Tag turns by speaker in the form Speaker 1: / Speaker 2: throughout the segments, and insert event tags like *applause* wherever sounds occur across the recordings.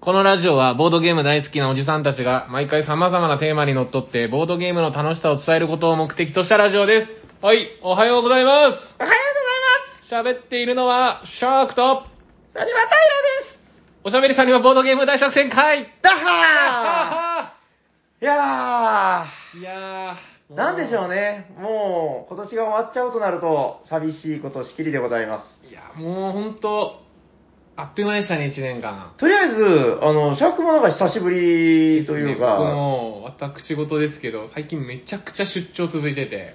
Speaker 1: このラジオはボードゲーム大好きなおじさんたちが毎回様々なテーマにのっとってボードゲームの楽しさを伝えることを目的としたラジオです。はい、おはようございま
Speaker 2: おはよう
Speaker 1: す。喋っているのはシャークと
Speaker 2: ございます。なにわたいです。
Speaker 1: おしゃべりさんにはボードゲーム大作戦会
Speaker 2: だは
Speaker 1: あ
Speaker 2: ーいや
Speaker 1: ーいやー。
Speaker 2: ー、なんでしょう
Speaker 1: ね。
Speaker 2: ね。もう、今年が終わっちゃうとなると、寂しいことしきりでございま
Speaker 1: いや、もうほんと、あっという間でしたね、1年間。
Speaker 2: す。とりあえず、あの、シャークもなんか久しぶりという
Speaker 1: 僕
Speaker 2: か、
Speaker 1: も私事ですけど、最近めちゃくちゃ出張続いてて。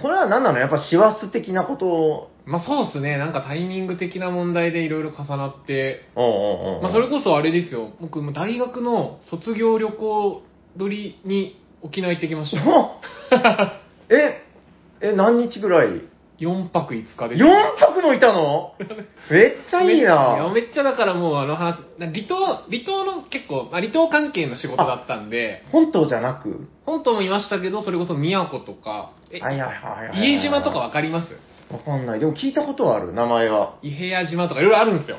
Speaker 2: これは何なのやっぱ師走的なことを、
Speaker 1: まあそうっすね、なんかタイミング的な問題でいろいろ重なって、
Speaker 2: うんうんうん
Speaker 1: まあそれこそあれですよ、僕も大学の卒業旅行取りに沖縄行ってきました。
Speaker 2: *laughs* おえ、え、何日ぐらい
Speaker 1: 4泊5日です。
Speaker 2: ?4 泊もいたのめっちゃいいな
Speaker 1: めっちゃだからもうあの話、離島、離島の結構、まあ、離島関係の仕事だったんで、
Speaker 2: 本島じゃなく
Speaker 1: 本島もいましたけど、それこそ宮古とか、え、
Speaker 2: はいはいはいはいはい
Speaker 1: 家島とかわかります
Speaker 2: わかんない。でも聞いたことはある、名前は。
Speaker 1: 伊平屋島とかいろいろあるんですよ。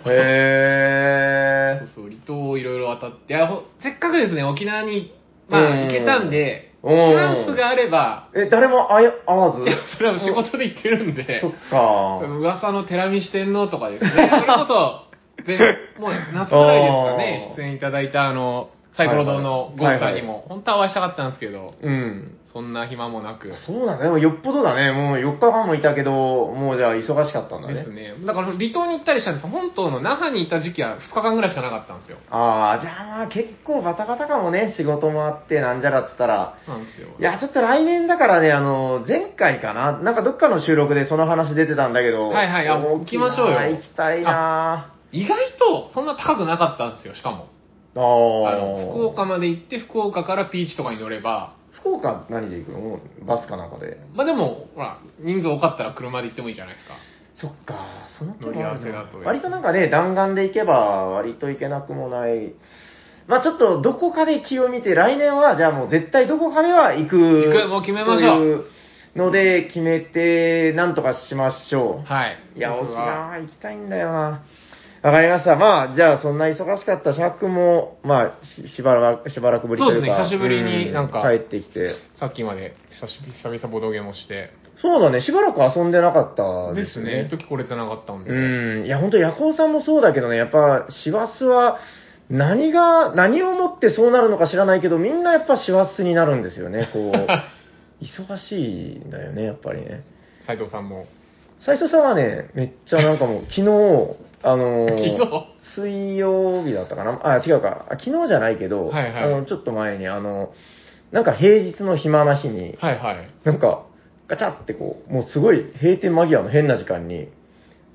Speaker 2: へ
Speaker 1: そうそ
Speaker 2: ー。
Speaker 1: う、離島をいろいろ渡って、いやほせっかくですね、沖縄に、ま
Speaker 2: う
Speaker 1: あ、
Speaker 2: ん
Speaker 1: 行けたんで、チ
Speaker 2: うん
Speaker 1: ャンスがあれば、
Speaker 2: え、誰もあや、あわず
Speaker 1: いやそれは仕事で行ってるんで
Speaker 2: そ、っか
Speaker 1: そ。の噂の寺見四天王とか
Speaker 2: *laughs*
Speaker 1: ですね、それこそ、でもう夏ぐらいですかね
Speaker 2: あ、ー
Speaker 1: 出演いただいた、あの、サイコロ堂のゴ
Speaker 2: は
Speaker 1: ー
Speaker 2: いはい
Speaker 1: さんにも、本当はお会いしたかったんですけど、
Speaker 2: うん。
Speaker 1: そんな暇もなく。
Speaker 2: そうなんだ。でもよっぽどだね。もう4日間もいたけど、もうじゃあ忙しかったんだ
Speaker 1: です
Speaker 2: ね。
Speaker 1: ね。だから離島に行ったりしたんです本島の那覇にいた時期は2日間ぐらいしかなかったんですよ。
Speaker 2: ああ、じゃあまあ結構バタバタかもね。仕事もあって、なんじゃらっつったら。
Speaker 1: なんですよ。
Speaker 2: いや、ちょっと来年だからね、あの、前回かな。なんかどっかの収録でその話出てたんだけど。
Speaker 1: はいはいあ行きましょうよ
Speaker 2: 行きたいな
Speaker 1: 意外とそんな高くなかったんですよ、しかも。
Speaker 2: あー
Speaker 1: あの、福岡まで行って、福岡からピーチとかに乗れば、
Speaker 2: 福岡何で行くのもうバスかなんかで。
Speaker 1: まあでも、ほら、人数多かったら車で行ってもいいじゃないですか。
Speaker 2: そっか、その手
Speaker 1: 乗り
Speaker 2: も
Speaker 1: 合
Speaker 2: あ
Speaker 1: わせ
Speaker 2: る
Speaker 1: だ
Speaker 2: な
Speaker 1: と
Speaker 2: 割となんかね、弾丸で行けば、割と行けなくもない。まあちょっと、どこかで気を見て、来年は、じゃあもう絶対どこかでは行く。
Speaker 1: 行くもう決めましょう
Speaker 2: というので、決めて、なんとかしましょ
Speaker 1: はい。
Speaker 2: う。いや、沖
Speaker 1: 僕は
Speaker 2: 縄行きたいんだよな。わかりました。まあ、じゃあ、そんな忙しかったシャークも、まあ、ししばらく、しばらくぶりとい
Speaker 1: そ
Speaker 2: うか。
Speaker 1: うですね久しぶりになんか
Speaker 2: う帰ってきて。
Speaker 1: さっきまで久しぶり、久々ボドゲもして。
Speaker 2: そうだね、しばらく遊んでなかった
Speaker 1: で
Speaker 2: ですす
Speaker 1: ね。
Speaker 2: ね。
Speaker 1: 時来れてなかったんで。
Speaker 2: うん、いや、本当、夜行さんもそうだけどね、やっぱ、師走は、何が、何をもってそうなるのか知らないけど、みんなやっぱ師走になるんですよね、
Speaker 1: *laughs*
Speaker 2: こう。忙しいんだよね、やっぱりね。
Speaker 1: 斉藤さんも。
Speaker 2: 斉藤さんはね、めっちゃな
Speaker 1: *laughs*
Speaker 2: んかもう、昨日、あの
Speaker 1: 昨
Speaker 2: ー
Speaker 1: 日
Speaker 2: 水曜日だったかなあ、違うか。あ昨日じゃないけど、
Speaker 1: はいはい
Speaker 2: あの、ちょっと前に、あの、なんか平日の暇な日に、
Speaker 1: はいはい。
Speaker 2: なんか、ガチャってこう、もうすごい閉店間際の変な時間に、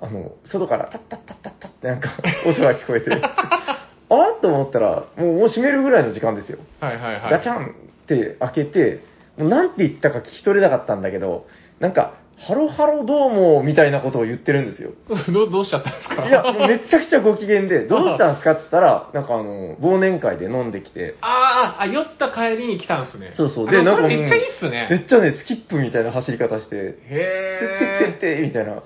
Speaker 2: あの、外からタッタッタッタッタッってな
Speaker 1: *laughs*
Speaker 2: んか音が聞こえて、あーと思ったら、もうもう閉めるぐらいの時間ですよ。
Speaker 1: はいはいはい。
Speaker 2: ガチャンって開けて、もうなんて言ったか聞き取れなかったんだけど、なんか、ハロハロどうもみたいなことを言ってるんです
Speaker 1: *laughs*
Speaker 2: よ。
Speaker 1: ンどうどうしちゃったんですか
Speaker 2: いや、もうめちゃくちゃご機嫌で、どうしたんですかって言ったら、なんかあの、忘年会で飲んできて、
Speaker 1: あーあ、酔った帰りに来たんですね。
Speaker 2: そうそう
Speaker 1: で、
Speaker 2: で
Speaker 1: な
Speaker 2: なんん
Speaker 1: か
Speaker 2: か
Speaker 1: めっちゃいいっす
Speaker 2: め
Speaker 1: ね。
Speaker 2: っちゃね、スキップみたいな走り方して、てってっ
Speaker 1: へ
Speaker 2: てってみたいな。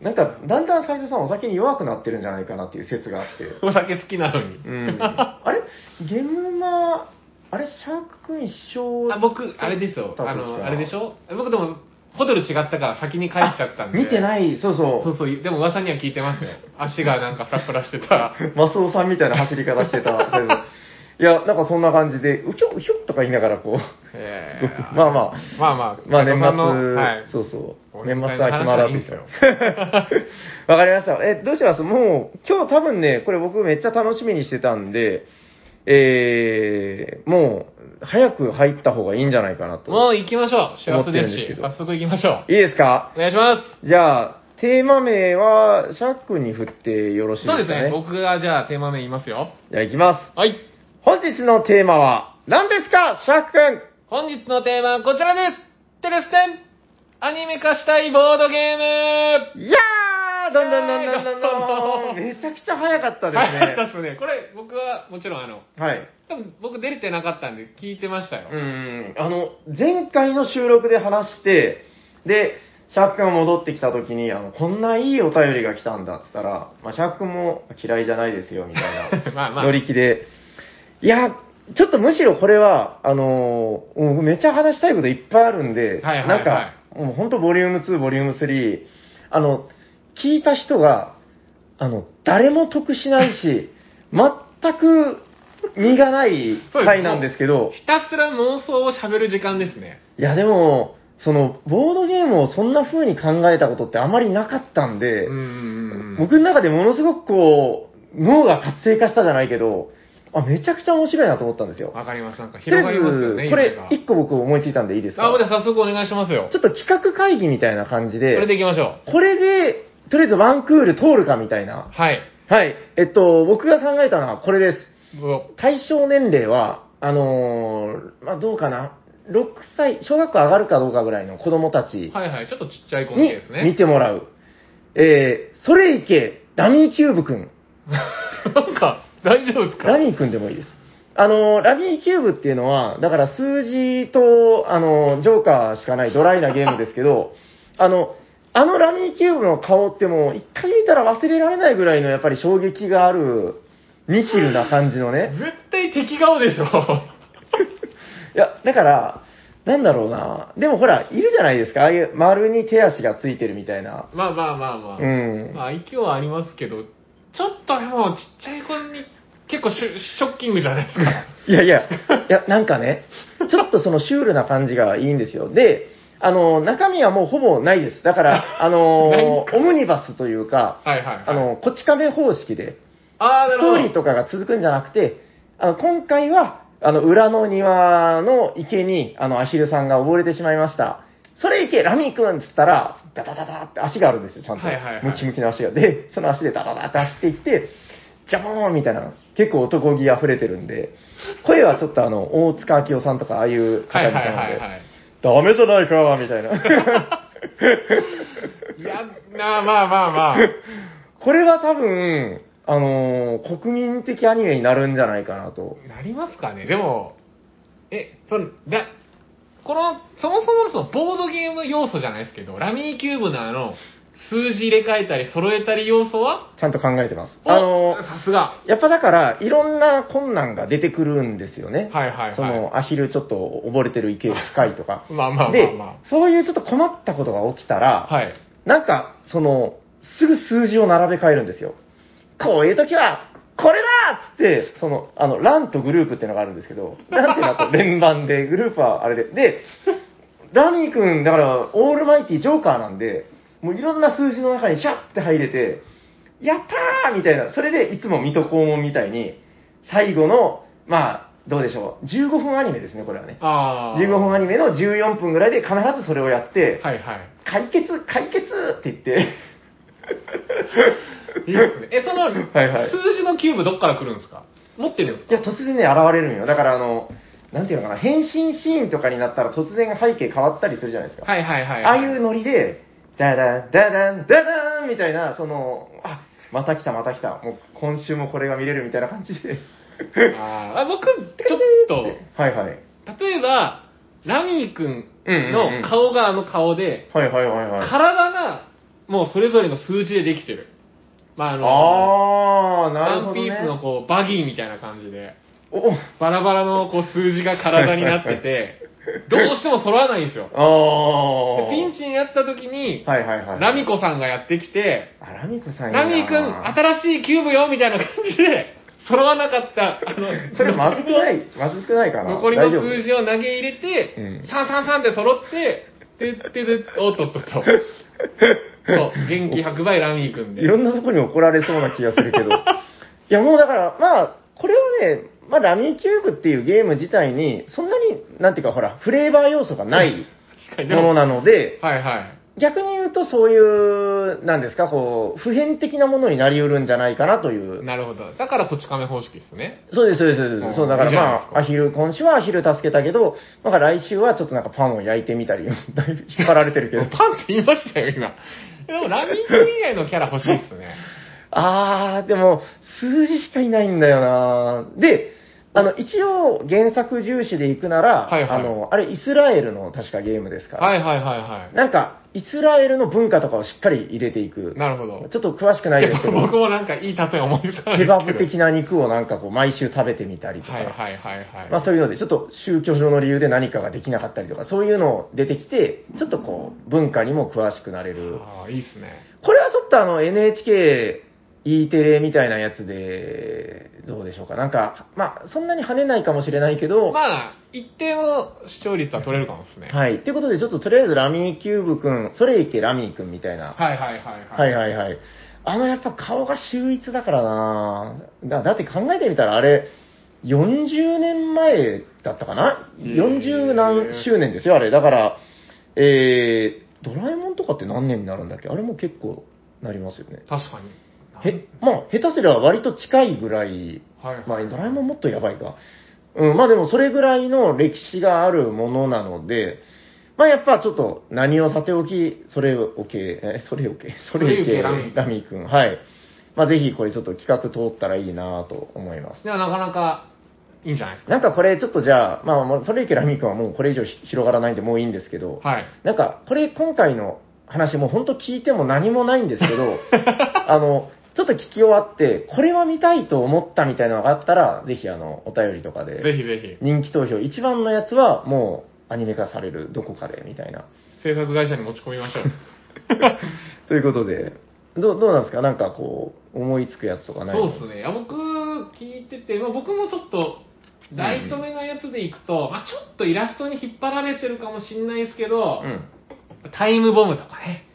Speaker 2: なんか、だんだん斉藤さんお酒に弱くなってるんじゃないかなっていう説があって。
Speaker 1: ー。お酒好きなのに。
Speaker 2: うん。あれゲムマ、あれシャーク君一生。
Speaker 1: あ僕、あれですよ。あの、あれでし
Speaker 2: ょ
Speaker 1: ょ僕でも、ホテル違ったから先に帰っちゃったんで。
Speaker 2: 見て
Speaker 1: い
Speaker 2: ない、そうそう。
Speaker 1: そうそう、でも噂には聞いてますよ。足がなんかプラプラして
Speaker 2: *laughs*
Speaker 1: た。
Speaker 2: マスオさんみたいな走り方してた。全部いや、なんかそんな感じで、うひょ、うひょとか言いながらこう。
Speaker 1: えー
Speaker 2: まあま
Speaker 1: まあ
Speaker 2: あ。
Speaker 1: まあ、
Speaker 2: まあ年
Speaker 1: 斉藤さんのはい
Speaker 2: 末、そうそう。
Speaker 1: 忘年
Speaker 2: 年
Speaker 1: 会
Speaker 2: 末
Speaker 1: の
Speaker 2: は暇だって言ってた *laughs* わかりました。え、どうしますもう、今日多分ね、これ僕めっちゃ楽しみにしてたんで、えー、もう、早く入った方がいいんじゃないかなと。
Speaker 1: もう行きましょう。幸せです
Speaker 2: 思ってるんですけ
Speaker 1: し、
Speaker 2: ど
Speaker 1: 早速行きましょ
Speaker 2: いいですか
Speaker 1: う。お願いしま
Speaker 2: じゃあ、テーマ名は、シャックに振ってよろし
Speaker 1: す。
Speaker 2: いで
Speaker 1: そう
Speaker 2: すか
Speaker 1: ですね
Speaker 2: ね。。
Speaker 1: 僕がじゃあテーマ名言いますよ。
Speaker 2: じゃあ行きます。
Speaker 1: はい。
Speaker 2: 本日のテーマは、何ですか、シャックくん
Speaker 1: 本日のテーマはこちらです。テレステンアニメ化したいボードゲーム
Speaker 2: いやーどんどんどんどんどんどん
Speaker 1: イエーイ
Speaker 2: めちゃくちゃ早かったです
Speaker 1: はい、あった
Speaker 2: ね
Speaker 1: っ。すね。これ僕はもちろんあの、
Speaker 2: はい。
Speaker 1: 多分僕出れてなかったんで聞いてましたよ。
Speaker 2: うん。あの、前回の収録で話して、で、シャーク君が戻ってきた時に、あの、こんないいお便りが来たんだっつったら、まあ、シャーク君も嫌いじゃないです *laughs* よ、みたい
Speaker 1: まあ *laughs* ま
Speaker 2: な、
Speaker 1: あ
Speaker 2: 乗り気で。いや、ちょっとむしろこれは、あのーもうめっちゃ話したいこといっぱいあるんで、
Speaker 1: はいはいはい
Speaker 2: なんか、もう本当ボリューム2、ボリューム3、あの、聞いた人が、あの、誰も得しないし、全く身がない回なんですけど、
Speaker 1: ひたすら妄想を喋る時間ですね。
Speaker 2: いやでも、その、ボードゲームをそんな風に考えたことってあまりなかったんで、
Speaker 1: うんうんうん。
Speaker 2: 僕の中でものすごくこう、脳が活性化したじゃないけど、あ、めちゃくちゃ面白いなと思ったんですよ。
Speaker 1: わかります。なんか
Speaker 2: とりあ
Speaker 1: 広がりますよね、
Speaker 2: えずこ
Speaker 1: 夢
Speaker 2: れ
Speaker 1: が、
Speaker 2: 一個僕思いついたんでいいですか
Speaker 1: あ、じゃあ早速お願いしますよ。
Speaker 2: ちょっと企画会議みたいな感じ
Speaker 1: そ
Speaker 2: で、
Speaker 1: れで行きましょ。
Speaker 2: これで、とりあえずワンクール通るかみたいうな。
Speaker 1: はい。
Speaker 2: はい。えっと、僕が考えたのはこれです。
Speaker 1: ど
Speaker 2: 対象年齢は、あのーまあ、どうかな。6歳、小学校上がるかどうかぐらいの子供たち
Speaker 1: うはいはい。ちょっとちっちゃい子の
Speaker 2: に
Speaker 1: ですね。
Speaker 2: 見てもらう。えー、それいけ、ラミーキューブくん。
Speaker 1: なんか、大丈夫ですか
Speaker 2: ラミーくんでもいいです。あのー、ラミーキューブっていうのは、だから数字と、あのー、ジョーカーしかないドライなゲームですけど、 *laughs* あの、あのラミーキューブの顔ってもう、一回見たら忘れられないぐらいのやっぱり衝撃がある、ニヒルな感じのね。
Speaker 1: 絶対敵顔
Speaker 2: *laughs*
Speaker 1: でしょ。
Speaker 2: いや、だから、なんだろうな。でもほら、いるじゃないですか。ああいう丸に手足がついてるみたいな。
Speaker 1: まあまあまあまあ。
Speaker 2: うん。
Speaker 1: まあ、愛嬌はありますけど、ちょっともうちっちゃい子に結構シュショッキングじゃないですか。
Speaker 2: いやいや、いや、なんかね、ちょっとそのシュールな感じがいいんですよ。で、あの、中身はもうほぼないです。だから、
Speaker 1: *laughs*
Speaker 2: あ
Speaker 1: ないん
Speaker 2: の、オムニバスというか、
Speaker 1: はいはい、はい。
Speaker 2: あ、の、こち亀方式で、
Speaker 1: あーな
Speaker 2: ス
Speaker 1: る
Speaker 2: ト
Speaker 1: ほど。
Speaker 2: ーリーとかが続くんじゃなくて、あの、今回は、あの、裏の庭の池に、あの、アヒルさんが溺れてしまいました。それ池、ラミーくんっつったら、ダダダダって足があるんですよ、ちゃんと。
Speaker 1: はいはいはい
Speaker 2: ムキムキの足が。で、その足でダダダって走っていって、ジャボーンみたいな、結構男気溢れてるんで、声はちょっとあの、大塚明夫さんとか、ああいう方
Speaker 1: は
Speaker 2: み
Speaker 1: いは
Speaker 2: たいないの
Speaker 1: は
Speaker 2: で
Speaker 1: い、はい。
Speaker 2: ダメじゃないか、みたいな。 *laughs*
Speaker 1: いや、なあまあまあまあ。
Speaker 2: これは多分、あのー国民的アニメになるんじゃないかなと。
Speaker 1: なりますかね。でも、え、その、だ、この、そもそものそのボードゲーム要素じゃないですけど、ラミーキューブのあの、数字入れ替えたり揃えたり要素は
Speaker 2: ちゃんと考えてます。あの
Speaker 1: お、さすが。
Speaker 2: やっぱだから、いろんな困難が出てくるんですよね。
Speaker 1: はいはいはい。。
Speaker 2: その、アヒルちょっと溺れてる池深いとか
Speaker 1: まあ *laughs* まあま
Speaker 2: で
Speaker 1: あま、
Speaker 2: そういうちょっと困ったことが起きたら
Speaker 1: あ。、はい。
Speaker 2: なんか、その、すぐ数字を並べ替えるんですよ。こういう時は、これだっつって、その、あの、ランとグループっていうのがあるんですけど、ランっていうのはこう連番で、グループはあれで。で、ラミー君、だから、オールマイティジョーカーなんで、もういろんな数字の中にシャッて入れて、やったーみたいな、それでいつも水戸黄門みたいに、最後の、まあ、どうでしょう、15分アニメですね、これはね。
Speaker 1: ああ。
Speaker 2: 15分アニメの14分ぐらいで必ずそれをやって、
Speaker 1: はいはい。
Speaker 2: 解決、解決って言って、
Speaker 1: いいです *laughs* ね。え、その、
Speaker 2: はいはい
Speaker 1: 数字のキューブどっから来るんですか持ってるんです
Speaker 2: いや、突然ね、現れるんよ。だから、あの、なんていうのかな、変身シーンとかになったら突然背景変わったりするじゃないですか。
Speaker 1: かはいはいはい。
Speaker 2: ああいうノリで、ダダン、ダダン、ダダンみたいな、その、あ、また来た、また来た。もう今週もこれが見れるみたいな感じで。
Speaker 1: あーあ僕、ちょっと、
Speaker 2: はいはい。
Speaker 1: 例えば、ラミー君
Speaker 2: うんうんう
Speaker 1: の
Speaker 2: ん
Speaker 1: 顔があの顔で、
Speaker 2: はいはいはいはい。
Speaker 1: 体がもうそれぞれの数字でできてる。まああの、
Speaker 2: あー、なる
Speaker 1: ワ
Speaker 2: ほ
Speaker 1: ン
Speaker 2: ど、
Speaker 1: ピ
Speaker 2: ね。
Speaker 1: ースのこう、バギーみたいな感じで、
Speaker 2: お
Speaker 1: バラバラのこう数字が体になってて、どうしても揃わないんですよ。
Speaker 2: あ
Speaker 1: で
Speaker 2: ー。
Speaker 1: ピンチになった時に、
Speaker 2: はいはいはい。
Speaker 1: ラミコさんがやってきて、
Speaker 2: あ、ラミコさんいいな
Speaker 1: ラミー君、新しいキューブよみたいな感じで、揃わなかった、あの、
Speaker 2: それまずくないまずくないかな
Speaker 1: 残りの
Speaker 2: 大丈夫
Speaker 1: 数字を投げ入れ
Speaker 2: う
Speaker 1: て
Speaker 2: ん、
Speaker 1: 三三三で揃って、てってで、おっとっとっと。そう、元気100倍ラミー君で。
Speaker 2: *laughs* いろんなとこに怒られそうな気がす
Speaker 1: *laughs*
Speaker 2: るけど。いや、もうだから、まあ、これはね、まあ、ラミーキューブっていうゲーム自体に、そんなに、なんていうか、ほら、フレーバー要素がない
Speaker 1: 確か *laughs* にで
Speaker 2: もの
Speaker 1: も、
Speaker 2: なので、
Speaker 1: はいはい。
Speaker 2: 逆に言うと、そういう、なんですか、こう、普遍的なものになりうるんじゃないかなという。
Speaker 1: なるほど。だから、こち亀方式ですね。
Speaker 2: そうです、そうです、そうで
Speaker 1: うん
Speaker 2: す。そう、だか
Speaker 1: いい
Speaker 2: ら
Speaker 1: じゃないで
Speaker 2: ます
Speaker 1: か
Speaker 2: あ、アヒル、今週はアヒル助けたけど、だから来週はちょっとなんかパンを焼いてみたり、だ *laughs* いぶ引っ張られてるけ
Speaker 1: パ
Speaker 2: ど
Speaker 1: ンっ。て言いましたよ、今。でも、ラミー君以外のキャラ欲しいですね。
Speaker 2: あー、でも、数字しかいないんだよなで、あの、一応、原作重視で行くなら、
Speaker 1: はいはい
Speaker 2: あの、あれ、イスラエルの確かゲームですから、
Speaker 1: はいはいはいはい。
Speaker 2: なんか、イスラエルの文化とかをしっかり入れていく。
Speaker 1: なるほど。
Speaker 2: ちょっと詳しくないですけ
Speaker 1: 僕
Speaker 2: ど、
Speaker 1: もなんかいい例え思いつかないです
Speaker 2: ケ
Speaker 1: けど。
Speaker 2: バブ的な肉をなんかこう毎週食べてみたりとか、
Speaker 1: はいはいはいはい。
Speaker 2: まあそういうので、ちょっと宗教上の理由で何かができなかったりとか、そういうの出てきて、ちょっとこう、文化にも詳しくなれる。
Speaker 1: ああ、いいっすね。
Speaker 2: これはちょっとあの NHK、E テレみたいなやつで、どうでしょうか。なんか、まあそんなに跳ねないかもしれないけど、
Speaker 1: まあ、一定の視聴率は取れるかもですね。
Speaker 2: はい。ということで、ちょっととりあえずラミーキューブくん、それいけラミーくんみたいな。
Speaker 1: はいはいはい
Speaker 2: はい
Speaker 1: はい。
Speaker 2: はいはい。あのやっぱ顔が秀逸だからなだだって考えてみたらあれ、40年前だったかな
Speaker 1: へー
Speaker 2: ?40 何周年ですよ、あれ。だから、えー、ドラえもんとかって何年になるんだっけあれも結構なりますよね。
Speaker 1: 確かに。
Speaker 2: へ、まあ、下手すれば割と近いぐらい、
Speaker 1: はい。
Speaker 2: まあ、ドラえもんもっとやばいか。うん、まあでもそれぐらいの歴史があるものなので、まあやっぱちょっと何をさておき、それをけ、え、それをけ、それを
Speaker 1: それ
Speaker 2: け、
Speaker 1: をけラ
Speaker 2: ラ
Speaker 1: ミ
Speaker 2: ミー君。はい。まあぜひこれちょっと企画通ったらいいなと思います。
Speaker 1: ではなかなかいいんじゃないです
Speaker 2: なんかこれちょっとじゃあ、まあもう、それいけラミー君はもうこれ以上ひ広がらないんでもういいんですけど、
Speaker 1: か。はい。
Speaker 2: なんか、これ今回の話もう本当聞いても何もないんですけ
Speaker 1: *laughs*
Speaker 2: ど、あの、ちょっと聞き終わって、これは見たいと思ったみたいなのがあったら、ぜひあの、お便りとか
Speaker 1: ぜ
Speaker 2: で、
Speaker 1: ひぜ
Speaker 2: 人気投票一番のやつはもうアニメ化される、どこかで、みた
Speaker 1: *laughs*
Speaker 2: いな。
Speaker 1: ひ、制作会社に持ち込みましょう。
Speaker 2: *laughs* ということで、どうどうなんですかなんかこう、思いつくやつとかない
Speaker 1: そうですね。いや、僕、聞いてて、まあ、僕もちょっと、ライト目なやつでいくと、まあ、ちょっとイラストに引っ張られてるかもしんないですけど、
Speaker 2: うん。
Speaker 1: タイムボムとかね。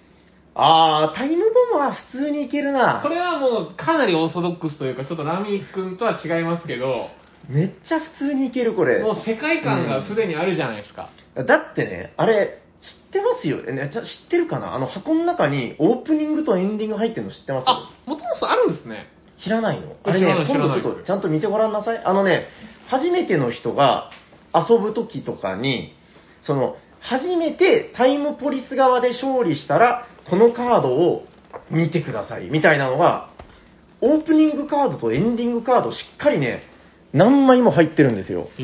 Speaker 2: あー、タイムボムは普通にいけるな
Speaker 1: こ。れはもう、かなりオーソドックスというか、ちょっとラミ君とは違いますけど、
Speaker 2: めっちゃ普通にいける、これ。
Speaker 1: もう世界観がすでにあるじゃないですか。
Speaker 2: だってね、あれ、知ってますよ。えね、ちゃ知ってるかなあの箱の中にオープニングとエンディング入ってるの知ってます
Speaker 1: あ、もともとあるんですね。
Speaker 2: 知らないのあれね
Speaker 1: 知らない、
Speaker 2: 今
Speaker 1: 知らない
Speaker 2: 度ちょっ
Speaker 1: で
Speaker 2: と
Speaker 1: す
Speaker 2: ちゃんと見てごらんなさい。あのね、初めての人が遊ぶ時とかに、その、初めてタイムポリス側で勝利したら、このカードを見てください、みたいなのが、オープニングカードとエンディングカードしっかりね、何枚も入ってるんですよ。
Speaker 1: へ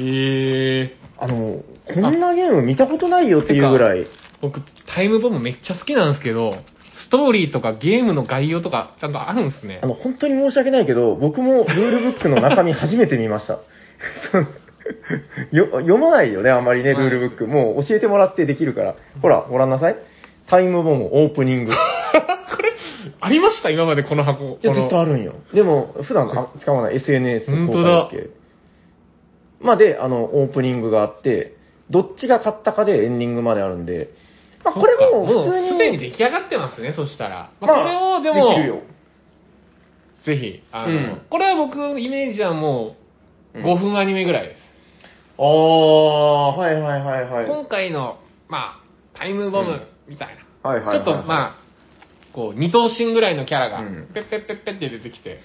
Speaker 1: え。
Speaker 2: あの、こんなゲーム見たことないよっていうぐらい。
Speaker 1: 僕、タイムボムめっちゃ好きなんですけど、ストーリーとかゲームの概要とかちゃんとあるんですね
Speaker 2: あ。の、本当に申し訳ないけど、僕もルールブックの中身初めて見ました。 *laughs* そのよ読まないよね、あんまりね、ルールブック。もう教えてもらってできるから。ほら、ご覧なさい。タイムボムオープニング。い
Speaker 1: これ、ありました今までこの箱。こ
Speaker 2: や、
Speaker 1: の
Speaker 2: ずっとあるんよ。でも、普段あ使わない SNS
Speaker 1: 本
Speaker 2: 公
Speaker 1: 当
Speaker 2: 開
Speaker 1: だ
Speaker 2: だけ。まあ、で、あの、オープニングがあって、どっちが勝ったかでエンディングまであるんで、まあ、これも
Speaker 1: そっか
Speaker 2: 普通
Speaker 1: もう
Speaker 2: に。
Speaker 1: すでに出来上がってますね、そしたら。まあ、
Speaker 2: まあ
Speaker 1: これを、で
Speaker 2: できるよ
Speaker 1: も、ぜひ、あの、
Speaker 2: うん
Speaker 1: これは僕、イメージはもう、
Speaker 2: う
Speaker 1: 5
Speaker 2: ん
Speaker 1: 分アニメぐらいです。
Speaker 2: ああ、はいはいはいはい。
Speaker 1: 今回の、まあ、タイムボ
Speaker 2: う
Speaker 1: ム
Speaker 2: ん、
Speaker 1: みたいな。
Speaker 2: はいはいはいはい
Speaker 1: ちょっと、まあ、こう、二等身ぐらいのキャラが
Speaker 2: うん、
Speaker 1: ペッペッペッペッって出てきて、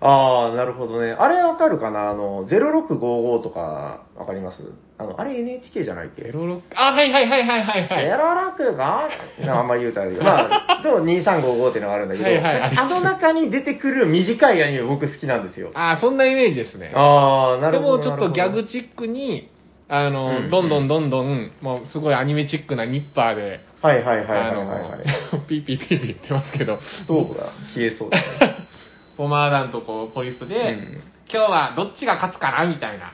Speaker 2: ああ、なるほどね。あれわかるかなあの、0655とか、わかりますあの、あれ NHK じゃないっけ
Speaker 1: 06、あ、はいはいはいはいはいはい。
Speaker 2: 06があんまり言うたらいい
Speaker 1: *laughs*
Speaker 2: よ。まあ、と2355っていうのがあるんだけど、
Speaker 1: はいはい
Speaker 2: あの中に出てくる短いアニメ僕好きなんですよ。
Speaker 1: ああ、そんなイメージですね。
Speaker 2: ああ、な
Speaker 1: で
Speaker 2: るほ
Speaker 1: も
Speaker 2: ど。
Speaker 1: ちょっとギャ
Speaker 2: なる
Speaker 1: グチックに、あの、
Speaker 2: うん
Speaker 1: どんどんどんどん、もうすごいアニメチックなニッパーで、
Speaker 2: ほど。はいはいはい
Speaker 1: あ
Speaker 2: はい
Speaker 1: の、 *laughs*
Speaker 2: はい、はい。
Speaker 1: ピーピーピーピー言ってますけど、 *laughs*
Speaker 2: ストーブが消えそうだね。
Speaker 1: ポマーダンとこうポリスで、
Speaker 2: うん
Speaker 1: 今日はどっちが勝つかなみたいな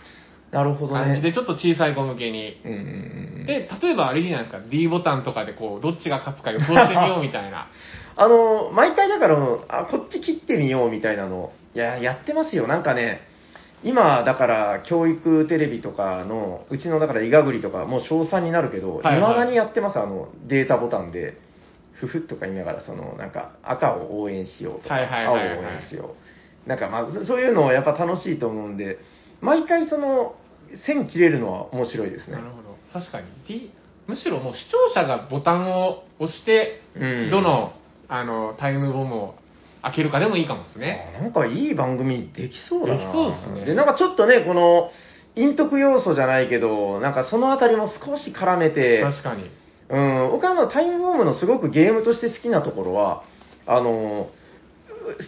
Speaker 2: なるほど
Speaker 1: 感じで、
Speaker 2: ね。
Speaker 1: ちょっと小さい子向けに。
Speaker 2: うんうんうんうん。
Speaker 1: で、例えばあれじゃないですか、D ボタンとかでこう、どっちが勝つか予想してみようみたい
Speaker 2: *laughs*
Speaker 1: な。
Speaker 2: あの、毎回だから、あ、こっち切ってみようみたいなの、いや、やってますよ。なんかね、今、だから、教育テレビとかの、うちの、だから、イガグリとか、もう賞賛になるけど、
Speaker 1: はいいはい
Speaker 2: ま、だにやってます、あの、データボタンで、ふふっとか言いながら、その、なんか、赤を応援しようとか、
Speaker 1: はいはい
Speaker 2: 青を
Speaker 1: は
Speaker 2: 応
Speaker 1: いはい
Speaker 2: 援しよう。なんか、まあ、そそういうのをやっぱ楽しいと思うんで、毎回、その、線切れるのは面白いですね
Speaker 1: な。るほど。確かに。D、むしろもう視聴者がボタンを押して、
Speaker 2: うん
Speaker 1: どの、あの、タイムボムを開けるかでもいいかもですね。
Speaker 2: あなんかいい番組できそうだな。
Speaker 1: できそうですね
Speaker 2: で、なんかちょっとね、この、陰徳要素じゃないけど、なんかそのあたりも少し絡めて、
Speaker 1: 確かに。
Speaker 2: うん、僕はあの、タイムボームのすごくゲームとして好きなところは、あの、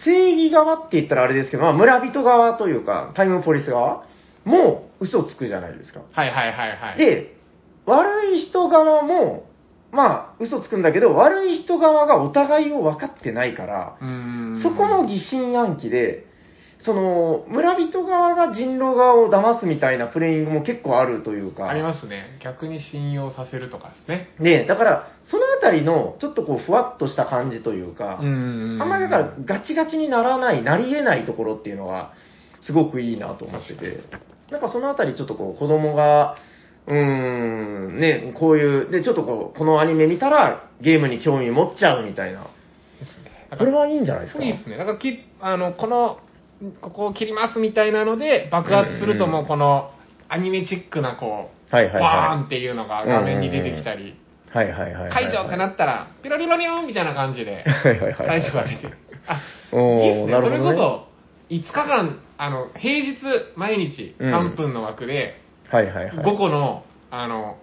Speaker 2: 正義側って言ったらあれですけど、まあ、村人側というか、タイムポリス側も嘘つくじゃないですか。
Speaker 1: はいはいはいはい。
Speaker 2: で、悪い人側もまあ、嘘つくんだけど、悪い人側がお互いを分かってないから、
Speaker 1: うん
Speaker 2: そこの疑心暗鬼で、その、村人側が人狼側を騙すみたいなプレイングも結構あるというか。
Speaker 1: ありますね。逆に信用させるとかですね。
Speaker 2: ねだから、そのあたりの、ちょっとこう、ふわっとした感じというか、
Speaker 1: ん
Speaker 2: あんまりだから、ガチガチにならない、なり得ないところっていうのが、すごくいいなと思ってて、なんかそのあたり、ちょっとこう、子供が、うーん、ね、こういう、で、ちょっとこう、このアニメ見たら、ゲームに興味持っちゃうみたいな、
Speaker 1: だか
Speaker 2: これ
Speaker 1: ら、
Speaker 2: はいいんじゃないですか。
Speaker 1: いいですね。だからき、あの、この、ここを切りますみたいなので、爆発すると
Speaker 2: うんうん
Speaker 1: もうこの、アニメチックなこう、
Speaker 2: はいはい
Speaker 1: バーン
Speaker 2: は
Speaker 1: っていうのが画面に出てきたり、
Speaker 2: い。はいはいはいはい。
Speaker 1: 解除ってなったら、ピロリロリオンみたいな感じで、
Speaker 2: はいはいはいは
Speaker 1: 解
Speaker 2: い。
Speaker 1: 除が出てる。あ、
Speaker 2: *laughs* おー
Speaker 1: いいですね。
Speaker 2: なる
Speaker 1: そ
Speaker 2: ほど
Speaker 1: れ
Speaker 2: ね
Speaker 1: こそ、5日間、あの、平日、毎日
Speaker 2: うん
Speaker 1: 3分の枠で、
Speaker 2: はいはいはい。
Speaker 1: 5個の、あの、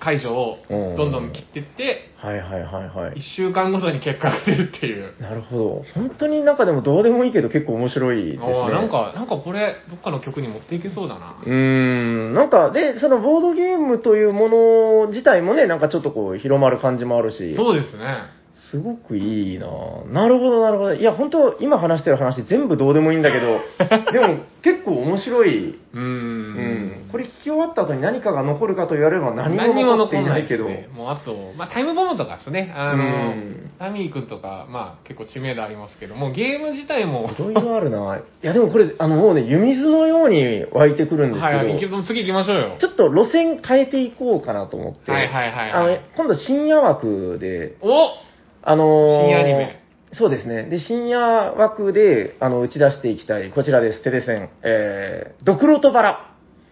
Speaker 1: 解除をどんどん切っていって、
Speaker 2: はいはいはいは
Speaker 1: 1。
Speaker 2: い
Speaker 1: 週間ごとに結果が出るっていう。
Speaker 2: なるほど。本当になんかでもどうでもいいけど結構面白いですね。
Speaker 1: ああなんか、なんかこれ、どっかの曲に持っていけそうだな
Speaker 2: う。ーん、なんか、で、そのボードゲームというもの自体もね、なんかちょっとこう、広まる感じもあるし、
Speaker 1: そうですね。
Speaker 2: すごくいいなぁなるほど、なるほど。いや、本当今話してる話全部どうでもいいんだけど、
Speaker 1: *laughs*
Speaker 2: でも結構面白い。
Speaker 1: うー。
Speaker 2: うんん。これ聞き終わった後に何かが残るかと言われれば何も残っていないけど、
Speaker 1: 何も残んですねもうあと、まあ、タイムボムとかですね。あの
Speaker 2: うん、
Speaker 1: ラミー君とか、まあ、結構知名度ありますけど、もうゲーム自体も、
Speaker 2: いろいろあるなぁいや、でもこれ、あの、もうね、湯水のように湧いてくるんです
Speaker 1: はいはい、池
Speaker 2: けど、
Speaker 1: 田君次行きましょうよ
Speaker 2: ち。ょっと路線変えていこうかなと思って、
Speaker 1: はいはいはい
Speaker 2: あ
Speaker 1: は
Speaker 2: の
Speaker 1: い。
Speaker 2: 今度深夜枠で、
Speaker 1: お
Speaker 2: あのー
Speaker 1: 深夜アニメ
Speaker 2: そうですね。で、深夜枠で、あの、打ち出していきたい、こちらです。テレセン。えー、ドクロとバラ。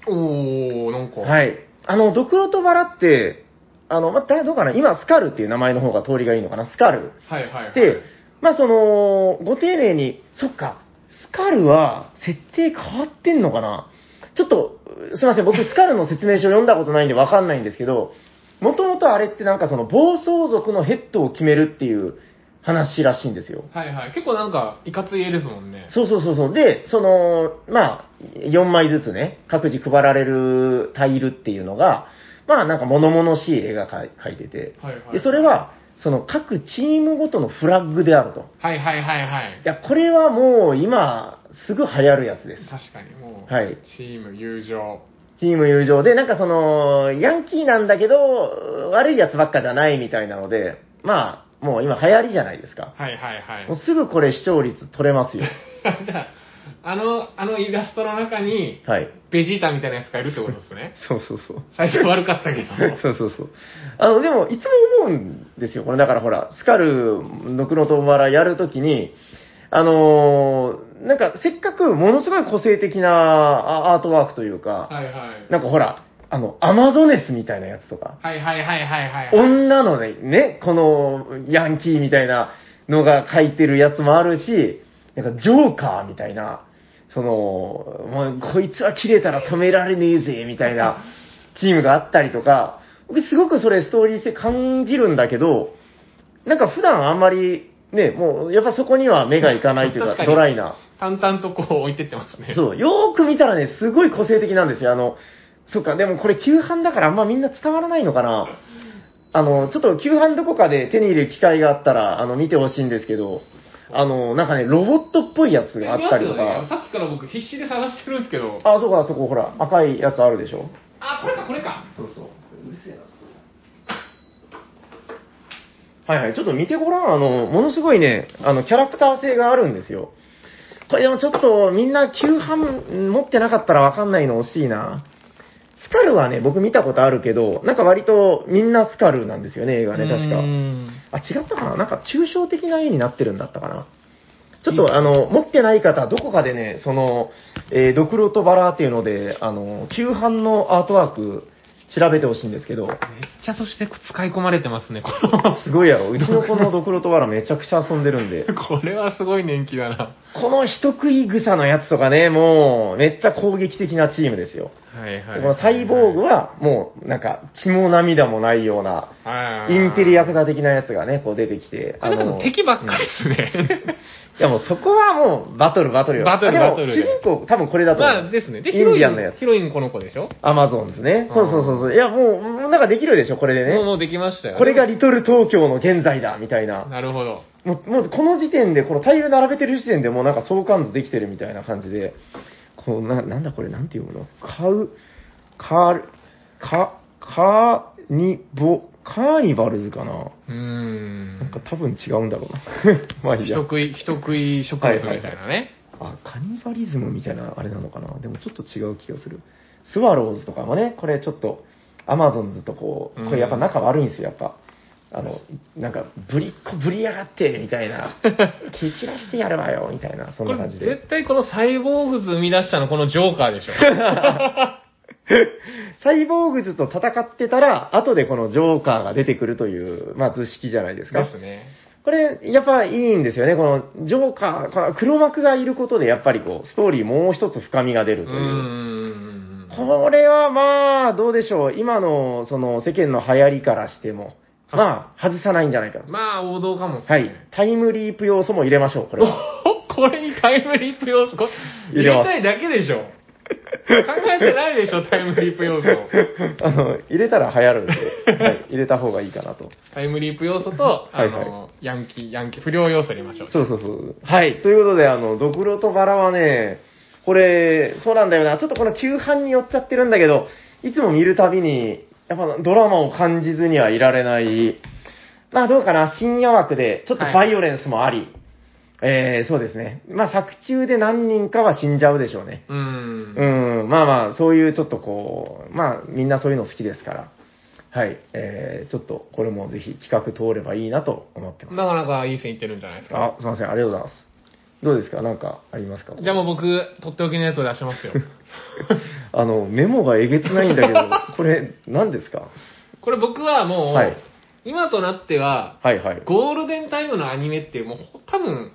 Speaker 1: おー、なんか。。
Speaker 2: はいい。あの、ドクロとバラって、あの、ま、だどうかな今、スカルっていう名前の方が通りがいいのかなスカル。
Speaker 1: はいはいはい。
Speaker 2: で、まあ、その、ご丁寧に、そっか、スカルは、設定変わってんのかなちょっと、すいません、僕、スカルの説明書読んだことないんでわかんないんですけど、もともとあれってなんかその、暴走族のヘッドを決めるっていう話らしいんですよ。
Speaker 1: はいはい。結構なんか、いかつい絵ですもんね。
Speaker 2: そうそうそうそう。で、その、まあ、4枚ずつね、各自配られるタイルっていうのが、まあなんか物々しい絵が描い描いてて、
Speaker 1: はいはい。
Speaker 2: で、それ、は、その各チームごとのフラッグであると。
Speaker 1: はいはいはいはい
Speaker 2: い。や、これはもう今、すぐ流行るやつです。
Speaker 1: 確かにもう、
Speaker 2: はい。
Speaker 1: チーム友情。
Speaker 2: チーム友情で、なんかその、ヤンキーなんだけど、悪いやつばっかじゃないみたいなので、まあ、もう今流行りじゃないですか。
Speaker 1: はいはいはい
Speaker 2: もう。すぐこれ視聴率取れ *laughs* ますよ。
Speaker 1: じゃ *laughs* あ、あの、あのイラストの中に、
Speaker 2: はい。
Speaker 1: ベジータみたいなやつがいるってことですね。
Speaker 2: そうそうそう。 *laughs*
Speaker 1: 最初悪かったけど。
Speaker 2: そうそうそう。あの、でも、いつも思うんですよ。これ、だからほら、スカル、ノクノトンバラやるときに、あのーなんか、せっかく、ものすごい個性的なあアートワークというか、
Speaker 1: はいはい。
Speaker 2: なんかほら、あの、アマゾネスみたいなやつとか、
Speaker 1: はいはいはいはいはい。
Speaker 2: 女のね、ね、この、ヤンキーみたいなのが書いてるやつもあるし、なんか、ジョーカーみたいな、その、もうこいつは切れたら止められねえぜ、みたいなチームがあったりとか、僕すごくそれストーリー性感じるんだけど、なんか普段あんまり、ね、もう、やっぱそこには目がいかないという
Speaker 1: *laughs* 確か
Speaker 2: か、
Speaker 1: に
Speaker 2: ドライな。
Speaker 1: 淡々とこう置いてってますね。
Speaker 2: *laughs* そう、よーく見たらね、すごい個性的なんですよ。あの、そっか、でもこれ、旧版だからあんまみんな伝わらないのかな。あの、ちょっと旧版どこかで手に入れる機会があったら、あの、見てほしいんですけど、あの、なんかね、ロボットっぽいやつ
Speaker 1: 見
Speaker 2: があ
Speaker 1: ま
Speaker 2: った
Speaker 1: す
Speaker 2: りと
Speaker 1: よね。
Speaker 2: か、
Speaker 1: さっきから僕必死で探してるんですけど。
Speaker 2: あ、そこあそこ、ほら、赤いやつあるでしょ。
Speaker 1: あ、これかこれか。
Speaker 2: そうそう。うるせえな、はいはい、ちょっと見てごらん。あの、ものすごいね、あの、キャラクター性があるんですよ。これでもちょっと、みんな旧版持ってなかったらわかんないの惜しいな。スカルはね、僕見たことあるけど、なんか割とみんなスカルなんですよね、映画ね、確
Speaker 1: うー
Speaker 2: か。
Speaker 1: ん
Speaker 2: あ、違ったかななんか抽象的な絵になってるんだったかな。ちょっとあの、持ってない方、どこかでね、その、えードクロとバラっていうので、あの、旧版のアートワーク調べてほしいんですけど、
Speaker 1: めっちゃそして使い込まれてますね、この。
Speaker 2: すごいやろ。うちの子のドクロとバラめちゃくちゃ遊んでるんで。
Speaker 1: *laughs* これはすごい年季だな。
Speaker 2: この人食い草のやつとかね、もう、めっちゃ攻撃的なチームですよ。
Speaker 1: はいはい。
Speaker 2: このサイボーグは、もう、なんか、血も涙もないような、
Speaker 1: はい、
Speaker 2: インテリヤクザ的なやつがね、こう出てきて。
Speaker 1: これなんか敵ばっかりですね。
Speaker 2: いやもうそこはもうバトルバトルよ。
Speaker 1: バトル
Speaker 2: あでも
Speaker 1: バトル
Speaker 2: 主人公多分これだと思う。
Speaker 1: *laughs* まあですね。で、ヒ
Speaker 2: イン
Speaker 1: ロ
Speaker 2: デ
Speaker 1: イ
Speaker 2: ィアンのや
Speaker 1: ン、
Speaker 2: つ。
Speaker 1: ヒロインこの子でしょ
Speaker 2: アマゾンですね。
Speaker 1: うん
Speaker 2: そうそうそうそう。いやもう、もうなんかできるでしょ、これで
Speaker 1: もう
Speaker 2: ね。
Speaker 1: もうできましたよ。
Speaker 2: これがリトル東京の現在だ、みたいな。
Speaker 1: なるほど。
Speaker 2: もう、もうこの時点で、このタイル並べてる時点でもうなんか相関図できてるみたいな感じで、こう、な、なんだこれ、なんて読むの買う、カール、カ、カーニボ、カーニバルズかな
Speaker 1: うーん。
Speaker 2: なんか多分違うんだろうな。 *laughs* まあいい
Speaker 1: 人
Speaker 2: や。
Speaker 1: 食い、人食い植物みたいなね。
Speaker 2: あ、カニバリズムみたいなあれなのかなでもちょっと違う気がする。スワローズとかもね、これちょっと、アマゾンズとこう、これやっぱ仲悪いんですよ、やっぱ。あの、なんか、ぶりっこぶりやがって、みたいな。蹴散らしてやるわよ、みたいな、そんな
Speaker 1: これ
Speaker 2: 感じで。
Speaker 1: 絶対このサイボーグズ生み出したのこのジョーカーでしょ。
Speaker 2: サイボーグズと戦ってたら、後でこのジョーカーが出てくるという、まあ図式じゃないですか。
Speaker 1: ですね。
Speaker 2: これ、やっぱいいんですよね。このジョーカーこの、黒幕がいることで、やっぱりこう、ストーリーもう一つ深みが出
Speaker 1: う
Speaker 2: る
Speaker 1: ー
Speaker 2: という。
Speaker 1: ん。
Speaker 2: これはまあ、どうでしょう。今の、その、世間の流行りからしても、まあ、外さないんじゃないかな。
Speaker 1: まあ、王道かもっすね。
Speaker 2: はい。タイムリープ要素も入れましょう、これ
Speaker 1: *laughs*
Speaker 2: は。
Speaker 1: おこれにタイムリープ要素こ
Speaker 2: 入
Speaker 1: 入
Speaker 2: れ
Speaker 1: れ
Speaker 2: ます
Speaker 1: たいだけでしょ。考えてないでしょ、タイムリープ要素。
Speaker 2: あの、入れたら流行るんで、はい、入れた方がいいかなと。
Speaker 1: タイムリープ要素と、あの、
Speaker 2: はい
Speaker 1: ヤンキー、ヤンキー、不良要素入れましょう。
Speaker 2: そうそうそう。はい。ということで、あの、ドクロとバラはね、これ、そうなんだよな。ちょっとこの急半に寄っちゃってるんだけど、いつも見るたびに、やっぱドラマを感じずにはいられない。まあどうかな、深夜枠で、ちょっと
Speaker 1: はい
Speaker 2: バイオレンスもあり。えー、そうですね。まあ作中で何人かは死んじゃうでしょうね。
Speaker 1: うーん。
Speaker 2: うん、まあまあ、そういうちょっとこう、まあみんなそういうの好きですから。はい。えー、ちょっとこれもぜひ企画通ればいいなと思ってます。
Speaker 1: なかなかいい線いってるんじゃないですか。
Speaker 2: あ、すいません、ありがとうございます。どうですかなんかありますか
Speaker 1: じゃあもう僕、とっておきのやつを出しますよ。
Speaker 2: あの、メモがえげつないんだけど、 *laughs* これ、何ですか
Speaker 1: これ僕はもう、
Speaker 2: はい
Speaker 1: 今となっては、
Speaker 2: はいはい。
Speaker 1: ゴールデンタイムのアニメって、もうほ多分、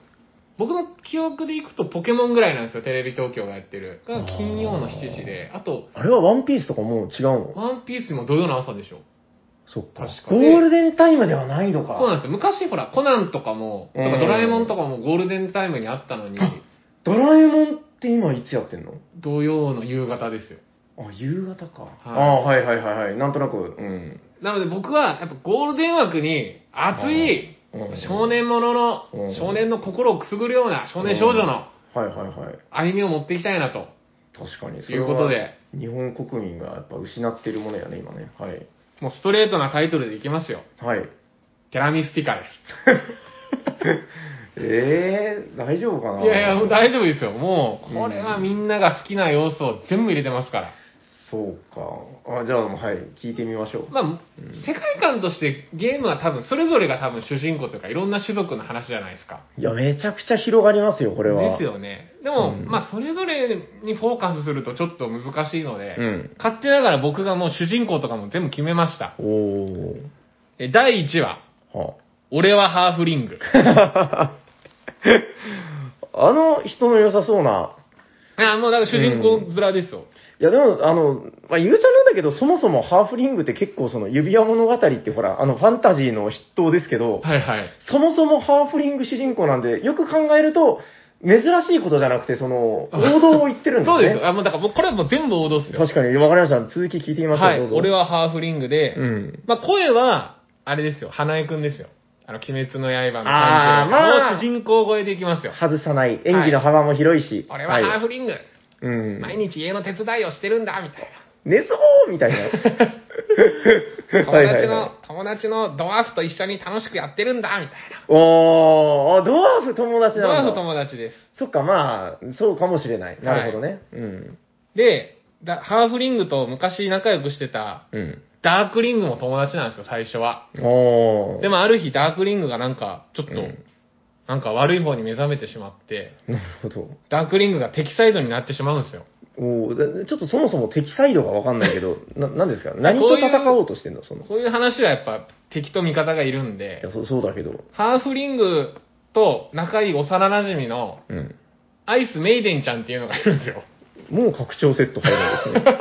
Speaker 1: 僕の記憶でいくとポケモンぐらいなんですよ、テレビ東京がやってる。が金曜の7時で、あと、
Speaker 2: あれはワンピースとかもう違うの
Speaker 1: ワンピースも土曜の朝でしょ。
Speaker 2: そっか。
Speaker 1: 確か
Speaker 2: ゴ
Speaker 1: に
Speaker 2: ールデンタイムではないのか。
Speaker 1: そうなんですよ。昔ほら、コナンとかも、とか
Speaker 2: うん
Speaker 1: ドラえもんとかもゴールデンタイムにあったのに、
Speaker 2: ドラえもんって今いつやってんの
Speaker 1: 土曜の夕方ですよ。
Speaker 2: あ、夕方か。ああ、はいはいはいはい。なんとなく、うん。
Speaker 1: なので僕は、やっぱゴールデン枠に熱い
Speaker 2: うん
Speaker 1: 少。年もの
Speaker 2: う
Speaker 1: の
Speaker 2: ん、
Speaker 1: 少年の心をくすぐるような少年少女の
Speaker 2: はいはいはい。
Speaker 1: アニメを持っていきたいなと。
Speaker 2: 確かに。
Speaker 1: ということで。
Speaker 2: 日本国民がやっぱ失ってるものやね、今ね。はい。
Speaker 1: もうストレートなタイトルでいきますよ。
Speaker 2: はい。 *laughs*
Speaker 1: テラミスティカです。
Speaker 2: ええー、大丈夫かない
Speaker 1: やいや、もう大丈夫ですよ。もう、これはみんなが好きな要素を全部入れてますから。
Speaker 2: そうか。あ、じゃあ、はい、聞いてみましょう。
Speaker 1: まあ、世界観としてゲームは多分、それぞれが多分主人公というか、いろんな種族の話じゃないですか。
Speaker 2: いや、めちゃくちゃ広がりますよ、これは。
Speaker 1: です。よね。でも、
Speaker 2: うん
Speaker 1: まあ、それぞれにフォーカスするとちょっと難しいので、
Speaker 2: うん。
Speaker 1: 勝手ながら僕がもう主人公とかも全部決めました。
Speaker 2: お
Speaker 1: え第1話、
Speaker 2: ー。は
Speaker 1: 俺はハーフリ
Speaker 2: *laughs*
Speaker 1: ング。
Speaker 2: あ、あの人の良さそうな。
Speaker 1: あもうだから主人公面ですよ。
Speaker 2: いや、でも、あの、まあ、ゆうちゃんなんだけど、そもそもハーフリングって結構その指輪物語ってほら、あのファンタジーの筆頭ですけど、
Speaker 1: はいはい。
Speaker 2: そもそもハーフリング主人公なんで、よく考えると、珍しいことじゃなくて、その、王道を言ってるんです
Speaker 1: *laughs*
Speaker 2: ね。
Speaker 1: そうですよ。あ、もうだからもうこれはもう全部王道っすよ。
Speaker 2: 確かに、わかりました。続き聞いてみましょう。
Speaker 1: はい。
Speaker 2: どうぞ
Speaker 1: 俺。はハーフリングで、
Speaker 2: うん。
Speaker 1: まあ声は、あれですよ。花江くんですよ。あの、鬼滅の刃の感じ
Speaker 2: あーまあ
Speaker 1: もう主人公超えでいきますよ。
Speaker 2: 外さない。演技の幅も広いし。
Speaker 1: 俺はハー
Speaker 2: い、
Speaker 1: フリング、
Speaker 2: うん。
Speaker 1: 毎日家の手伝いをしてるんだ、みたい *laughs*
Speaker 2: 寝そうみたいな。
Speaker 1: な。
Speaker 2: は
Speaker 1: 友
Speaker 2: いはい
Speaker 1: 達
Speaker 2: はい
Speaker 1: の、友達のドワーフと一緒に楽しくやってるんだ、みたいな。
Speaker 2: おー、あドワーフ友達
Speaker 1: ドワ
Speaker 2: なん
Speaker 1: ー
Speaker 2: だ。
Speaker 1: フ友達です。
Speaker 2: そっか、まあ、そうかもしれない。なるほどね。うん。
Speaker 1: で、だハーフリングと昔仲良くしてた、
Speaker 2: うん。
Speaker 1: ダークリングも友達なんですよ、最初は。
Speaker 2: おー。
Speaker 1: でもある日、ダークリングがなんか、ちょっと、
Speaker 2: うん
Speaker 1: なんか悪い方に目覚めてしまって、
Speaker 2: なるほど。
Speaker 1: ダークリングが敵サイドになってしまうんですよ。
Speaker 2: おーだちょっとそもそも敵サイドがわかんないけど、 *laughs* な、なんですか何と戦おうとしてんのその。い
Speaker 1: こういう話はやっぱ敵と味方がいるんで
Speaker 2: や、、そう、そうだけど。
Speaker 1: ハーフリングと仲いい幼馴染みの
Speaker 2: うん。
Speaker 1: アイスメイデンちゃんっていうのがいるんですよ。 *laughs*
Speaker 2: もう拡張セット入るんですね。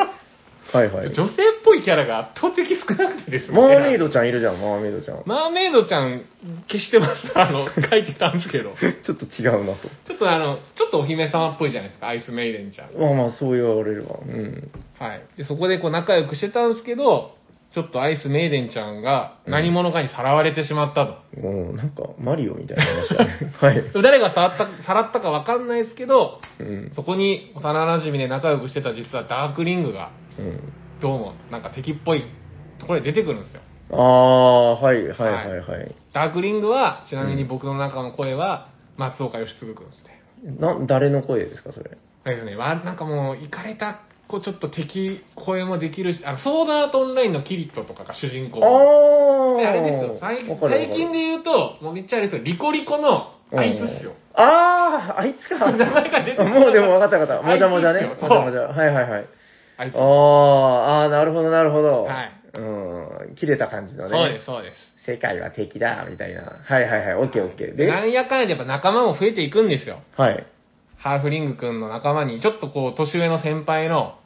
Speaker 2: はいはい。
Speaker 1: 女性っぽぽいキャラが圧倒的少なくてですね。
Speaker 2: マーメイドちゃんいるじゃん、マーメイドち
Speaker 1: *laughs*
Speaker 2: ゃん。
Speaker 1: マーメイドちゃん消してました。あの、書いてたんですけど。
Speaker 2: ちょっと違うなと。
Speaker 1: ちょっとあの、ちょっとお姫様っぽいじゃないですか、アイスメイデンちゃん。
Speaker 2: まあまあ、そう言われれば。うん。
Speaker 1: はい。で、そこでこう仲良くしてたんですけど、ちょっとアイスメイデンちゃんが何者かにさらわれてしまったと。
Speaker 2: もう、なんか、マリオみたいな話だ
Speaker 1: *laughs*
Speaker 2: ね。はい。
Speaker 1: 誰がさらった、さらったかわかんないですけど、
Speaker 2: うん。
Speaker 1: そこに幼馴染で仲良くしてた実はダークリングが、
Speaker 2: うん。
Speaker 1: どうもなんか敵っぽいところで出てくるんですよ。
Speaker 2: ああ、はい、はい、はい、はい。
Speaker 1: ダークリングは、ちなみに僕の中の声は、松岡義嗣君ですね。
Speaker 2: な、誰の声ですか、それ。
Speaker 1: あれですね、わなんかもう、いかれた、こう、ちょっと敵声もできるし、あの、ソードアートオンラインのキリットとかが主人公。
Speaker 2: あ
Speaker 1: で
Speaker 2: あ。
Speaker 1: あれですよ、最
Speaker 2: わかるわかる
Speaker 1: 最近で言うと、もうめっちゃあれですよ、リコリコの、あいつっすよ。
Speaker 2: ああ、あいつか。
Speaker 1: 名前が出てこなかった
Speaker 2: もうでも分かった分かった。もじゃもじゃね。
Speaker 1: あいつ
Speaker 2: も
Speaker 1: です
Speaker 2: じ
Speaker 1: よ
Speaker 2: ゃもじゃ。はいはいはい。
Speaker 1: あいつ。
Speaker 2: ああ、ああ、なるほどなるほど。
Speaker 1: はい。
Speaker 2: うん。切れた感じのね。
Speaker 1: そうです、そうです。
Speaker 2: 世界は敵だ、みたいな。はいはいはい。オッケーオッケー。で、
Speaker 1: な
Speaker 2: はい。
Speaker 1: んやかんやでやっぱ仲間も増えていくんですよ。
Speaker 2: はい
Speaker 1: ハーフリング君の仲間に、ちょっとこう、年上の先輩の、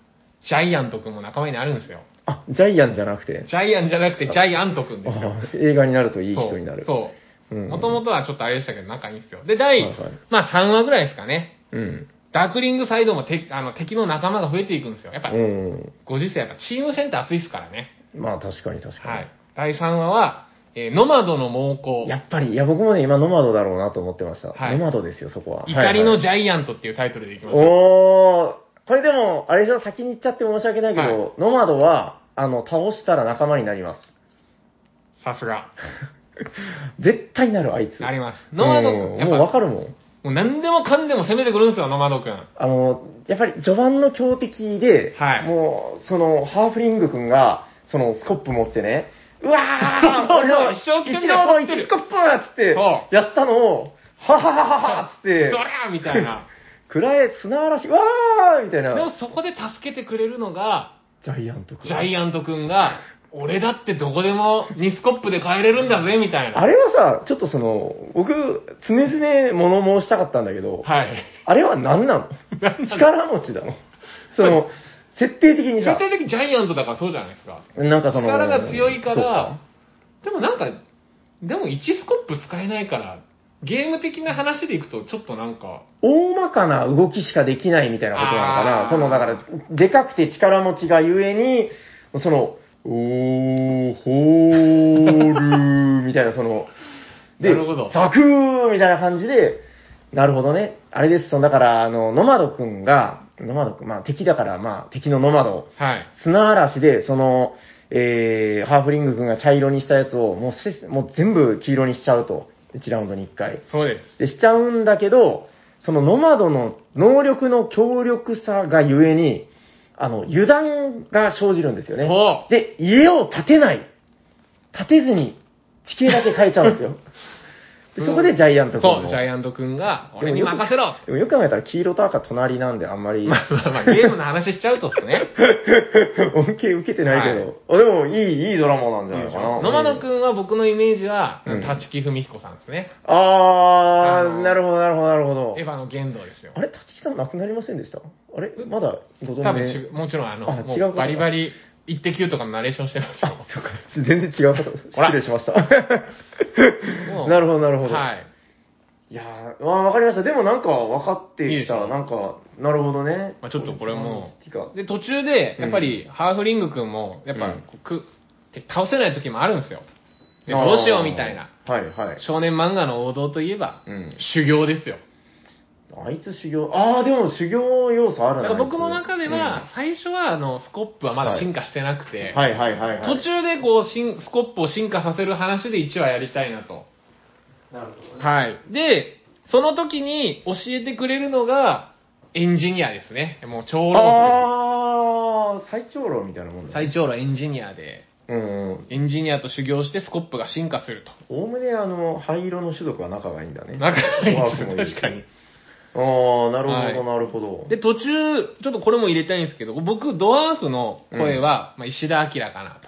Speaker 1: ジャイアント君も仲間になるんですよ。
Speaker 2: あ、ジャイアンじゃなくて。
Speaker 1: ジャイアンじゃなくて、ジャイアント君ですよ。
Speaker 2: あー映画になるといい人になる。
Speaker 1: そう。そう
Speaker 2: う
Speaker 1: も
Speaker 2: ん。
Speaker 1: ともとはちょっとあれでしたけど、仲いいんですよ。で、第、
Speaker 2: はいはい
Speaker 1: まあ3話ぐらいですかね。
Speaker 2: うん。
Speaker 1: ダークリングサイドもてあの敵の仲間が増えていくんですよ。やっぱ、
Speaker 2: うん。
Speaker 1: ご時世やっぱチーム戦って熱いですからね。
Speaker 2: まあ確かに確かに。
Speaker 1: はい。第3話は、えーノマドの猛攻。
Speaker 2: やっぱり、いや僕もね、今ノマドだろうなと思ってました。
Speaker 1: はい
Speaker 2: ノマドですよ、そこは。
Speaker 1: 怒り
Speaker 2: はいは
Speaker 1: の
Speaker 2: い
Speaker 1: ジャイアントっていうタイトルでいきましょう。
Speaker 2: おー、これでも、あれじゃ先に言っちゃって申し訳ないけど、
Speaker 1: は
Speaker 2: ノマドは、あの、倒したら仲間になります。
Speaker 1: さすが。
Speaker 2: 絶対なる、あいつ。
Speaker 1: あります。ノマド
Speaker 2: う
Speaker 1: 君、
Speaker 2: ん
Speaker 1: やっ
Speaker 2: もう
Speaker 1: ぱ、
Speaker 2: わ
Speaker 1: も
Speaker 2: かるもん。
Speaker 1: う何でもかんでも攻めてくるんですよ、ノマド君。
Speaker 2: あの、やっぱり序盤の強敵で、
Speaker 1: はい
Speaker 2: もう、その、ハーフリング君が、その、スコップ持ってね、うわー
Speaker 1: そうそう
Speaker 2: 俺の
Speaker 1: 一生懸命
Speaker 2: 一郎の
Speaker 1: 掘ってる
Speaker 2: 一スコップっつって
Speaker 1: そ、
Speaker 2: やったのを、はははははっつっ
Speaker 1: ド
Speaker 2: て、
Speaker 1: ラーみたい
Speaker 2: *laughs*
Speaker 1: な。
Speaker 2: くらえ、砂嵐、うわーみたい
Speaker 1: でも
Speaker 2: な。
Speaker 1: そこで助けてくれるのが、
Speaker 2: ジャイアント君。
Speaker 1: ジャイアント君が、俺だってどこでもニスコップで帰れるんだぜ、みたいな。
Speaker 2: あれはさ、ちょっとその、僕、常々物申したかったんだけど、
Speaker 1: はい。
Speaker 2: あれは何なの
Speaker 1: 何なの
Speaker 2: 力持ちなのその、設定的に
Speaker 1: 絶
Speaker 2: さ、
Speaker 1: 対的にジャイアントだからそうじゃないですか。
Speaker 2: なんかその、
Speaker 1: 力が強いか
Speaker 2: そう
Speaker 1: ら、でもなんか、でも1スコップ使えないから、ゲーム的な話でいくと、ちょっとなんか、
Speaker 2: 大まかな動きしかできないみたいなことなのか
Speaker 1: あー
Speaker 2: なその、だから、でかくて力持ちがゆえに、その、おー、ほーるー、みたいな、
Speaker 1: *laughs*
Speaker 2: その、で、
Speaker 1: なるほど
Speaker 2: ザクーみたいな感じで、なるほどね。あれです、その、だから、あの、ノマドくんが、ノマドくん、まあ敵だから、まあ敵のノマドを、
Speaker 1: はい。
Speaker 2: 砂嵐で、その、えー、ハーフリングくんが茶色にしたやつを、もうせ、もう全部黄色にしちゃうと。1ラウンドに1回。
Speaker 1: そうです。
Speaker 2: で、しちゃうんだけど、そのノマドの能力の強力さがゆえに、あの、油断が生じるんですよね。
Speaker 1: そ
Speaker 2: で、家を建てない。建てずに、地形だけ変えちゃうんです
Speaker 1: *laughs*
Speaker 2: よ。でそこでジャイアント君
Speaker 1: そ
Speaker 2: も
Speaker 1: う、ジャイアント君が、俺に任せろ
Speaker 2: でもよく考えたら黄色と赤隣なんであんまり
Speaker 1: まあまあまあ、ゲームの話しちゃうとですね。
Speaker 2: *laughs* 恩恵受けてないけど、あでもいい、いいドラマなんじゃないかな。
Speaker 1: 野間野
Speaker 2: うん
Speaker 1: 君は僕のイメージは、
Speaker 2: うん
Speaker 1: 立木文彦さんですね。
Speaker 2: あ
Speaker 1: あ
Speaker 2: ー、
Speaker 1: の
Speaker 2: なるほど、なるほど、なるほど
Speaker 1: エ。ヴァの言動ですよ
Speaker 2: あ。れ、立木さん亡くなりませんでしたあれまだご存
Speaker 1: 多分ち、もちろんあの、
Speaker 2: あ
Speaker 1: も
Speaker 2: 違う
Speaker 1: う
Speaker 2: 方
Speaker 1: バリバリ、イッテ Q とかのナレーションしてますよ。
Speaker 2: そうか、全然違う方。
Speaker 1: ほら
Speaker 2: 失礼しました。
Speaker 1: もう
Speaker 2: なるほど、なるほど。
Speaker 1: はい。
Speaker 2: い、やー、わかりました。でもなんか分かって
Speaker 1: いいで
Speaker 2: き
Speaker 1: しょ
Speaker 2: た。なんか、なるほどね。
Speaker 1: まあちょっとこれも
Speaker 2: てか
Speaker 1: で、途中で、やっぱり、ハーフリング君も、やっぱ、
Speaker 2: うん
Speaker 1: こうく倒せない時もあるんですよ。で、どうしようみたいな。。
Speaker 2: あーはい、はい。
Speaker 1: 少年漫画の王道といえば、
Speaker 2: うん
Speaker 1: 修行ですよ。
Speaker 2: あいつ修行、あー、でも修行要素ある
Speaker 1: だ
Speaker 2: な。
Speaker 1: から僕の
Speaker 2: あいつ
Speaker 1: 中では、、最初は、あの、スコップはまだ進化してなく
Speaker 2: う
Speaker 1: て
Speaker 2: ん、はいはいはいはい。
Speaker 1: 途中でこう、進スコップを進化させる話で1話やりたいなと。
Speaker 2: なるほどね
Speaker 1: はい。で、その時に教えてくれるのが、エンジニアですね。もう長老
Speaker 2: あー、最長老みたいなもんだ、ね。
Speaker 1: 最長老エンジニアで、
Speaker 2: うんうん。
Speaker 1: エンジニアと修行してスコップが進化すると。
Speaker 2: おおむね、あの、灰色の種族は仲がいいんだね。
Speaker 1: 仲がいい
Speaker 2: ワープもいいし
Speaker 1: 確かに。
Speaker 2: あー、なるほど、
Speaker 1: はい
Speaker 2: なるほど。
Speaker 1: で、途中、ちょっとこれも入れたいんですけど、僕、ドワーフの声は、まあ、石田明かな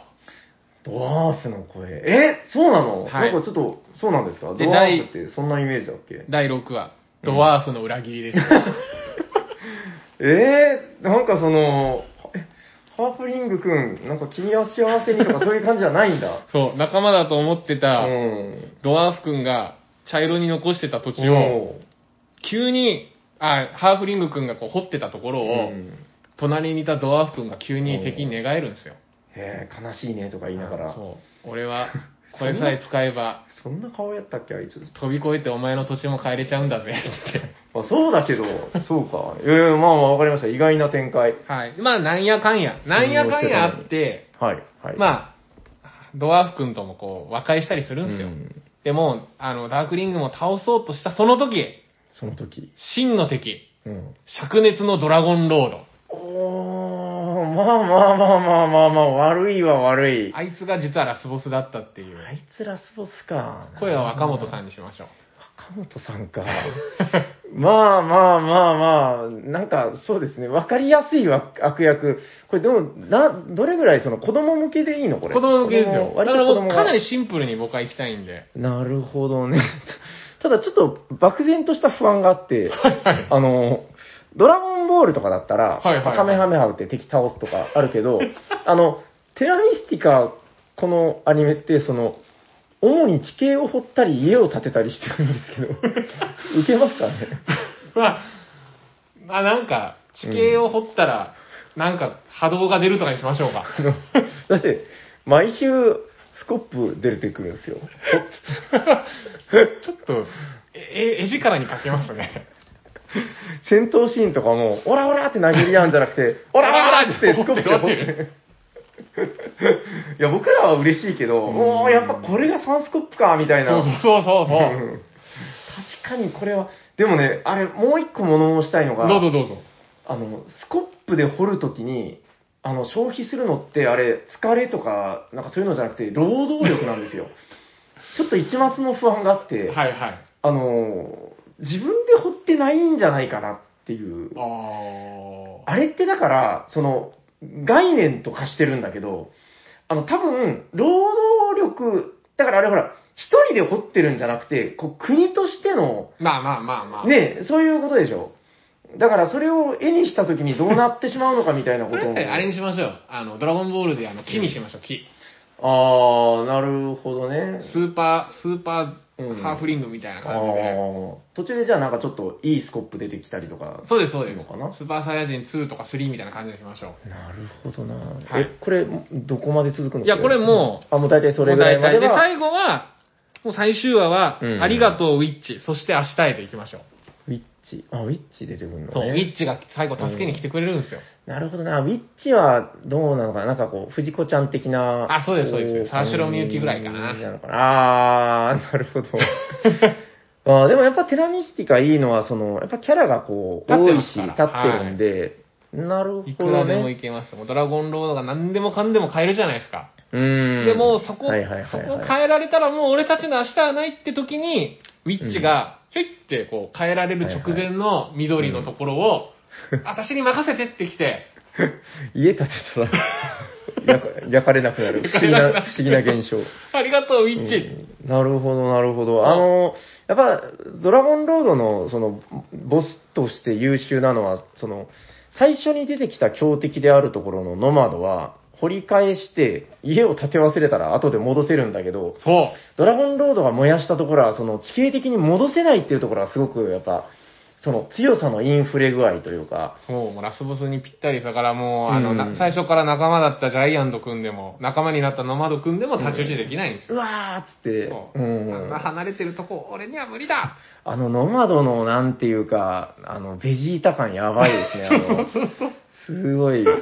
Speaker 2: ドワーフの声。えそうなの、
Speaker 1: はい
Speaker 2: なんかちょっと、そうなんですか
Speaker 1: で
Speaker 2: ドワーフってそんなイメージだっけ
Speaker 1: と。第6話、ドワーフの
Speaker 2: *laughs*
Speaker 1: 裏切りです。
Speaker 2: えー、なんかその、えハーフリングくん、なんか君は幸せにとかそういう感じじゃない
Speaker 1: *laughs*
Speaker 2: んだ。
Speaker 1: そう、仲間だと思って
Speaker 2: う
Speaker 1: た、
Speaker 2: ん。
Speaker 1: ドワーフ君が茶色に残してた土地を、
Speaker 2: お
Speaker 1: 急に、あ、ハーフリング君がこう掘ってたところ
Speaker 2: う
Speaker 1: を、
Speaker 2: ん
Speaker 1: 隣にいたドワーフ君が急に敵に寝返るんですよ。
Speaker 2: へえ、悲しいねとか言いながら。 *laughs*
Speaker 1: そう。俺は、これさえ使えば、
Speaker 2: そんな顔やったっけ、あいつ。
Speaker 1: 飛び越えてお前の土地も帰れちゃうんだぜ、
Speaker 2: *laughs*
Speaker 1: って。
Speaker 2: まあ、そうだけど、
Speaker 1: *laughs*
Speaker 2: そうか。ええまあまあ、わかりました。意外な展開。
Speaker 1: はい。まあ、なんやかんや。なんやかんやあって、
Speaker 2: はい。はい。あ、
Speaker 1: まあ、ドワーフ君ともこう、和解したりす
Speaker 2: う
Speaker 1: るんですよ。
Speaker 2: ん。
Speaker 1: でも、あの、ダークリングも倒そうとしたその時、
Speaker 2: その時。
Speaker 1: 真の敵、
Speaker 2: うん。
Speaker 1: 灼熱のドラゴンロード。
Speaker 2: おー、まあまあまあまあまあまあ、悪いは悪い。あ
Speaker 1: あいつが実はラスボスだったっていう。
Speaker 2: いつラスボスか。
Speaker 1: 声は若本さん
Speaker 2: ん。
Speaker 1: にしましょう。
Speaker 2: 若本さんか。まあまあまあまあ、なんかそうですね、わかりやすいわ悪役。これでも、な、どれぐらいその子供向けでいいのこれ。
Speaker 1: 子供向けですよ。
Speaker 2: 子
Speaker 1: だ
Speaker 2: 割
Speaker 1: か
Speaker 2: と
Speaker 1: ら
Speaker 2: 子
Speaker 1: も
Speaker 2: 供
Speaker 1: う
Speaker 2: が
Speaker 1: かなりシンプルに僕は行きたいんで。 *laughs*
Speaker 2: なるほどね。 *laughs* ただちょっと漠然とした不安があって、あの、ドラゴンボールとかだったら、
Speaker 1: はいはいはい
Speaker 2: カメハメハ打って敵倒すとかある
Speaker 1: *laughs*
Speaker 2: けど、あの、テラミスティカ、このアニメって、その、主に地形を掘ったり家を建てたりしてるんです
Speaker 1: *laughs*
Speaker 2: けど、受けますかね *laughs*
Speaker 1: まあ、まあなんか、地形を掘ったら、なんか波動が出るとかにしましょうか。
Speaker 2: *laughs* あのだって、毎週スコップ出てくるんですよ。
Speaker 1: ちょっと、え、え絵力にかけますね。
Speaker 2: 戦闘シーンとかも、オラオラって投げり合うんじゃなくて、オラオラ
Speaker 1: *laughs*
Speaker 2: ってスコップで掘っ
Speaker 1: 掘って
Speaker 2: て。いや、僕らは嬉しいけど、
Speaker 1: うん
Speaker 2: もうやっぱこれがサンスコップか、みたいな。
Speaker 1: そうそうそうそうそうう。
Speaker 2: ん確かにこれは、でもね、あれ、もう一個物申したいのが、
Speaker 1: どうぞどうぞ。
Speaker 2: あの、スコップで掘るときに、あの、消費するのって、あれ、疲れとか、なんかそういうのじゃなくて、労働力なん
Speaker 1: *laughs*
Speaker 2: ですよ。ちょっと一抹の不安があって、
Speaker 1: はいはい。
Speaker 2: あの、自分で掘ってないんじゃないかなっていう。
Speaker 1: あー
Speaker 2: あれってだから、その、概念と化してるんだけど、あの、多分、労働力、だからあれほら、一人で掘ってるんじゃなくて、こう、国としての、
Speaker 1: まあまあまあまあ。
Speaker 2: ね、そういうことでしょ。だから、それを絵にした時にどうなってしまうのかみたいなこ
Speaker 1: ことれ *laughs*
Speaker 2: も。
Speaker 1: あれにしましょう。あの、ドラゴンボールであの木にしましょう、木。
Speaker 2: あー、なるほどね。
Speaker 1: スーパー、スーパ
Speaker 2: うん
Speaker 1: ーハーフリングみたいな
Speaker 2: あ
Speaker 1: 感じで。
Speaker 2: ー途中でじゃあなんかちょっといいスコップ出てきたりとか。
Speaker 1: そうです、そうで
Speaker 2: いい
Speaker 1: す
Speaker 2: のかな。
Speaker 1: スーパーサイヤ人2とか3みたいな感じにしましょう。
Speaker 2: なるほどな、
Speaker 1: い
Speaker 2: え、これ、どこまで続くの
Speaker 1: いやこれも
Speaker 2: う、あ、もう大体それぐらいまで
Speaker 1: もう
Speaker 2: は。
Speaker 1: 大体で、最後は、もう最終話は、
Speaker 2: うん
Speaker 1: ありがとうウィッチ、そして明日へと行きましょう。
Speaker 2: ウィッチ。あ、ウィッチ出てくるのね。
Speaker 1: そう、ウィッチが最後助けに来てくれるんですよ。
Speaker 2: なるほどな。ウィッチはどうなのかななんかこう、藤子ちゃん的な。
Speaker 1: あそうですそうです
Speaker 2: こ
Speaker 1: 沢城みゆきぐらいかな
Speaker 2: 感じのかなあー、なる
Speaker 1: *laughs*
Speaker 2: ほど。あーでもやっぱテラミスティカいいのは、その、やっぱキャラがこう、
Speaker 1: 立っ
Speaker 2: 多
Speaker 1: て
Speaker 2: い
Speaker 1: ま
Speaker 2: し、
Speaker 1: すか
Speaker 2: 立
Speaker 1: ら
Speaker 2: ってるんで、なる
Speaker 1: いく
Speaker 2: ほど
Speaker 1: らでも
Speaker 2: ね。
Speaker 1: 行けます。もうドラゴンロードが何でもかんでも変えるじゃないですか。
Speaker 2: うん。
Speaker 1: でも、そこ、
Speaker 2: はいはい
Speaker 1: そ
Speaker 2: はい
Speaker 1: こ
Speaker 2: はい。
Speaker 1: 変えられたらもう俺たちの明日はないって時に、ウィッチが、ひょいってこう変えられる直前の緑のところを、私に任せてってきて、
Speaker 2: 家建てたら焼か、焼かれなくなる。不思議な、
Speaker 1: *laughs*
Speaker 2: 不思議な現象。
Speaker 1: ありがとうウィッチ、
Speaker 2: うんなるほど、なるほど。あの、やっぱ、ドラゴンロードの、その、ボスとして優秀なのは、その、最初に出てきた強敵であるところのノマドは、掘り返して、家を建て忘れたら後で戻せるんだけど、
Speaker 1: そう。
Speaker 2: ドラゴンロードが燃やしたところは、その、地形的に戻せないっていうところは、すごく、やっぱ、その、強さのインフレ具合というか、
Speaker 1: そう、もうラスボスにぴったりだからもう、あの、な
Speaker 2: うん
Speaker 1: 最初から仲間だったジャイアント君でも、仲間になったノマド君でも太刀打ちできないんです
Speaker 2: う
Speaker 1: よ。
Speaker 2: わーっつって、
Speaker 1: そうあ
Speaker 2: う。
Speaker 1: んなん離れてるとこ、俺には無理だ
Speaker 2: あの、ノマドの、なんていうか、あの、ベジータ感やばいですね。あの、すごい。ね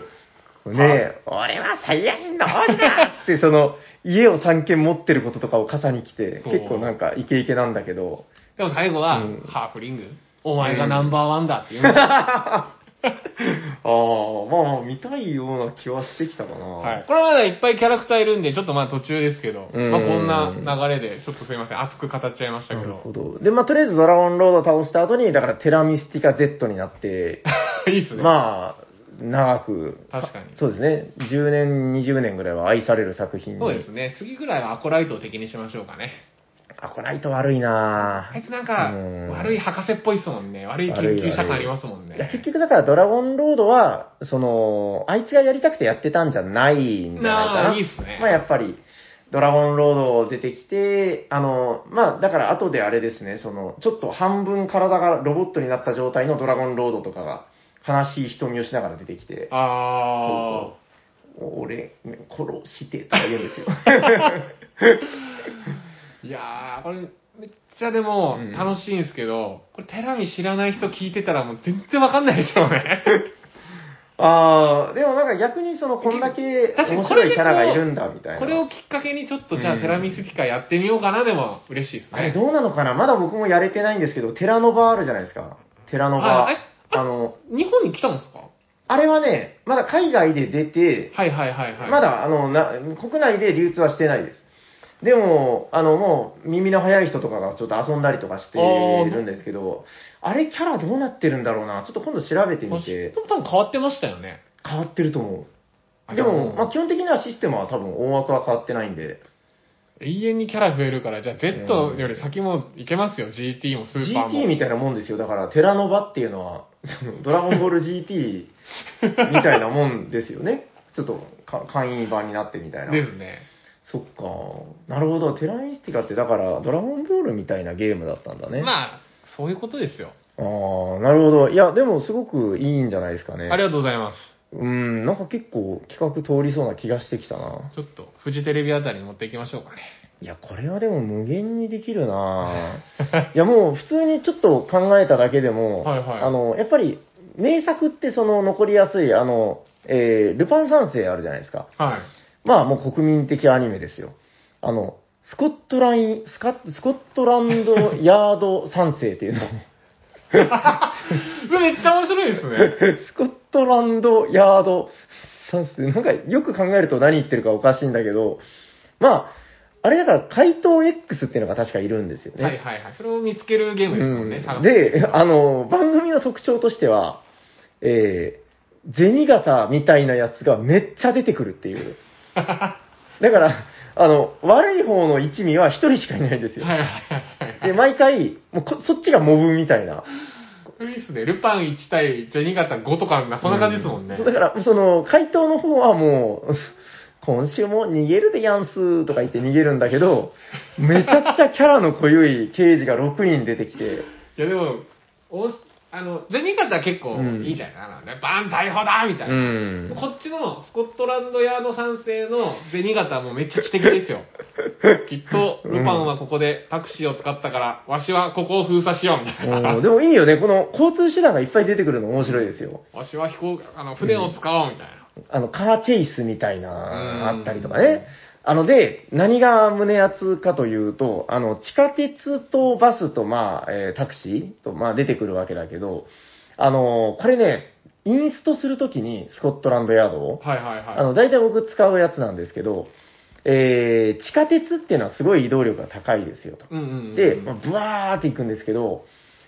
Speaker 2: え、俺はサイヤ人の王子だっつって、その、家を3軒持ってることとかを傘に来て、
Speaker 1: そう
Speaker 2: 結構なんかイケイケなんだけど、
Speaker 1: でも最後は、
Speaker 2: うん
Speaker 1: ハーフリング、お前がナンバーワンだって言うんですよ
Speaker 2: ああ、まあまあ見たいような気はしてきたかな。
Speaker 1: はい。これまだいっぱいキャラクターいるんで、ちょっとまあ途中ですけど、
Speaker 2: うん
Speaker 1: まあこんな流れで、ちょっとすいません、熱く語っちゃいました
Speaker 2: な
Speaker 1: け
Speaker 2: る
Speaker 1: ど
Speaker 2: ほ。ど。で、まあとりあえずドラゴンロードを倒した後に、だからテラミスティカ Z になって、
Speaker 1: いいっすね。
Speaker 2: まあ、長く。
Speaker 1: 確かに
Speaker 2: そうですね。10年、20年ぐらいは愛される作品に。
Speaker 1: そうですね。次ぐらいはアコライトを敵にしましょうかね。
Speaker 2: アコライト悪いな
Speaker 1: あいつなんか、
Speaker 2: うん
Speaker 1: 悪い博士っぽいっすもんね。悪い研究者感ありますもんね。
Speaker 2: いや、結局だからドラゴンロードは、その、あいつがやりたくてやってたんじゃないんじ
Speaker 1: な
Speaker 2: ゃないかな。
Speaker 1: あいいっすね
Speaker 2: まあやっぱり、ドラゴンロードを出てきて、あの、まあだから後であれですね、その、ちょっと半分体がロボットになった状態のドラゴンロードとかが、悲しい瞳をしながら出てきて、
Speaker 1: ああ。
Speaker 2: そうそう俺、殺してとか言うんで
Speaker 1: *laughs*
Speaker 2: すよ。
Speaker 1: いやー、これ、めっちゃでも
Speaker 2: うん
Speaker 1: 楽しいんですけど、これ、テラミ知らない人聞いてたらもう全然わかんないでしょうね。
Speaker 2: *laughs* ああ、でもなんか逆にその、こんだけ
Speaker 1: 確か
Speaker 2: 面
Speaker 1: にこれで
Speaker 2: 白い
Speaker 1: こう
Speaker 2: キャラがいるんだみたいな。
Speaker 1: これをきっかけにちょっとじゃ
Speaker 2: う
Speaker 1: あ
Speaker 2: ん
Speaker 1: テラミ好きかやってみようかなでも嬉しいです
Speaker 2: あれ
Speaker 1: ね。
Speaker 2: どうなのかなまだ僕もやれてないんですけど、テラノバあるじゃないですか。テラノバ。
Speaker 1: あえあ
Speaker 2: あの、
Speaker 1: 日本に来たんですか
Speaker 2: あれはね、まだ海外で出て、
Speaker 1: はいはいはいはい。
Speaker 2: まだ、あの、な、国内で流通はしてないです。でも、あの、もう、耳の早い人とかがちょっと遊んだりとかしてるんですけど、あれキャラどうなってるんだろうな。ちょっと今度調べてみ
Speaker 1: で
Speaker 2: て、
Speaker 1: も多分変わってましたよね。
Speaker 2: 変わってると思
Speaker 1: あ
Speaker 2: う。で
Speaker 1: じゃ
Speaker 2: も、
Speaker 1: あ
Speaker 2: まあ、基本的にはシステムは多分大枠は変わってないんで、
Speaker 1: 永遠にキャラ増えるから、じゃあ Z より先もいけますよ、GT もスーパーも。
Speaker 2: GT みたいなもんですよ。だから、テラノバっていうのは、 *laughs* そのドラゴンボール GT
Speaker 1: *laughs*
Speaker 2: みたいなもんですよね。ちょっとか、簡易版になってみたいな。
Speaker 1: ですね。
Speaker 2: そっか。なるほど。テラミスティカって、だから、ドラゴンボールみたいなゲームだったんだね。あ
Speaker 1: まあ、そういうことですよ。
Speaker 2: あー、なるほど。いや、でも、すごくいいんじゃないですかね。
Speaker 1: ありがとうございます。
Speaker 2: うん、なんか結構、企画通りそうな気がしてきたな。
Speaker 1: ちょっと、フジテレビあたりに持っていきましょうかね。
Speaker 2: いや、これはでも無限にできるないや、もう普通にちょっと考えただけでも、
Speaker 1: はいはい
Speaker 2: あの、やっぱり、名作ってその残りやすい、あの、えー、ルパン三世あるじゃないですか。
Speaker 1: はい。
Speaker 2: まあもう国民的アニメですよ。あの、スコットライン、スカスコットランドヤード三
Speaker 1: *laughs*
Speaker 2: 世っていうの。
Speaker 1: めっちゃ面白いですね。
Speaker 2: スコットランドヤード三世。なんかよく考えると何言ってるかおかしいんだけど、まあ、あれだから怪盗 X っていうのが確かいるんですよね。
Speaker 1: はいはいはい。それを見つけるゲームですもんね、探
Speaker 2: うん、
Speaker 1: す
Speaker 2: で、あの、番組の特徴としては、えー、銭形みたいなやつがめっちゃ出てくるっ
Speaker 1: *laughs*
Speaker 2: ていう。だから、あの、悪い方の一味は一人しかいないんですよ。
Speaker 1: はいはいはいはい。
Speaker 2: で、毎回、もうこそっちがモブみたいな。
Speaker 1: いいっすね。ルパン1対銭形5とかな、そんな感じですもんね。
Speaker 2: うだから、その、回答の方はもう、今週も逃げるでやんすとか言って逃げるんだけど、めちゃくちゃキャラの濃ゆい刑事が6人出てきて、
Speaker 1: いやでも、おあの、銭形は結構
Speaker 2: うん
Speaker 1: いいじゃない、ん、バーン逮捕だみたいうな。
Speaker 2: ん。
Speaker 1: こっちのスコットランドヤード賛成の銭形もめっちゃ知的ですよ。きっと、ルパンはここでタクシーを使ったから、わしはここを封鎖しようみたい
Speaker 2: うん
Speaker 1: な。
Speaker 2: でもいいよね、この交通手段がいっぱい出てくるの面白いですよ。
Speaker 1: わしは飛行、あの、船を使おうみたいな。
Speaker 2: あの、カーチェイスみたいな、
Speaker 1: うん
Speaker 2: あったりとかね。あので、何が胸熱かというと、あの、地下鉄とバスと、まあ、えータクシーと、まあ、出てくるわけだけど、あの、これね、インストするときに、スコットランドヤードを、
Speaker 1: はいはいはい。
Speaker 2: あの、大体僕使うやつなんですけど、えー地下鉄っていうのはすごい移動力が高いですよと。
Speaker 1: うんうんうん、
Speaker 2: で、まあ、ブワーって行くんですけど、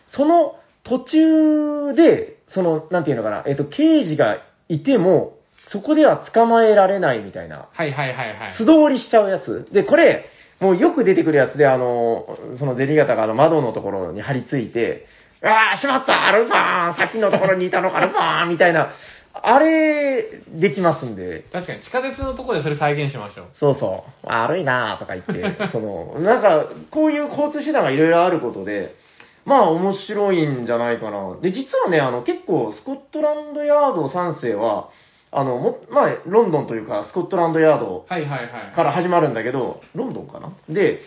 Speaker 2: その途中で、その、なんていうのかな、えっ、と、刑事がいても、そこでは捕まえられないみたいな、
Speaker 1: はいはいはいはい。
Speaker 2: 素通りしちゃうやつ。で、これ、もうよく出てくるやつで、あの、その銭形があの窓のところに張り付いて、ああ、しまったルパーンさっきのところにいたのかルパーンみたいな、あれ、できますんで。
Speaker 1: 確かに地下鉄のところでそれ再現しましょう。
Speaker 2: そうそう、悪いなぁとか言って、 *laughs* その、なんか、こういう交通手段がいろいろあることで、まあ面白いんじゃないかな。で、実はね、あの、結構、スコットランドヤード3世は、あの、も、まあ、ロンドンというか、スコットランドヤード
Speaker 1: はいはいはい。
Speaker 2: から始まるんだけど、ロンドンかなで、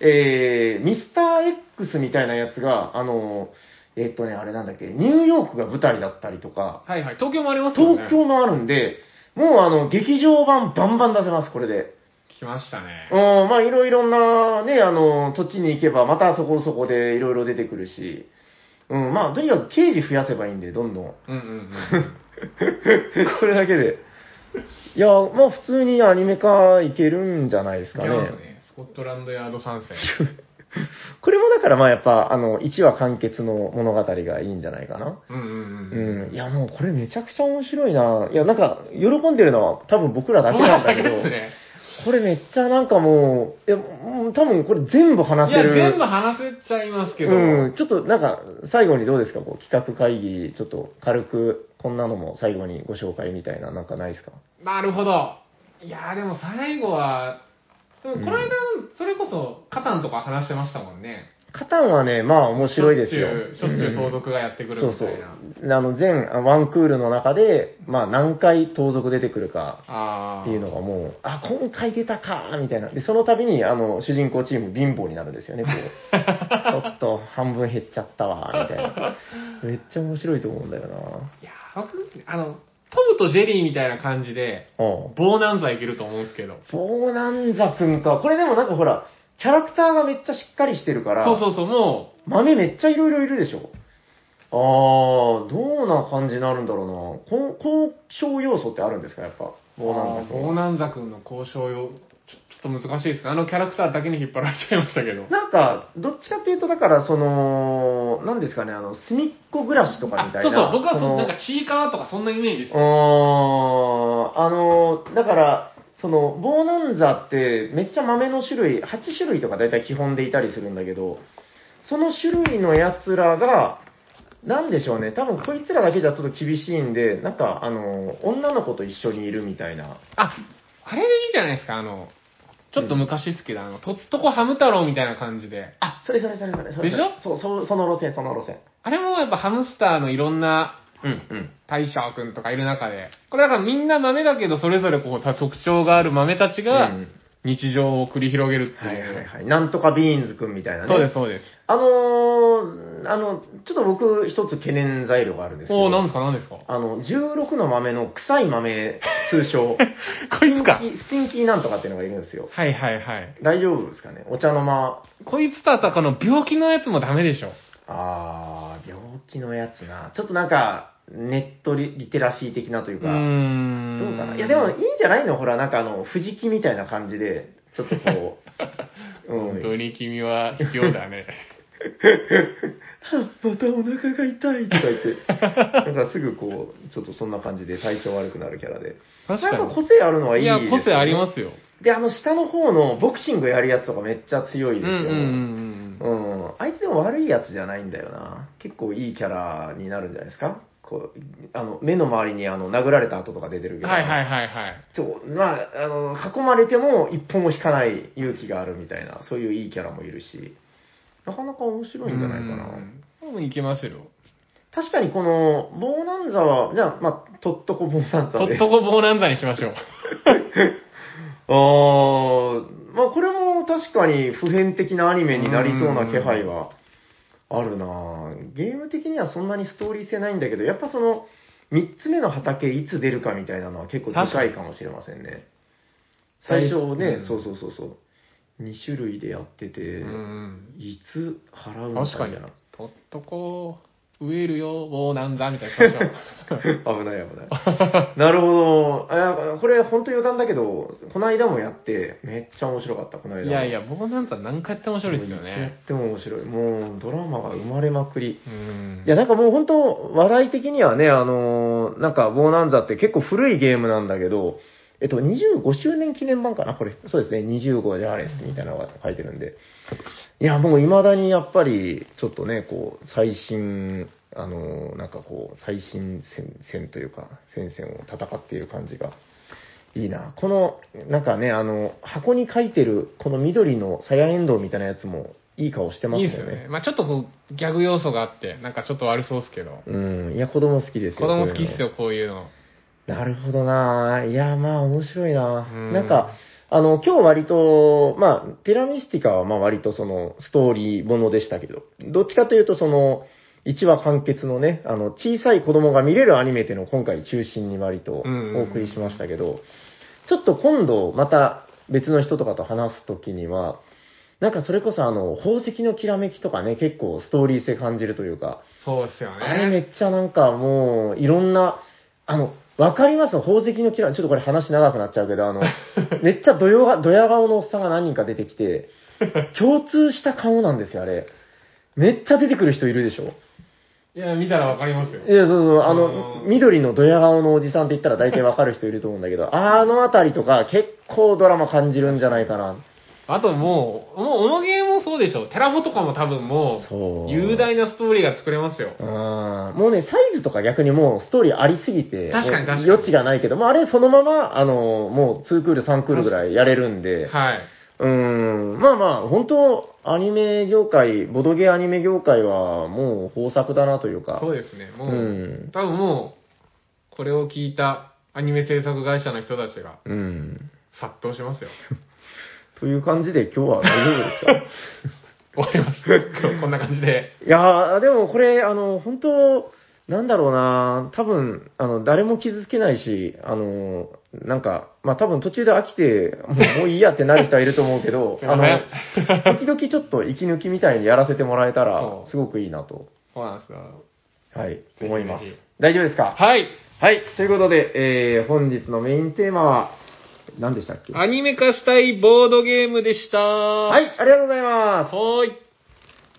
Speaker 2: えー、ミスター X みたいなやつが、あの、えっとね、あれなんだっけ、ニューヨークが舞台だったりとか、
Speaker 1: はいはい。東京もありますよね。
Speaker 2: 東京もあるんで、もうあの、劇場版バンバン出せます、これで。
Speaker 1: 来ましたね。
Speaker 2: うん、まあいろいろなね、あの、土地に行けば、またそこそこでいろいろ出てくるし、うん、まあとにかく刑事増やせばいいんで、ど
Speaker 1: *laughs*
Speaker 2: んどん。
Speaker 1: うんうんうん。
Speaker 2: これだけで。いや、まあ普通にアニメ化いけるんじゃないです
Speaker 1: い
Speaker 2: か
Speaker 1: け
Speaker 2: ね。
Speaker 1: ますね。スコットランドヤード参戦。
Speaker 2: これもだからまあやっぱ、あの、1話完結の物語がいいんじゃないかな。
Speaker 1: うんうんうん。
Speaker 2: うん、いやもうこれめちゃくちゃ面白いな。いやなんか、喜んでるのは多分僕らだけなんだけど。
Speaker 1: 僕らですね。
Speaker 2: これめっちゃなんかもう、いやもう多分これ全部話
Speaker 1: い
Speaker 2: せ
Speaker 1: や、
Speaker 2: る。
Speaker 1: 全部話せちゃいますけど、
Speaker 2: うん、ちょっとなんか、最後にどうですかこう企画会議、ちょっと軽く、こんなのも最後にご紹介みたいな、なんかないですか
Speaker 1: なるほど。いやー、でも最後は、でもこの間、それこそ、カタンとか話してましたもんね。
Speaker 2: カタンはね、まあ面白いですよ。
Speaker 1: しょっちゅう、しょっちゅう盗賊がやってくる
Speaker 2: そう
Speaker 1: みた
Speaker 2: そ
Speaker 1: いな。
Speaker 2: う。あの、全ワンクールの中で、まあ何回盗賊出てくるか
Speaker 1: ああ。
Speaker 2: っていうのがもう、あ、今回出たかみたいな。で、その度に、あの、主人公チーム貧乏になるんですよね、
Speaker 1: *laughs*
Speaker 2: こう。ちょっと半分減っちゃったわ、みたいな。めっちゃ面白いと思うんだよない
Speaker 1: やー、僕、あの、トムとジェリーみたいな感じで、
Speaker 2: うん。
Speaker 1: 棒なんざいけると思うんですけど。
Speaker 2: そうなんざくんか。これでもなんかほら、キャラクターがめっちゃしっかりしてるから、
Speaker 1: そうそうそう、も
Speaker 2: 豆めっちゃいろいろいるでしょ。あー、どうな感じになるんだろうな。こ交渉要素ってあるんですか、やっぱ。
Speaker 1: う、
Speaker 2: ボーナンザ
Speaker 1: 棒なんざくんの交渉用、ちょちょっと難しいですね。あのキャラクターだけに引っ張られちゃいましたけど。
Speaker 2: なんか、どっちかっていうと、だから、その、なんですかね、あの、隅っこ暮らしとか
Speaker 1: あ
Speaker 2: みたい
Speaker 1: そ
Speaker 2: な。
Speaker 1: うそう、僕はそ
Speaker 2: の
Speaker 1: のなんか、チーカーとかそんなイメージです
Speaker 2: う。ーんあの、だから、その、ボーナンザってめっちゃ豆の種類、8種類とか大体基本でいたりするんだけど、その種類のやつらが、なんでしょうね、多分こいつらだけじゃちょっと厳しいんで、なんか、あの、女の子と一緒にいるみたいな。
Speaker 1: あ、あれでいいじゃないですか、あの、ちょっと昔ですけど、あの、とっとこハム太郎みたいな感じで。
Speaker 2: あ、それそれそれそれそれ。
Speaker 1: でしょ
Speaker 2: そう、そう、その路線、その路線。
Speaker 1: あれもやっぱハムスターのいろんな
Speaker 2: うん、うん。
Speaker 1: 大将くんとかいる中で、これだからみんな豆だけど、それぞれこう、た特徴がある豆たちが
Speaker 2: うん、
Speaker 1: 日常を繰り広げるって。
Speaker 2: はいいうはいはい。なんとかビーンズくんみたいなね。
Speaker 1: そうです、。そうです。
Speaker 2: あのーあの、ちょっと僕、一つ懸念材料があるんですけど。
Speaker 1: おー、なんですか、なんですか。
Speaker 2: あの、16の豆の臭い豆、通称、
Speaker 1: *laughs* こいつか。
Speaker 2: スティンキーなんとかっていうのがいるんですよ。
Speaker 1: はいはいはい。
Speaker 2: 大丈夫ですかねお茶の間。
Speaker 1: こいつとあとはこの病気のやつもダメでしょ。
Speaker 2: あー、病気のやつな。ちょっとなんか、ネットリリテラシー的なという
Speaker 1: う
Speaker 2: か、
Speaker 1: ーん。
Speaker 2: どうかな。いや、でもいいんじゃないのほら、なんかあの、藤木みたいな感じで、ちょっとこ
Speaker 1: *laughs*
Speaker 2: う、うん
Speaker 1: 本。
Speaker 2: *laughs*
Speaker 1: 当に君は卑怯だね。
Speaker 2: またお腹が痛いとか言って、
Speaker 1: *laughs*
Speaker 2: なんかすぐこう、ちょっとそんな感じで体調悪くなるキャラで。
Speaker 1: 確
Speaker 2: やっぱ
Speaker 1: か
Speaker 2: 個性あるのはい
Speaker 1: に。
Speaker 2: い
Speaker 1: い
Speaker 2: です
Speaker 1: や
Speaker 2: よ、ね。
Speaker 1: 個性ありますよ。
Speaker 2: で、あの下の方のボクシングやるやつとかめっちゃ強いです
Speaker 1: う
Speaker 2: よ。
Speaker 1: んうんうんうん。
Speaker 2: うんあいつでも悪いやつじゃないんだよな。結構いいキャラになるんじゃないですかこう、あの、目の周りにあの、殴られた跡とか出てるけど。。
Speaker 1: はいはいいはいはい。
Speaker 2: ちょ、まあ、あの、囲まれても一歩も引かない勇気があるみたいな、そういういいキャラもいるし、なかなか面白いんじゃないかな。
Speaker 1: うん。多分いけますよ。
Speaker 2: 確かにこの、ボーナンザは、じゃあ、まあ、とっとこボーナンザ
Speaker 1: と
Speaker 2: で。
Speaker 1: っとこ棒なんざにし
Speaker 2: *laughs*
Speaker 1: ましょう。
Speaker 2: あー、まあこれも確かに普遍的なアニメになりそうな気配はあるなぁゲーム的にはそんなにストーリー性ないんだけど、やっぱその、3つ目の畑いつ出るかみたいなのは結構でかいかもしれませんね。最初ね、
Speaker 1: 最
Speaker 2: そうそうそうそう。2種類でやってて、
Speaker 1: うん
Speaker 2: いつ払うの
Speaker 1: 確
Speaker 2: か
Speaker 1: か
Speaker 2: み
Speaker 1: に
Speaker 2: たいな。。
Speaker 1: とっとこ植えるよ、棒なんだ、みたいな感じの。
Speaker 2: *laughs* 危ない危ない。 *laughs* なるほど。あこれ本当余談だけど、この間もやって、めっちゃ面白かった、 *laughs* この間も。
Speaker 1: いやいや、棒なんざ何回やっても面白いですよ
Speaker 2: もういつやっ
Speaker 1: ね。
Speaker 2: ても面白い。もうドラマが生まれまくり。
Speaker 1: うん
Speaker 2: いや、なんかもう本当、話題的にはね、あのーなんか、ボーナンザって結構古いゲームなんだけど、えっと、25周年記念版かなこれ、そうですね、25ジャーレスみたいなのが書いてるんで。いや、もう未だにやっぱり、ちょっとね、こう、最新、あのーなんかこう、最新戦戦というか、戦線を戦っている感じが。いいな。この、なんかね、あの、箱に書いてる、この緑のサヤエンドウみたいなやつも、いい顔してます
Speaker 1: いい
Speaker 2: よ
Speaker 1: ですよね。まあちょっとこう、ギャグ要素があって、なんかちょっと悪そうですけど。
Speaker 2: うん。いや、子供好きですよ。
Speaker 1: 子供好きっ
Speaker 2: こういう
Speaker 1: す
Speaker 2: の
Speaker 1: よ、こういうの。
Speaker 2: なるほどないや、まあ、面白いな
Speaker 1: うん
Speaker 2: なんか、あの、今日割と、まあ、ティラミスティカは、まあ、割とその、ストーリーものでしたけど、どっちかというと、その、1話完結のね、あの、小さい子供が見れるアニメっていうのを今回中心に割とお
Speaker 1: うんうん
Speaker 2: 送りしましたけど、ちょっと今度、また別の人とかと話すときには、なんかそれこそあの、宝石のきらめきとかね、結構ストーリー性感じるというか、
Speaker 1: そうですよ
Speaker 2: あれめ
Speaker 1: ね。
Speaker 2: っちゃなんかもう、いろんな、あの、わかります宝石のキラー、ちょっとこれ話長くなっちゃうけど、あの、めっちゃドヤが、ドヤ顔のおっさんが何人か出てきて、共通した顔なんですよ、あれ。めっちゃ出てくる人いるでしょ
Speaker 1: いや、見たらわかりますよ。
Speaker 2: いや、そうそう、あの、
Speaker 1: うん
Speaker 2: 緑のドヤ顔のおじさんって言ったら大体わかる人いると思うんだけど、あのあたりとか結構ドラマ感じるんじゃないかな。
Speaker 1: あともう、もう、オノゲーもそうでしょ。テラフォとかも多分も
Speaker 2: そう
Speaker 1: う、雄大なストーリーが作れますよ。
Speaker 2: あーもうね、サイズとか逆にもうストーリーありすぎて、
Speaker 1: 確かに確かに
Speaker 2: もう余地がないけど、まあ、あれそのまま、あの、もう2クール、3クールぐらいやれるんで、
Speaker 1: はい。
Speaker 2: うーん、まあまあ、本当アニメ業界、ボドゲアニメ業界はもう豊作だなというか、
Speaker 1: そうですね。もう、
Speaker 2: うん
Speaker 1: 多分もう、これを聞いたアニメ制作会社の人たちが
Speaker 2: うん。
Speaker 1: 殺到しますよ。
Speaker 2: という感じで今日は大丈夫です
Speaker 1: 終
Speaker 2: か
Speaker 1: わります。今日こんな感じで。、
Speaker 2: いやー、でもこれ、あの、本当なんだろうな多分、あの、誰も傷つけないし、あの、なんか、まあ、多分途中で飽きて、もうもういいやってなる人はいると思うけど
Speaker 1: *laughs* すい
Speaker 2: あ
Speaker 1: ま
Speaker 2: の
Speaker 1: せん、
Speaker 2: 時々ちょっと息抜きみたいにやらせてもらえたら
Speaker 1: そ、う
Speaker 2: すごくいいなと、
Speaker 1: そうなんですよ。
Speaker 2: はい、
Speaker 1: ひ
Speaker 2: 思います
Speaker 1: ぜひ。
Speaker 2: 大丈夫ですか
Speaker 1: はい。
Speaker 2: はい、ということで、えー、本日のメインテーマは、何でしたっけ
Speaker 1: アニメ化したいボードゲームでした。
Speaker 2: は
Speaker 1: はい。
Speaker 2: い、ありがとうございます。
Speaker 1: はー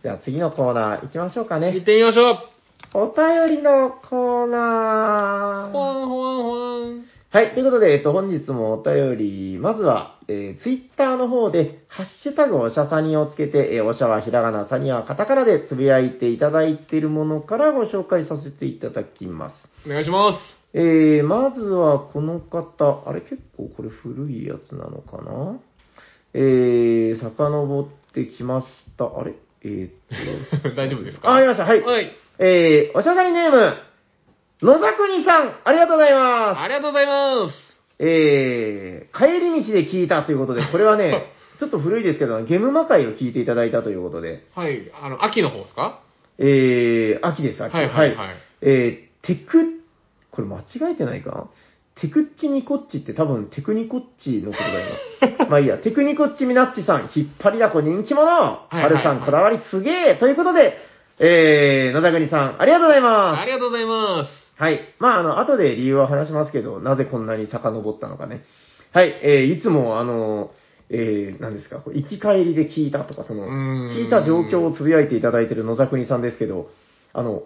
Speaker 2: じゃあ次のコーナー行きましょうか
Speaker 1: い。行っ
Speaker 2: ね。
Speaker 1: てみましょう。
Speaker 2: お便りのコーナー。
Speaker 1: ほわんほわんほわん。
Speaker 2: はい。ということで、えっと、本日もお便り、まずは、えー、ツイッターの方で、ハッシュタグおしゃさにをつけて、えー、おしゃはひらがな、さにはカタカナでつぶやいていただいているものからご紹介させていただきます。
Speaker 1: お願いします。
Speaker 2: えー、まずはこの方、あれ結構これ古いやつなのかなえー、遡ってきました。あれ
Speaker 1: *laughs*
Speaker 2: えー、っ
Speaker 1: 大丈夫です
Speaker 2: と、
Speaker 1: か
Speaker 2: あ、ありました。はい。
Speaker 1: はい。
Speaker 2: えー、おしゃさにネーム、野田国さん、ありがとうございます。
Speaker 1: ありがとうございます。
Speaker 2: えー、帰り道で聞いたということで、これ
Speaker 1: *laughs*
Speaker 2: はね、ちょっと古いですけど、ゲーム魔界を聞いていただいたということで、
Speaker 1: はい。あの、秋の方ですか
Speaker 2: えー、秋です、秋。
Speaker 1: はいはいはい
Speaker 2: えー、テク、これ間違えてないかテクッチニコッチって多分テクニコッチのことだ
Speaker 1: *laughs*
Speaker 2: よな。まあいいや、テクニコッチミナッチさん、引っ張りだこ人気者、
Speaker 1: いはい
Speaker 2: はるさんこだわりすげえということで、えー、野田国さん、ありがとうござい
Speaker 1: あ
Speaker 2: ま
Speaker 1: りがとうございます。
Speaker 2: す。はい。まあ、あの、後で理由は話しますけど、なぜこんなに遡ったのかね。はい、えー、いつもあの、えー、何ですか、こう行き帰りで聞いたとか、その、
Speaker 1: うーん
Speaker 2: 聞いた状況をつぶやいていただいてる野田国さんですけど、あの、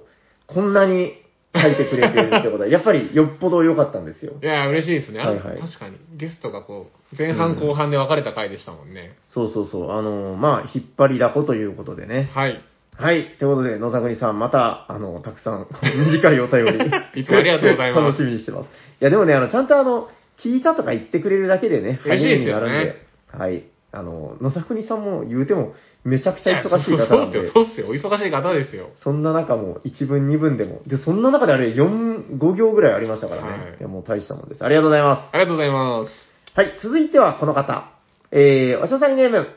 Speaker 2: こんなに書いてくれてるってことは、やっぱりよっぽど良かったんですよ
Speaker 1: い。や、嬉しいですね。
Speaker 2: はいはい
Speaker 1: 確かに。ゲストがこう、前半後半で分かれた回でしたもんね。
Speaker 2: *laughs* そうそうそう、あの、まあ、引っ張りだこということでね。
Speaker 1: はい。
Speaker 2: はい、ということで、野田国さん、また、あの、たくさん *laughs* 短いお便り。
Speaker 1: いつもありがとうございます
Speaker 2: 楽しみにしてます。いや、でもね、あの、ちゃんとあの、聞いたとか言ってくれるだけでね、
Speaker 1: 嬉しいですよね
Speaker 2: 励みになるんで。はい。あの、野田国さんも言うても、めちゃくちゃ忙しい
Speaker 1: いや
Speaker 2: 方
Speaker 1: そう
Speaker 2: な
Speaker 1: そ
Speaker 2: ん
Speaker 1: うです
Speaker 2: で
Speaker 1: よ、。そうですよ。お忙しい方ですよ。
Speaker 2: そんな中も1分2分でも。で、そんな中であれ4、5行ぐらいありましたからね。
Speaker 1: はい
Speaker 2: い、や、もう大したもんです。ありがとうございま
Speaker 1: ありがとうございます。
Speaker 2: す。はい、続いてはこの方。えー、おしゃさにネーム、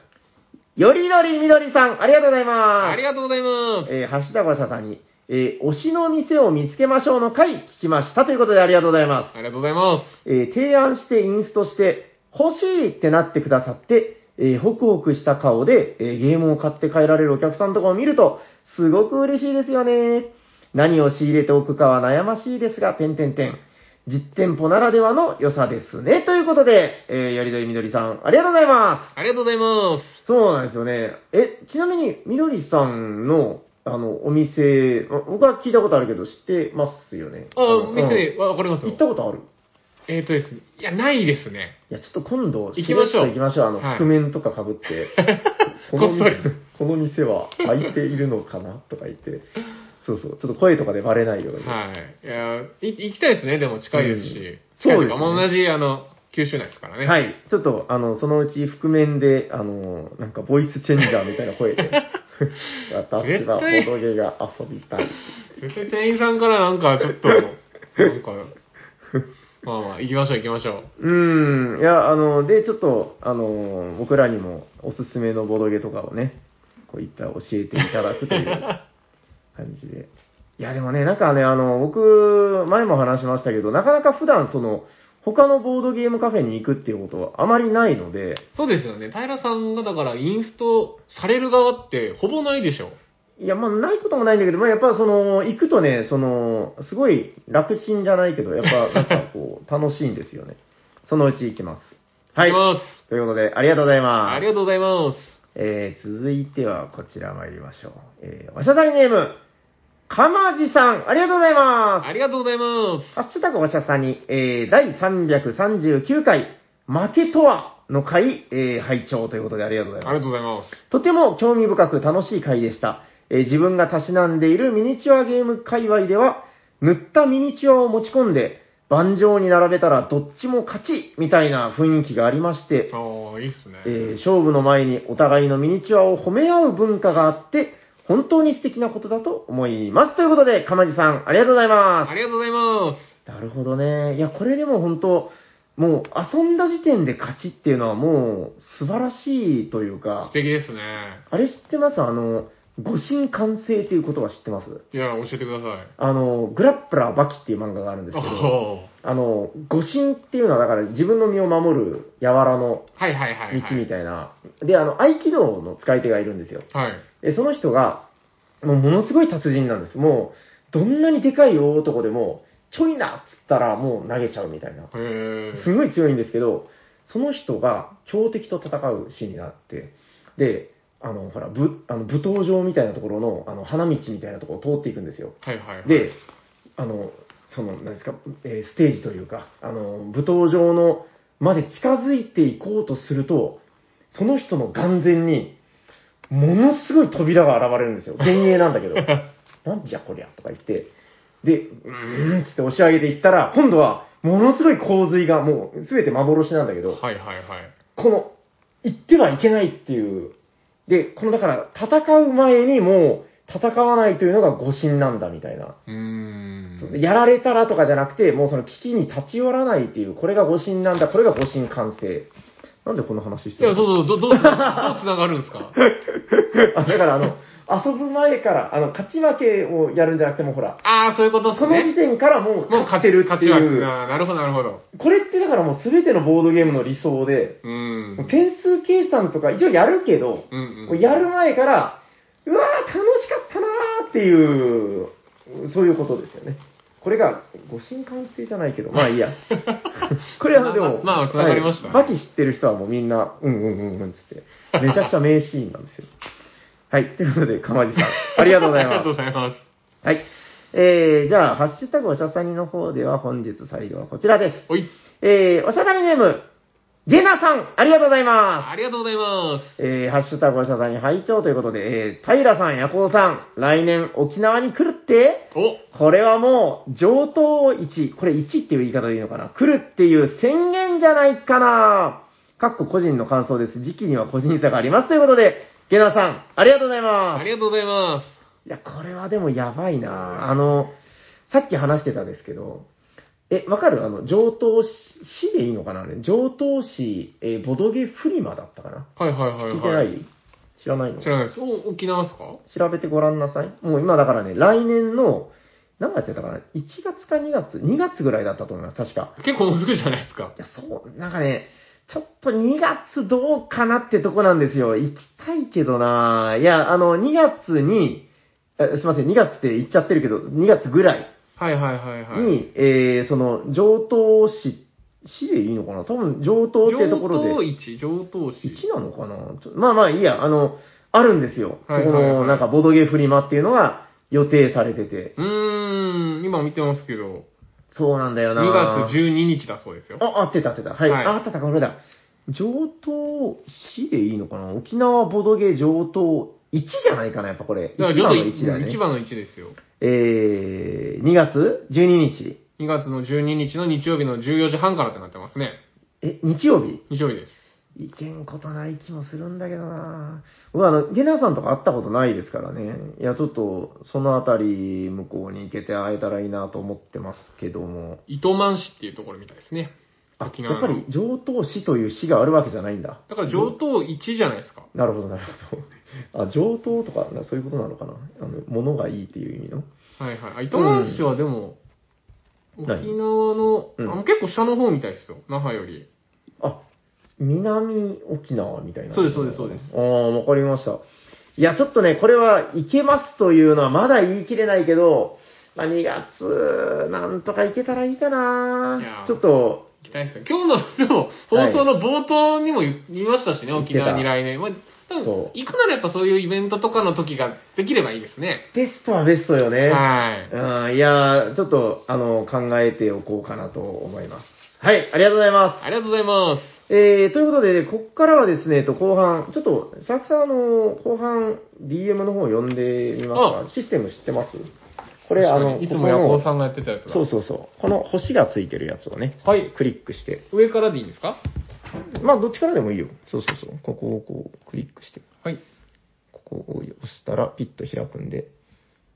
Speaker 2: よりどりみどりさん、ありがとうございます。
Speaker 1: ありがとうございます。
Speaker 2: えー、橋田ごしゃさんに、えー、推しの店を見つけましょうの回聞きましたということでありがとうございます。
Speaker 1: ありがとうございま
Speaker 2: えー提案してインストして、欲しいってなってくださって、えーホクホクした顔で、えーゲームを買って帰られるお客さんとかを見ると、すごく嬉しいですよね。何を仕入れておくかは悩ましいですが、点点点。実店舗ならではの良さですね。ということで、えー、やりどりみどりさん、ありがとうございます。
Speaker 1: す。ありがとうございます。
Speaker 2: そうなんですよね。え、ちなみに、みどりさんの、あの、お店、あ僕は聞いたことあるけど、知ってますよね。
Speaker 1: あ、
Speaker 2: の
Speaker 1: 店
Speaker 2: う
Speaker 1: で、わかります
Speaker 2: ん
Speaker 1: よ
Speaker 2: 行っ。たことある
Speaker 1: えっとですね。いや、ないですね。
Speaker 2: いや、ちょっと今度、
Speaker 1: 行きましょう
Speaker 2: しれっと行きましょう。あの、
Speaker 1: はい
Speaker 2: 覆面とか被って。
Speaker 1: *laughs* こっそり
Speaker 2: この店この店は開いているのかなとか言って。そうそう。ちょっと声とかでバレないように。
Speaker 1: はい。いや、い行きたいですね。でも近いですし。
Speaker 2: うん
Speaker 1: 近いと
Speaker 2: そう
Speaker 1: い
Speaker 2: です
Speaker 1: か
Speaker 2: ね
Speaker 1: もう同じ、あの、九州内ですからね。。
Speaker 2: はいい。ちょっと、あの、そのうち覆面で、あの、なんかボイスチェンジャーみたいな
Speaker 1: *laughs*
Speaker 2: 声で。私はボ
Speaker 1: 絶対
Speaker 2: ドゲが遊びたい。
Speaker 1: 絶対店員さんからなんか、ちょっと、なん
Speaker 2: *laughs*
Speaker 1: か、まあまあ、行きましょう行きましょう。
Speaker 2: うーん、いや、あの、で、ちょっと、あの、僕らにもおすすめのボドゲとかをね、こういった教えていただくという
Speaker 1: *laughs*
Speaker 2: 感じで。いや、でもね、なんかね、あの、僕、前も話しましたけど、なかなか普段、その、他のボードゲームカフェに行くっていうことはあまりないので、
Speaker 1: そうですよね。平さんがだからインストされる側ってほぼないでしょ。
Speaker 2: いや、まあ、ないこともないんだけど、まあ、やっぱ、その、行くとね、その、すごい楽ちんじゃないけど、やっぱ、なんかこう、楽しいんですよね。そのうち行きます。はい。
Speaker 1: 行きます。
Speaker 2: ということで、ありがとうございます
Speaker 1: あ。りがとうございます。
Speaker 2: えー、続いてはこちら参りましょう。えー、おしゃさりネーム、かまじさん、ありがとうございます。
Speaker 1: ありがとうございます。
Speaker 2: ハッシュタグおしゃさに、えー、第339回、負けとはの会、えー拝聴ということでありがとうござい
Speaker 1: りが
Speaker 2: ます。
Speaker 1: とうございます。
Speaker 2: とても興味深く楽しい会でした。えー自分がたしなんでいるミニチュアゲーム界隈では、塗ったミニチュアを持ち込んで、盤上に並べたらどっちも勝ちみたいな雰囲気がありまして、
Speaker 1: ああ、いいっすね。
Speaker 2: えー勝負の前にお互いのミニチュアを褒め合う文化があって、本当に素敵なことだと思います。ということで、かまじさん、ありがとうございます
Speaker 1: あ。りがとうございます。
Speaker 2: なるほどね。いや、これでも本当、もう遊んだ時点で勝ちっていうのはもう素晴らしいというか
Speaker 1: 素、敵ですね。
Speaker 2: あれ知ってますあの、五神完成っていう言葉知ってます
Speaker 1: いや、教えてください。
Speaker 2: あの、グラップラーバキっていう漫画があるんです
Speaker 1: お
Speaker 2: けど、
Speaker 1: お
Speaker 2: あの、五神っていうのはだから自分の身を守る柔らの
Speaker 1: ー。はいはいはい、
Speaker 2: 道
Speaker 1: は
Speaker 2: み
Speaker 1: い。
Speaker 2: たいな。で、あの、合気道の使い手がいるんですよ。
Speaker 1: はい。
Speaker 2: で、その人が、もうものすごい達人なんです。もう、どんなにでかい大男でも、ちょいなっつったらもう投げちゃうみたいな。
Speaker 1: へ
Speaker 2: す
Speaker 1: え。
Speaker 2: ごい強いんですけど、その人が強敵と戦うシーンになって、で、あの、ほら、ぶあの舞踏場みたいなところの、あの、花道みたいなところを通っていくんですよ。
Speaker 1: はいはいはい。
Speaker 2: で、あの、その、なんですか、えーステージというか、あの、舞踏場の、まで近づいていこうとすると、その人の眼前に、ものすごい扉が現れるんで
Speaker 1: *laughs*
Speaker 2: すよ。幻影なんだけど。なんじゃこりゃとか言って、で、うーんっつって押し上げていったら、今度は、ものすごい洪水が、もう、すべて幻なんだけど、
Speaker 1: はいはいはい。
Speaker 2: この、行ってはいけないっていう。で、このだから、戦う前にもう、戦わないというのが誤信なんだみたいな。
Speaker 1: うーん。
Speaker 2: そのやられたらとかじゃなくて、もうその危機に立ち寄らないっていう、これが誤信なんだ、これが誤信完成。なんでこの話し
Speaker 1: い
Speaker 2: てる
Speaker 1: や、そうそう、ど、どうつな、どうつながるんです
Speaker 2: *laughs*
Speaker 1: か
Speaker 2: あだからあの、遊ぶ前から、あの、勝ち負けをやるんじゃなくても、ほら、
Speaker 1: ああ、そういうことっす
Speaker 2: その時
Speaker 1: ね。
Speaker 2: 点からもう
Speaker 1: もう
Speaker 2: 勝てるっ
Speaker 1: 勝
Speaker 2: て
Speaker 1: ち
Speaker 2: い
Speaker 1: は、
Speaker 2: う。
Speaker 1: あーなるほどなるほど。
Speaker 2: これってだからもう全てのボードゲームの理想で、
Speaker 1: うん。うん
Speaker 2: 点数計算とか一応やるけど、
Speaker 1: うん。
Speaker 2: もうやる前から、うわー楽しかったなーっていう、そういうことですよね。これが、誤信完成じゃないけど、ま
Speaker 1: *laughs*
Speaker 2: あいいや。これはでも、
Speaker 1: まあまあ繋がりましたね
Speaker 2: はいバキ知ってる人はもうみんな、うんうんうんうんっつ
Speaker 1: *laughs*
Speaker 2: って、めちゃくちゃ名シーンなんですよ。はい、ということで、かまじさん、ありがとうござ
Speaker 1: *laughs*
Speaker 2: い
Speaker 1: あり
Speaker 2: ま
Speaker 1: が
Speaker 2: す
Speaker 1: とう。ございます。
Speaker 2: はい。えー、じゃあ、ハッシュタグおしゃさにの方では本日最後はこちらです。
Speaker 1: おい。
Speaker 2: えー、おしゃさにネーム、ゲナさん、ありがとうございます。
Speaker 1: ありがとうございます。
Speaker 2: えー、ハッシュタグおしゃさに拝聴ということで、えー、平さん、ヤコウさん、来年沖縄に来るって
Speaker 1: お
Speaker 2: これはもう、上等一これ1っていう言い方でいいのかな来るっていう宣言じゃないかなかっこ個人の感想です。時期には個人差があります。ということで、ゲナさん、ありがとうございます
Speaker 1: あ。りがとうございます。
Speaker 2: いや、これはでもやばいなあの、さっき話してたんですけど、え、わかるあの、上等市市でいいのかなあれ上等市、えーボドゲフリマだったかな
Speaker 1: はいはいはいはい。
Speaker 2: 聞いてない知らないの
Speaker 1: 知らないです。お、沖縄ですか
Speaker 2: 調べてごらんなさい。もう今だからね、来年の、何月やったかな ?1 月か2月 ?2 月ぐらいだったと思います、確か。
Speaker 1: 結構難しいじゃないですか。
Speaker 2: いや、そう、なんかね、ちょっと2月どうかなってとこなんですよ。行きたいけどないや、あの、2月に、えすいません、2月って言っちゃってるけど、2月ぐらい
Speaker 1: はいはいはいはい。
Speaker 2: に、えー、その、上等市、市でいいのかな多分、上等ってところで。
Speaker 1: 上等市、上等市。
Speaker 2: 1なのかなちょまあまあいいや、あの、あるんですよ。そこ
Speaker 1: はいはいは
Speaker 2: の、
Speaker 1: い
Speaker 2: なんか、ボドゲフリマっていうのが予定されてて。
Speaker 1: うーん、今見てますけど、
Speaker 2: そうなんだよな
Speaker 1: 2月12日だそうですよ。
Speaker 2: あ、あってた、あってた。はい。
Speaker 1: はい
Speaker 2: あ、あってた、これだ。上等市でいいのかな沖縄ボドゲ上等1じゃないかな、やっぱこれ。
Speaker 1: だから
Speaker 2: 1
Speaker 1: ちょっ
Speaker 2: 番
Speaker 1: と
Speaker 2: の1だね
Speaker 1: 1。番の1ですよ。
Speaker 2: えー、2月12日。
Speaker 1: 2月の12日の日曜日の14時半からってなってますね。
Speaker 2: え、日曜日
Speaker 1: 日曜日です。
Speaker 2: いけんことない気もするんだけどな僕あの、ゲナさんとか会ったことないですからね。いや、ちょっと、そのあたり、向こうに行けて会えたらいいなと思ってますけども。
Speaker 1: 糸満市っていうところみたいですね。
Speaker 2: あ、
Speaker 1: 沖
Speaker 2: や
Speaker 1: 縄
Speaker 2: っ
Speaker 1: の
Speaker 2: ぱり上等市という市があるわけじゃないんだ。
Speaker 1: だから上等1じゃないですか。
Speaker 2: なるほど、なるほど。あ、上等とか、そういうことなのかな。あの、物がいいっていう意味の。
Speaker 1: はいはい。あ、糸満市はでも、
Speaker 2: うん
Speaker 1: 沖縄の、
Speaker 2: 何
Speaker 1: あ結構下の方みたいですよ。那覇より。
Speaker 2: あ、南沖縄みたいな。
Speaker 1: そうですそうですそうです
Speaker 2: ああ、わかりました。いや、ちょっとね、これはいけますというのはまだ言い切れないけど、まあ、2月、なんとかいけたらいいか
Speaker 1: いや
Speaker 2: な
Speaker 1: ー
Speaker 2: ちょっと、
Speaker 1: 行きたいですね。今日の、でも、
Speaker 2: はい
Speaker 1: 放送の冒頭にも言いましたしね、
Speaker 2: 言って
Speaker 1: 沖
Speaker 2: た
Speaker 1: 縄に来年。まあ、多分
Speaker 2: そう
Speaker 1: 行くならやっぱそういうイベントとかの時ができればいいですね。
Speaker 2: ベストはベストよね。
Speaker 1: はい。
Speaker 2: うん、いやーちょっと、あの、考えておこうかなと思います。はい、ありがとうございます。
Speaker 1: ありがとうございます。
Speaker 2: ええー、ということで、ここからはですね、えっと後半、ちょっと、シャークさん、あの、後半、DM の方を読んでみますか。システム知ってますこれ、あの、
Speaker 1: いつ
Speaker 2: こ
Speaker 1: も
Speaker 2: こ
Speaker 1: ヤコ
Speaker 2: の
Speaker 1: ウさんがやってたやつだ
Speaker 2: そうそうそう。この星がついてるやつをね、
Speaker 1: はい
Speaker 2: クリックして。
Speaker 1: 上からでいいんですか
Speaker 2: まあ、どっちからでもいいよ。そうそうそう。ここをこう、クリックして。
Speaker 1: はい
Speaker 2: ここを押したら、ピッと開くんで。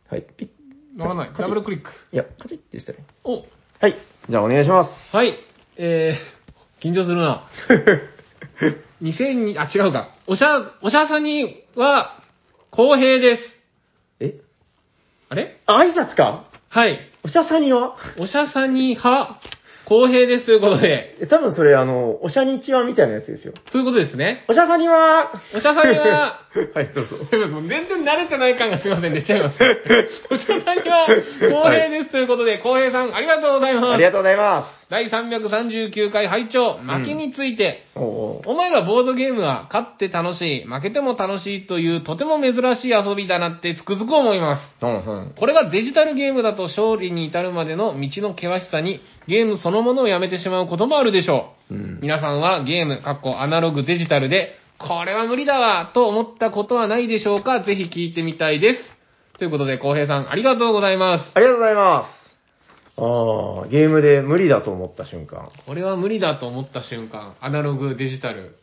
Speaker 2: はい、ピッ。
Speaker 1: ならない
Speaker 2: カチッ
Speaker 1: ダブルクリック
Speaker 2: いや、カチッてしたらいい
Speaker 1: お
Speaker 2: はい。じゃあ、お願いします。
Speaker 1: はいえー、緊張する *laughs* な2002あ違うかおしゃおしゃさんには公平です
Speaker 2: え
Speaker 1: あれ
Speaker 2: あ挨拶か
Speaker 1: はい
Speaker 2: おしゃさには
Speaker 1: おしゃさんには公平ですということで
Speaker 2: え多分それ、あの、おしゃにちはみたいなやつですよ。
Speaker 1: そういうことですね
Speaker 2: おしゃさには
Speaker 1: おしゃさんには
Speaker 2: はい、どうぞ。
Speaker 1: もう *laughs* 全然慣れてない感がすいません、出ちゃいます。 *laughs* お茶さんには、公平ですということで、公平さん、ありがとうございます。
Speaker 2: ありがとうございま
Speaker 1: 第339回拝聴負けについて、
Speaker 2: す。おー
Speaker 1: お前らボードゲームは勝って楽しい、負けても楽しいというとても珍しい遊びだなってつくづく思います。
Speaker 2: うんうん。
Speaker 1: これがデジタルゲームだと勝利に至るまでの道の険しさにゲームそのものをやめてしまうこともあるでしょう。
Speaker 2: うん
Speaker 1: 皆さんはゲーム、かっこアナログデジタルで、これは無理だわと思ったことはないでしょうかぜひ聞いてみたいです。ということで、浩平さんありがとうございます。
Speaker 2: ありがとうございます。ああ、ゲームで無理だと思った瞬間。
Speaker 1: これは無理だと思った瞬間、アナログデジタル。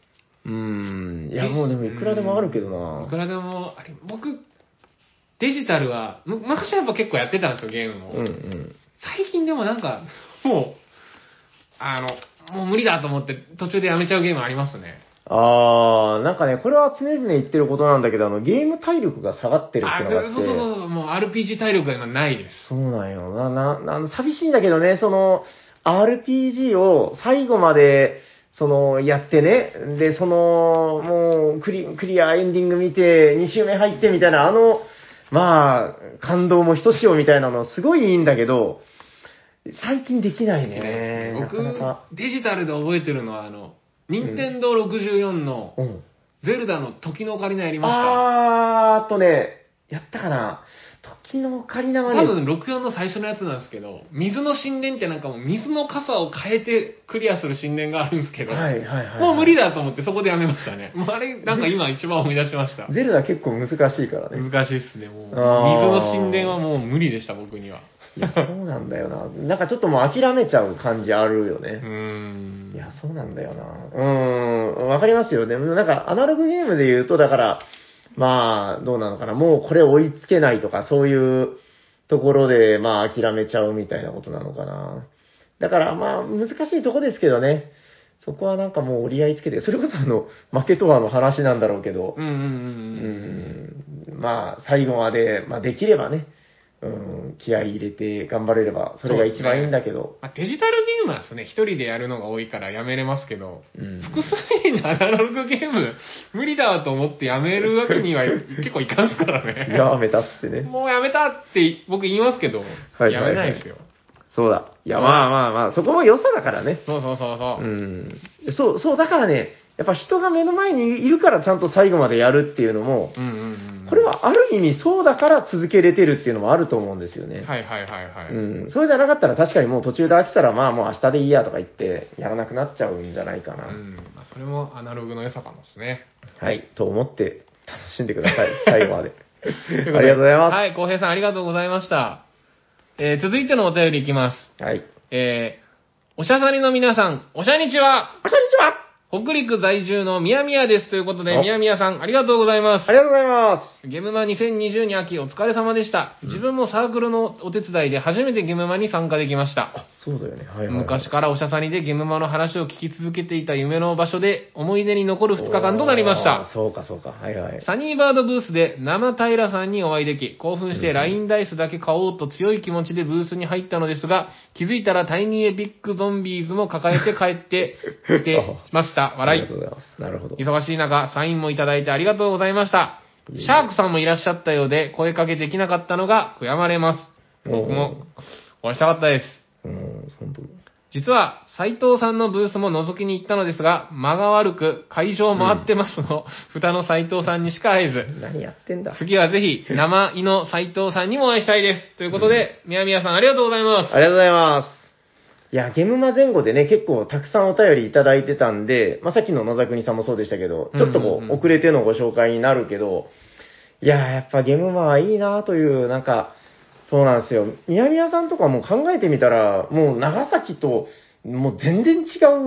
Speaker 2: うーん。いや、もうでもいくらでもあるけどない
Speaker 1: く。らでも、あれ、僕、デジタルは、む昔はやっぱ結構やってたんですよ、ゲームも。
Speaker 2: うんうん。
Speaker 1: 最近でもなんか、もう、あの、もう無理だと思って途中でやめちゃうゲームありますね。
Speaker 2: ああ、なんかね、これは常々言ってることなんだけど、あの、ゲーム体力が下がってるっ
Speaker 1: あ
Speaker 2: ていうのがあ
Speaker 1: そう
Speaker 2: っ
Speaker 1: そうそう
Speaker 2: て、
Speaker 1: そう、もう RPG 体力が今ないです。
Speaker 2: そうなんよな、な、なあの、寂しいんだけどね、その、RPG を最後まで、その、やってね、で、その、もう、クリ、クリアエンディング見て、2周目入ってみたいな、あの、まあ、感動もひとしおみたいなの、すごいいいんだけど、最近できないね。な
Speaker 1: 僕
Speaker 2: かなか。、
Speaker 1: デジタルで覚えてるのは、あの、任天堂64の、
Speaker 2: うん。
Speaker 1: ゼルダの時のオカリナやりま
Speaker 2: あーっとね、やったかな。時のオカリナ
Speaker 1: した。
Speaker 2: は
Speaker 1: 多
Speaker 2: ね、
Speaker 1: 分64の最初のやつなんですけど、水の神殿ってなんかもう水の傘を変えてクリアする神殿があるんですけど、
Speaker 2: はいはいはい。
Speaker 1: もう無理だと思ってそこでやめましたね。もうあれ、なんか今一番思い出しました。
Speaker 2: ゼルダ結構難しいからね。
Speaker 1: 難しいっすね、もう。水
Speaker 2: あー
Speaker 1: の神殿はもう無理でした、僕には。
Speaker 2: いや、そうなんだよな。なんかちょっともう諦めちゃう感じあるよ
Speaker 1: うーん。
Speaker 2: ね。いや、そうなんだよな。うーん、わかりますよね。でもなんかアナログゲームで言うと、だから、まあ、どうなのかな。もうこれ追いつけないとか、そういうところで、まあ諦めちゃうみたいなことなのかな。だからまあ、難しいとこですけどね。そこはなんかもう折り合いつけて、それこそあの、負けとはの話なんだろうけど、
Speaker 1: うんうん
Speaker 2: う
Speaker 1: うんうん。
Speaker 2: ん、まあ、最後まで、まあ、できればね、うん、気合い入れて頑張れれば、それが一番いいんだけど、
Speaker 1: まあ、デジタルゲームはですね、一人でやるのが多いからやめれますけど、
Speaker 2: うん
Speaker 1: 複数人のアナログゲーム、無理だわと思ってやめるわけには結構いかんすから
Speaker 2: い
Speaker 1: ね。
Speaker 2: やー、目立つってね。
Speaker 1: もうやめたって僕言いますけど、
Speaker 2: はい
Speaker 1: やめないですよ。
Speaker 2: そうだ。いや、まあまあまあ、そこも良さだからね。
Speaker 1: そうそうそうそうう。
Speaker 2: ん。そう、そう、だからね、やっぱ人が目の前にいるからちゃんと最後までやるっていうのも、
Speaker 1: うんうんうん。
Speaker 2: これはある意味そうだから続けれてるっていうのもあると思うんですよね。
Speaker 1: はいはいはいはい。
Speaker 2: うん。そうじゃなかったら確かにもう途中で飽きたら、まあもう明日でいいやとか言って、やらなくなっちゃうんじゃないかな。
Speaker 1: うんまあ、それもアナログの良さかもですね。
Speaker 2: はい、と思って楽しんでくださ
Speaker 1: *laughs*
Speaker 2: い、最後まで。あ
Speaker 1: あ
Speaker 2: りがとうございま
Speaker 1: はい、浩平さんありがとうございました。えー、続いてのお便りいきます。
Speaker 2: す。はい。
Speaker 1: えー、おしゃさりの皆さん、おしゃにちは
Speaker 2: こんにちは
Speaker 1: 北陸在住のみやみやですということで、
Speaker 2: お
Speaker 1: みやみやさんありがとうございま。
Speaker 2: ありがとうございます
Speaker 1: ゲムマ2022秋お疲れ様でした。自分もサークルのお手伝いで初めてゲムマに参加できました。
Speaker 2: す。そうだよね、はいはい、はい。
Speaker 1: 昔からおしゃさりでゲムマの話を聞き続けていた夢の場所で思い出に残る2日間となりました
Speaker 2: おー。そうか、そうか、はいはい。
Speaker 1: サニーバードブースで生平さんにお会いでき、興奮してラインダイスだけ買おうと強い気持ちでブースに入ったのですが、気づいたらタイニーエビックゾンビーズも抱えて帰ってきてしました。
Speaker 2: ありが
Speaker 1: 笑
Speaker 2: とうございます。なるほど
Speaker 1: い。。忙しい中、サインもいただいてありがとうございました。シャークさんもいらっしゃったようで、声かけできなかったのが悔やまれます。僕もお会いしたかったです。
Speaker 2: うん、本当。
Speaker 1: 実は、斉藤さんのブースも覗きに行ったのですが、間が悪く、会場回ってますの、蓋の斉藤さんにしか会えず、
Speaker 2: 何やってんだ。
Speaker 1: 次はぜひ、生井の斉藤さんにもお会いしたいです。ということで、みやみやさんありがとうございます。
Speaker 2: ありがとうございます。いや、ゲームマ前後でね、結構たくさんお便りいただいてたんで、まあ、さっきの野沢国さんもそうでしたけど、ちょっと
Speaker 1: うん
Speaker 2: こ
Speaker 1: うん
Speaker 2: う、
Speaker 1: うん
Speaker 2: 遅れてのご紹介になるけど、いやー、やっぱゲームマはいいなという、なんか、そうなんですよ。宮宮さんとかも考えてみたら、もう長崎と、もう全然違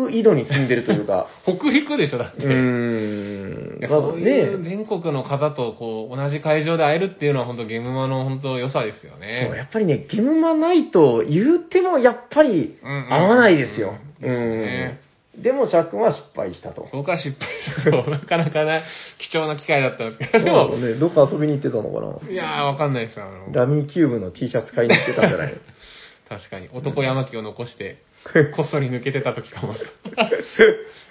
Speaker 2: う井戸に住んでるとい
Speaker 1: *laughs*
Speaker 2: うか、
Speaker 1: 北陸でしょ、だっ
Speaker 2: う
Speaker 1: て。
Speaker 2: ーん
Speaker 1: い。や
Speaker 2: まあ
Speaker 1: そういう全国の方とこう同じ会場で会えるっていうのは本当ゲームマの本当良さですよ
Speaker 2: そう
Speaker 1: ね。
Speaker 2: やっぱりね、ゲームマないと言うてもやっぱり
Speaker 1: うんうんうん
Speaker 2: 合わないですよ。
Speaker 1: で
Speaker 2: う
Speaker 1: すね
Speaker 2: ん。でも、シャー君は失敗したと。
Speaker 1: 僕は失敗したと、なかなかな貴重な機会だったんですけど、で
Speaker 2: そ
Speaker 1: も、
Speaker 2: うね、どこ遊びに行ってたのか
Speaker 1: いやーわかんないですよ、あの
Speaker 2: な。ラミーキューブの T シャツ買いに行ってたんじゃないの
Speaker 1: 確かに男山木を残して、こっそり抜けてた時かも。 *laughs*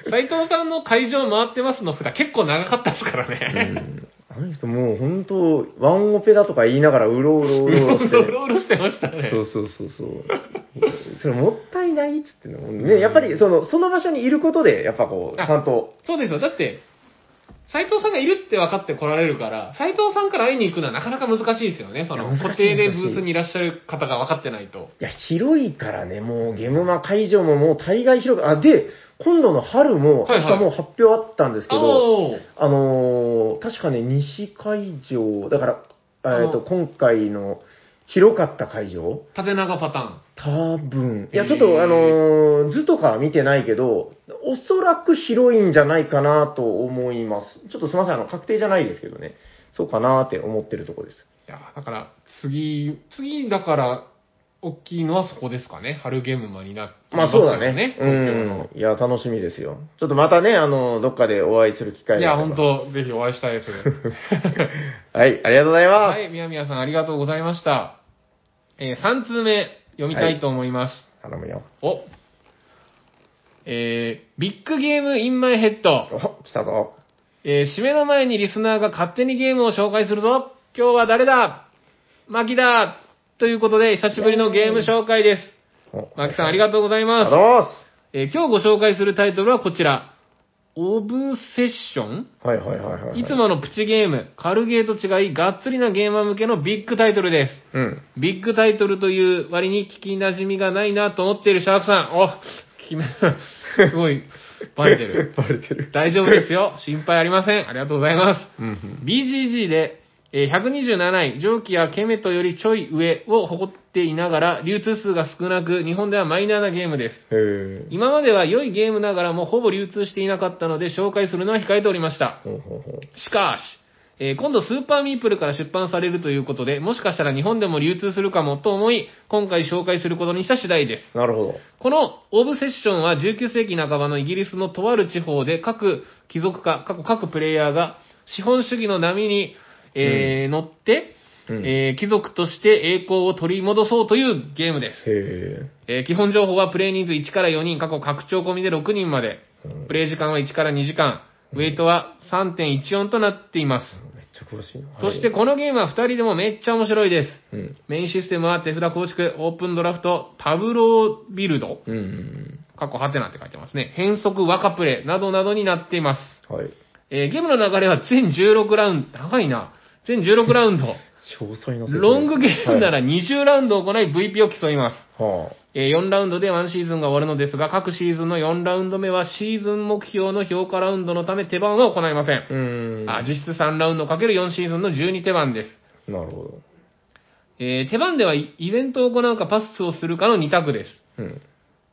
Speaker 1: 斎藤さんの会場回ってますの札結構長かったですから
Speaker 2: う
Speaker 1: ね。
Speaker 2: ん。あの人もう本当、ワンオペだとか言いながらうろうろ
Speaker 1: *laughs* う
Speaker 2: うろうろ
Speaker 1: ろ
Speaker 2: し
Speaker 1: う
Speaker 2: て。
Speaker 1: ろうろうろしてましたね。
Speaker 2: そうそうそうそう。それもったいないっつってんのね、やっぱりその、その場所にいることで、やっぱこう、ち
Speaker 1: あ
Speaker 2: ゃんと。
Speaker 1: そうですよ。だって、斉藤さんがいるって分かって来られるから、斉藤さんから会いに行くのはなかなか難しいですよね。そ
Speaker 2: い
Speaker 1: の、
Speaker 2: や難しい
Speaker 1: 固定でブースにいらっしゃる方が分かってないと。
Speaker 2: いや、広いからね、もうゲームマ会場ももう大概広く、あ、で、今度の春も、
Speaker 1: はいはい
Speaker 2: 確かもう発表あったんですけど、
Speaker 1: おー
Speaker 2: あのー確かね、西会場、だか
Speaker 1: あ
Speaker 2: ら、
Speaker 1: の
Speaker 2: えっと、今回の広かった会場
Speaker 1: 縦長パターン。
Speaker 2: 多分、いや、
Speaker 1: へー
Speaker 2: ちょっとあのー図とかは見てないけど、おそらく広いんじゃないかなと思います。ちょっとすみません、あの、確定じゃないですけどね。そうかなって思ってるとこです。
Speaker 1: いや、だから、次、次、だから、大きいのはそこですかね。春ゲームマになって
Speaker 2: まあそうだね。
Speaker 1: 東京の。
Speaker 2: うん。いや、楽しみですよ。ちょっとまたね、あの、どっかでお会いする機会
Speaker 1: いや、
Speaker 2: があれ
Speaker 1: 本
Speaker 2: ば。
Speaker 1: 当ぜひお会いしたいです。
Speaker 2: *laughs* はい、ありがとうございま
Speaker 1: はい、みやみやさんありがとうございました。えー、3通目、読みたいと思います。
Speaker 2: す。頼むよ。
Speaker 1: おえー、ビッグゲームインマイヘッド。
Speaker 2: お、来たぞ。
Speaker 1: えー、締めの前にリスナーが勝手にゲームを紹介するぞ今日は誰だマキだということで、久しぶりのゲーム紹介です。
Speaker 2: お
Speaker 1: マキさんありがとうござい
Speaker 2: ありが
Speaker 1: ま
Speaker 2: と
Speaker 1: す。
Speaker 2: うございま
Speaker 1: えー、今日ご紹介するタイトルはこちら。オブセッション
Speaker 2: す。はいはいはいはい。
Speaker 1: いつ。ものプチゲーム、軽ゲーと違い、がっつりなゲーマー向けのビッグタイトルです。
Speaker 2: うん。
Speaker 1: ビッグタイトルという割に聞き馴染みがないなと思っているシャークさん。お、決め、 *laughs* すごい、バレてる。。
Speaker 2: *laughs* バレてる。
Speaker 1: 大丈夫ですよ。心配ありません。ありがとうございます。
Speaker 2: うんうん。
Speaker 1: BGG で、えー127位、蒸気やケメトよりちょい上を誇っていながら、流通数が少なく、日本ではマイナーなゲームです。
Speaker 2: へー
Speaker 1: 今までは良いゲームながらもほぼ流通していなかったので、紹介するのは控えておりました。
Speaker 2: ほうほうほう。
Speaker 1: しかし、えー今度スーパーミープルから出版されるということで、もしかしたら日本でも流通するかもと思い、今回紹介することにした次第です。
Speaker 2: なるほど。
Speaker 1: このオブセッションは19世紀半ばのイギリスのとある地方で各貴族家、各各プレイヤーが資本主義の波に、えー乗って、
Speaker 2: うん
Speaker 1: えー貴族として栄光を取り戻そうというゲームです。
Speaker 2: へ
Speaker 1: えー基本情報はプレイ人数1から4人、過去拡張込みで6人まで
Speaker 2: うん。
Speaker 1: プレイ時間は1から2時間。ウェイトは3.14となっています。
Speaker 2: ーめっちゃ詳しいな。
Speaker 1: そしてこのゲームは2人でもめっちゃ面白いです。
Speaker 2: はい、うん。
Speaker 1: メインシステムは手札構築、オープンドラフト、タブロービルド。
Speaker 2: うんうん
Speaker 1: 過去ハテナって書いてますね。変則若プレイなどなどになっています。
Speaker 2: うん。はい。
Speaker 1: えーゲームの流れは全16ラウンド、長いな。全16ラウ
Speaker 2: *laughs*
Speaker 1: ンド。
Speaker 2: 詳細な説明
Speaker 1: ロングゲームな
Speaker 2: はい、
Speaker 1: ら20ラウンドを行い VP を競います。
Speaker 2: は
Speaker 1: えー4ラウンドで1シーズンが終わるのですが、各シーズンの4ラウンド目はシーズン目標の評価ラウンドのため手番は行いません
Speaker 2: あ。。うーん。
Speaker 1: あ実質3ラウンド ×4 シーズンの12手番です。
Speaker 2: なるほど。
Speaker 1: えー手番ではイイベントを行うかパスをするかの2択です。
Speaker 2: うん。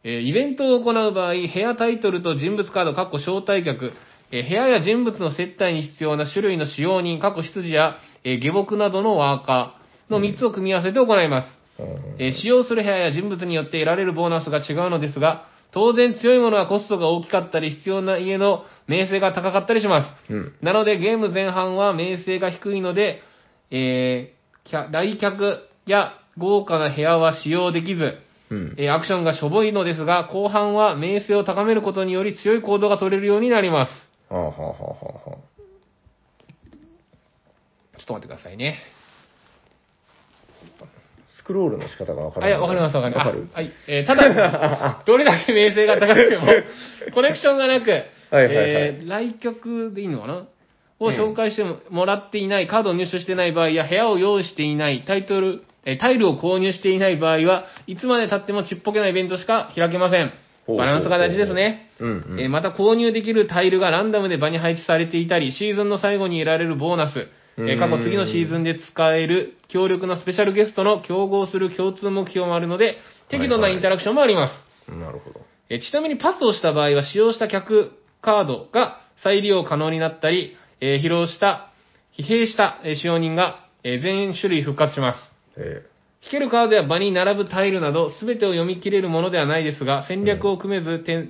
Speaker 1: えーイベントを行う場合、部屋タイトルと人物カード、括弧招待客、えー部屋や人物の接待に必要な種類の使用人、括弧執事や、えー下僕などのワーカーの3つを組み合わせて行います。
Speaker 2: うん
Speaker 1: えー使用する部屋や人物によって得られるボーナスが違うのですが、当然強いものはコストが大きかったり、必要な家の名声が高かったりします。
Speaker 2: うん。
Speaker 1: なので、ゲーム前半は名声が低いので、えーきゃ来客や豪華な部屋は使用できず、
Speaker 2: うん。
Speaker 1: えーアクションがしょぼいのですが、後半は名声を高めることにより強い行動が取れるようになります。
Speaker 2: はあはあはあはあ。
Speaker 1: ちょっと待ってくださいね。
Speaker 2: スクロールの仕方がわか
Speaker 1: あ、
Speaker 2: る。
Speaker 1: いや、わかります、わかります。
Speaker 2: わかる
Speaker 1: あはい。えーただ、どれだけ名声が高くて
Speaker 2: *laughs*
Speaker 1: も、コネクションがなく、
Speaker 2: はいはいはい
Speaker 1: えー来客でいいのかなを紹介してももらっていない、カードを入手してない場合や部屋を用意していない、タイトルえータイルを購入していない場合は、いつまで経ってもちっぽけなイベントしか開けません。
Speaker 2: ほ
Speaker 1: *laughs*
Speaker 2: う
Speaker 1: バランスが大事ですね。
Speaker 2: うんうん
Speaker 1: えーまた購入できるタイルがランダムで場に配置されていたり、シーズンの最後に得られるボーナス、え
Speaker 2: う
Speaker 1: ー
Speaker 2: ん
Speaker 1: 過去次のシーズンで使える強力なスペシャルゲストの競合する共通目標もあるので、適度なインタラクションもあります。
Speaker 2: なるほど。
Speaker 1: えーちなみにパスをした場合は使用した客カードが再利用可能になったり、えー疲労した、疲弊したえー使用人が、えー全種類復活します。
Speaker 2: え
Speaker 1: 引けるカードや場に並ぶタイルなど全てを読み切れるものではないですが、戦略を組めず手,、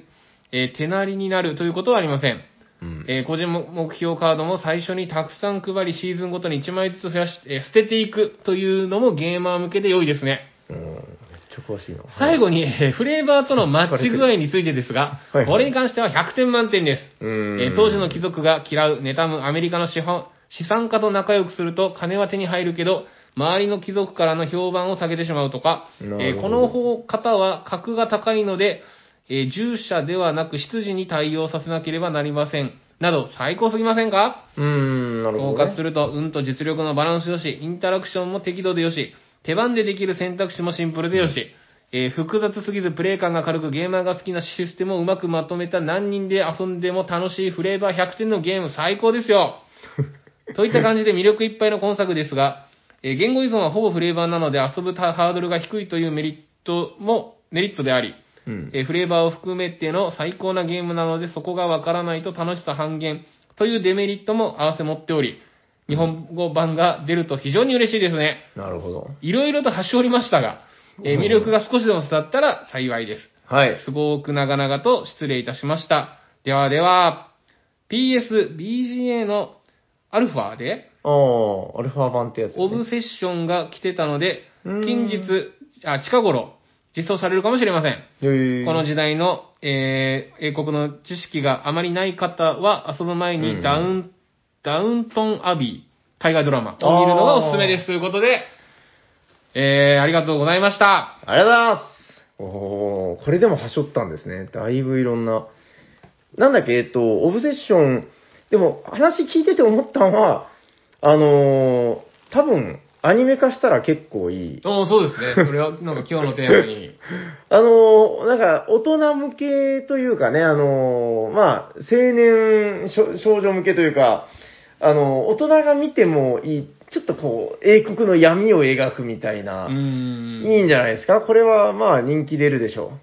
Speaker 1: えー手なりになるということはありません。
Speaker 2: ーうん。
Speaker 1: えー個人目標カードも最初にたくさん配り、シーズンごとに1枚ずつ増やし、えー捨てていくというのもゲーマー向けで良いですね。
Speaker 2: うんめっちゃ詳しいな。
Speaker 1: 最後に、えーフレーバーとのマッチ具合についてですが、
Speaker 2: はいはい
Speaker 1: これに関しては100点満点です。
Speaker 2: う
Speaker 1: えー当時の貴族が嫌う、妬むアメリカの資本資産家と仲良くすると金は手に入るけど、周りの貴族からの評判を下げてしまうとか、え
Speaker 2: な
Speaker 1: ー
Speaker 2: るほど
Speaker 1: この方方は格が高いので、えー従者ではなく執事に対応させなければなりません。など、最高すぎませんか
Speaker 2: うーん、なる
Speaker 1: 統
Speaker 2: ほど、
Speaker 1: 括
Speaker 2: ね
Speaker 1: す。ると、運と実力のバランスよし、インタラクションも適度でよし、手番でできる選択肢もシンプルでよし、えー複雑すぎずプレイ感が軽くゲーマーが好きなシステムをうまくまとめた何人で遊んでも楽しいフレーバー100点のゲーム最高です
Speaker 2: *laughs*
Speaker 1: よといった感じで魅力いっぱいの今作ですが、えー言語依存はほぼフレーバーなので遊ぶハードルが低いというメリットも、メリットであり、
Speaker 2: うん。
Speaker 1: えーフレーバーを含めての最高なゲームなので、そこがわからないと楽しさ半減というデメリットも併せ持っており、日本語版が出ると非常に嬉しいですね。
Speaker 2: なるほど。
Speaker 1: いろいろと端折りましたが、えー
Speaker 2: うん
Speaker 1: 魅力が少しでも伝わったら幸いです。
Speaker 2: はい。
Speaker 1: すごく長々と失礼いたしました。ではでは、PS、BGA のアルファで、
Speaker 2: ああ、アルファ版ってやつ、ね。
Speaker 1: オブセッションが来てたので、
Speaker 2: うん
Speaker 1: 近日、あ、近頃、実装されるかもしれません。
Speaker 2: えー
Speaker 1: この時代の、えー英国の知識があまりない方は遊ぶ前
Speaker 2: う
Speaker 1: に
Speaker 2: ん
Speaker 1: ダウン、ダウントンアビー、海外ドラマを見るのがおすすめですということで、えー、ありがとうございました。
Speaker 2: ありがとうございますおおこれでもはしょったんですね。だいぶいろんな。なんだっけ、えっと、オブセッション、でも話聞いてて思ったのは、あのー多分、アニメ化したら結構いい。
Speaker 1: おーそうですね。 *laughs* それは、なんか今日のテーマに。
Speaker 2: あのーなんか、大人向けというかね、あのーまあ、青年少、少女向けというか、あのー大人が見てもいい、ちょっとこう、英国の闇を描くみたいうな、
Speaker 1: ーん。
Speaker 2: いいんじゃないですかこれはまあ人気出るでしょう。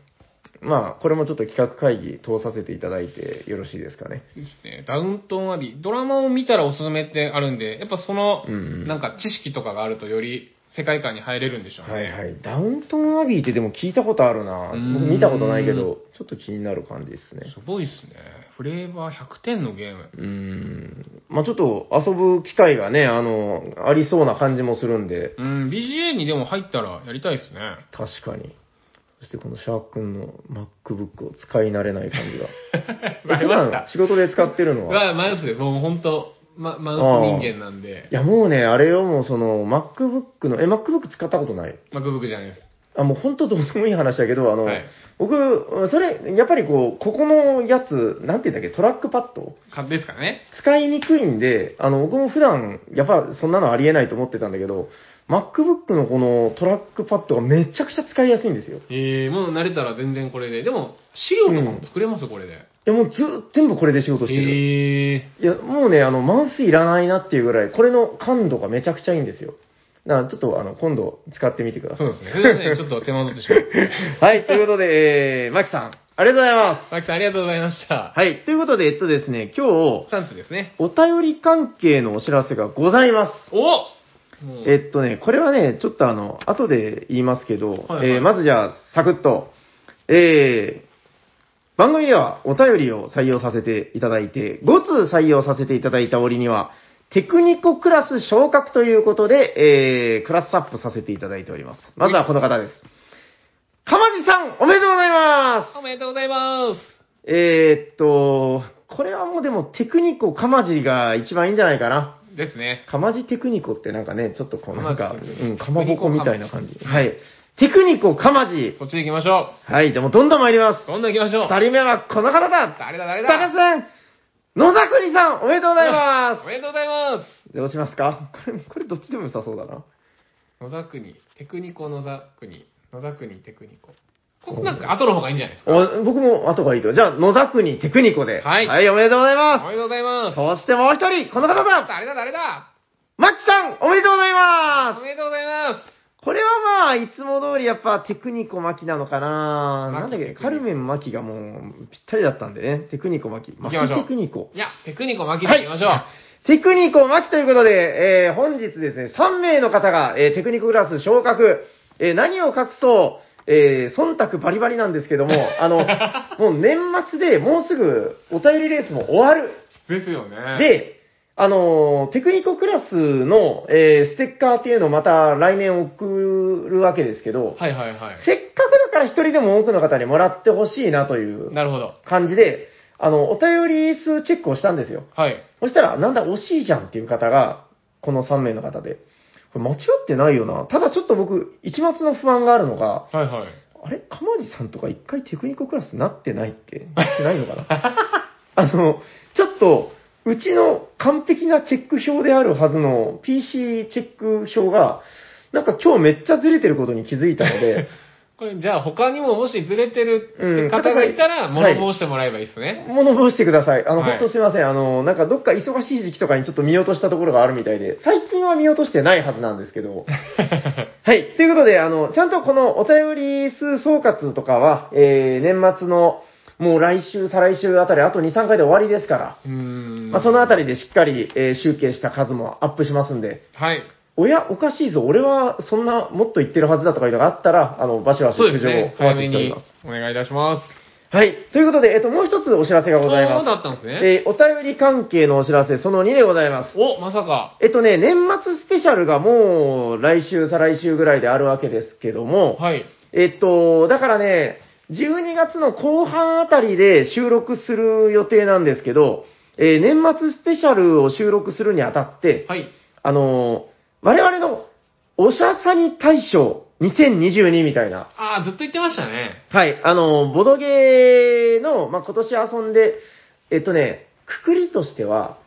Speaker 2: まあこれもちょっと企画会議通させていただいてよろしいですかね。
Speaker 1: いいですね。ダウントンアビー。ドラマを見たらおすすめってあるんで、やっぱその、
Speaker 2: うんうん
Speaker 1: なんか知識とかがあるとより世界観に入れるんでしょうね。
Speaker 2: はいはい。ダウントンアビーってでも聞いたことあるな。
Speaker 1: うーん
Speaker 2: 僕見たことないけど、ちょっと気になる感じですね。
Speaker 1: すごいっすね。フレーバー100点のゲーム。
Speaker 2: うーん。まあちょっと遊ぶ機会がね、あの、ありそうな感じもするんで、
Speaker 1: うん、BGA にでも入ったらやりたいですね。
Speaker 2: 確かに。そしてこのシャーク君の MacBook を使い慣れない感じが。
Speaker 1: *laughs* わかりまし
Speaker 2: 普段
Speaker 1: た。
Speaker 2: 仕事で使ってるのは。
Speaker 1: まあ、マウスで、もう本当ま、マウス人間なんで
Speaker 2: い、やもうね、あれよ、もうその MacBook の、え、MacBook 使ったことない
Speaker 1: MacBook じゃないです。
Speaker 2: あ、もう本当どうでもいい話だけど、あの、
Speaker 1: はい
Speaker 2: 僕、それ、やっぱりこう、ここのやつ、なんて言うんだっけ、トラックパッド
Speaker 1: かですからね。
Speaker 2: 使いにくいんで、あの、僕も普段、やっぱそんなのありえないと思ってたんだけど、MacBook のこのトラックパッドがめちゃくちゃ使いやすいんですよ。い
Speaker 1: えー、もう慣れたら全然これで。でも、資料とかも作れますよ、これで。
Speaker 2: や、もうずー全部これで仕事してる。
Speaker 1: へえ
Speaker 2: いや、もうね、あの、マウスいらないなっていうぐらい、これの感度がめちゃくちゃいいんですよ。だからちょっと、あの、今度使ってみてくだ
Speaker 1: ー。
Speaker 2: さ
Speaker 1: そ
Speaker 2: い。
Speaker 1: うですね。すいま
Speaker 2: *laughs*
Speaker 1: せん、ちょっと手間取ってしまう。
Speaker 2: はい、ということで、えー、マキさん、ありがとうございます。
Speaker 1: マキさん、ありがとうございました。
Speaker 2: はい。ということで、えっとですね、今日、
Speaker 1: サンツですね。
Speaker 2: お便り関係のお知らせがございます。
Speaker 1: おもう
Speaker 2: えっとね、これはね、ちょっとあの、後で言いますけど、
Speaker 1: はいはい
Speaker 2: えーまずじゃあ、サクッと、えー、番組ではお便りを採用させていただいて、5通採用させていただいた折には、テクニコクラス昇格ということで、えー、クラスアップさせていただいております。まずはこの方です。かまじさん、おめでとうございます
Speaker 1: おめでとうございます。
Speaker 2: えーっと、これはもうでもテクニコかまじが一番いいんじゃないかな。
Speaker 1: ですね。
Speaker 2: かまじテクニコってなんかね、ちょっとこうなんか、
Speaker 1: かまじ
Speaker 2: うん、かまぼこみたいな感じ。はい。テクニコかまじ。
Speaker 1: こっち行きましょ
Speaker 2: はい、じゃあもうどんどん参ります
Speaker 1: う。。どんどん行きましょう。
Speaker 2: 二人目はこの方だ
Speaker 1: 誰だ、誰
Speaker 2: 高
Speaker 1: だ
Speaker 2: 橋さん野田国
Speaker 1: *laughs*
Speaker 2: さんおめでとうございま
Speaker 1: おめでとうございます。
Speaker 2: すどうしますかこれ、これどっちでも良さそうだな。
Speaker 1: 野田国、テクニコ野田国、野田国テクニコ。ここなんか後の方がいいんじゃないですか。
Speaker 2: お僕も後がいいと。じゃあ、野田国テクニコで。
Speaker 1: はい
Speaker 2: はい、おめでとうござい
Speaker 1: お
Speaker 2: ま。
Speaker 1: めでとうございますす。
Speaker 2: そしてもう一人、この方々、
Speaker 1: 誰だ誰だ
Speaker 2: マッチさん、おめでとうございま
Speaker 1: おめでとうございます。
Speaker 2: す。これはまあ、いつも通りやっぱテクニコマキなのか
Speaker 1: マ
Speaker 2: な
Speaker 1: キ
Speaker 2: なんだっ
Speaker 1: テ
Speaker 2: け、
Speaker 1: クニコ
Speaker 2: カルメンマキがもうぴったりだったんでね、テクニコマキ。
Speaker 1: 行
Speaker 2: マ
Speaker 1: き
Speaker 2: キ
Speaker 1: ましょう
Speaker 2: テクニコ。
Speaker 1: いや、テクニコ巻きでいきましょう。
Speaker 2: テクニコマキということで、えー本日ですね、3名の方が、えーテクニコクラス昇格、えー何を隠そう、えー忖度バリバリなんです
Speaker 1: *laughs*
Speaker 2: けども、あの、もう年末でもうすぐお便りレースも終わる。
Speaker 1: ですよね。、
Speaker 2: で、あのーテクニコクラスの、えーステッカーっていうのをまた来年送るわけですけど、
Speaker 1: はいはいはい。
Speaker 2: せっかくだから一人でも多くの方にもらってほしいなという
Speaker 1: なるほど。
Speaker 2: 感じで、あの、お便り数チェックをしたんですよ。
Speaker 1: はい。
Speaker 2: そしたら、なんだ惜しいじゃんっていう方が、この3名の方で。これ間違ってないよな。ただちょっと僕、一末の不安があるのが、
Speaker 1: はいはい。
Speaker 2: あれ鎌地さんとか一回テクニコクラスなってないって、なってないのか
Speaker 1: *laughs*
Speaker 2: なあの、ちょっと、うちの完璧なチェック表であるはずの PC チェック表が、なんか今日めっちゃずれてることに気づいたので、
Speaker 1: これ、じゃあ他にももしずれて
Speaker 2: う
Speaker 1: る
Speaker 2: ん
Speaker 1: 方がいたら、
Speaker 2: はい
Speaker 1: 物申してもらえばいいですね。
Speaker 2: 物申してください。あの、
Speaker 1: はい
Speaker 2: 本当すいません。あの、なんかどっか忙しい時期とかにちょっと見落としたところがあるみたいで、最近は見落としてないはずなんですけ
Speaker 1: *laughs*
Speaker 2: ど。はい。ということで、あの、ちゃんとこのお便り数総括とかは、えー、年末の、もう来週、再来週あたり、あと2、3回で終わりですから、
Speaker 1: うーん。
Speaker 2: まあ、そのあ
Speaker 1: り。
Speaker 2: たりでしっかり、えー集計した数もアップしますんで、
Speaker 1: はい。
Speaker 2: おや、おかしいぞ、俺はそんなもっと言ってるはずだとかいうのがあったら、あの、バシバシ
Speaker 1: そうで
Speaker 2: 苦
Speaker 1: す
Speaker 2: 情
Speaker 1: ね
Speaker 2: を。お
Speaker 1: 早
Speaker 2: 待
Speaker 1: め
Speaker 2: ちしており
Speaker 1: に
Speaker 2: ます。
Speaker 1: お願いいたします。
Speaker 2: はい。ということで、えっと、もう一つお知らせがござい
Speaker 1: そうだ
Speaker 2: ま
Speaker 1: ったんです
Speaker 2: す。
Speaker 1: ね。
Speaker 2: えーお便り関係のお知らせ、その2でございます。
Speaker 1: お、まさか。
Speaker 2: えっとね、年末スペシャルがもう来週、再来週ぐらいであるわけですけども、
Speaker 1: はい。
Speaker 2: えっと、だからね、12月の後半あたりで収録する予定なんですけど、えー年末スペシャルを収録するにあたって、
Speaker 1: はい。
Speaker 2: あのー我々のおしゃさに大賞2022みたいな、
Speaker 1: ああ、ずっと言ってましたね。
Speaker 2: はい、あのーボドゲーの、まあ、今年遊んで、えっとね、くくりとしては、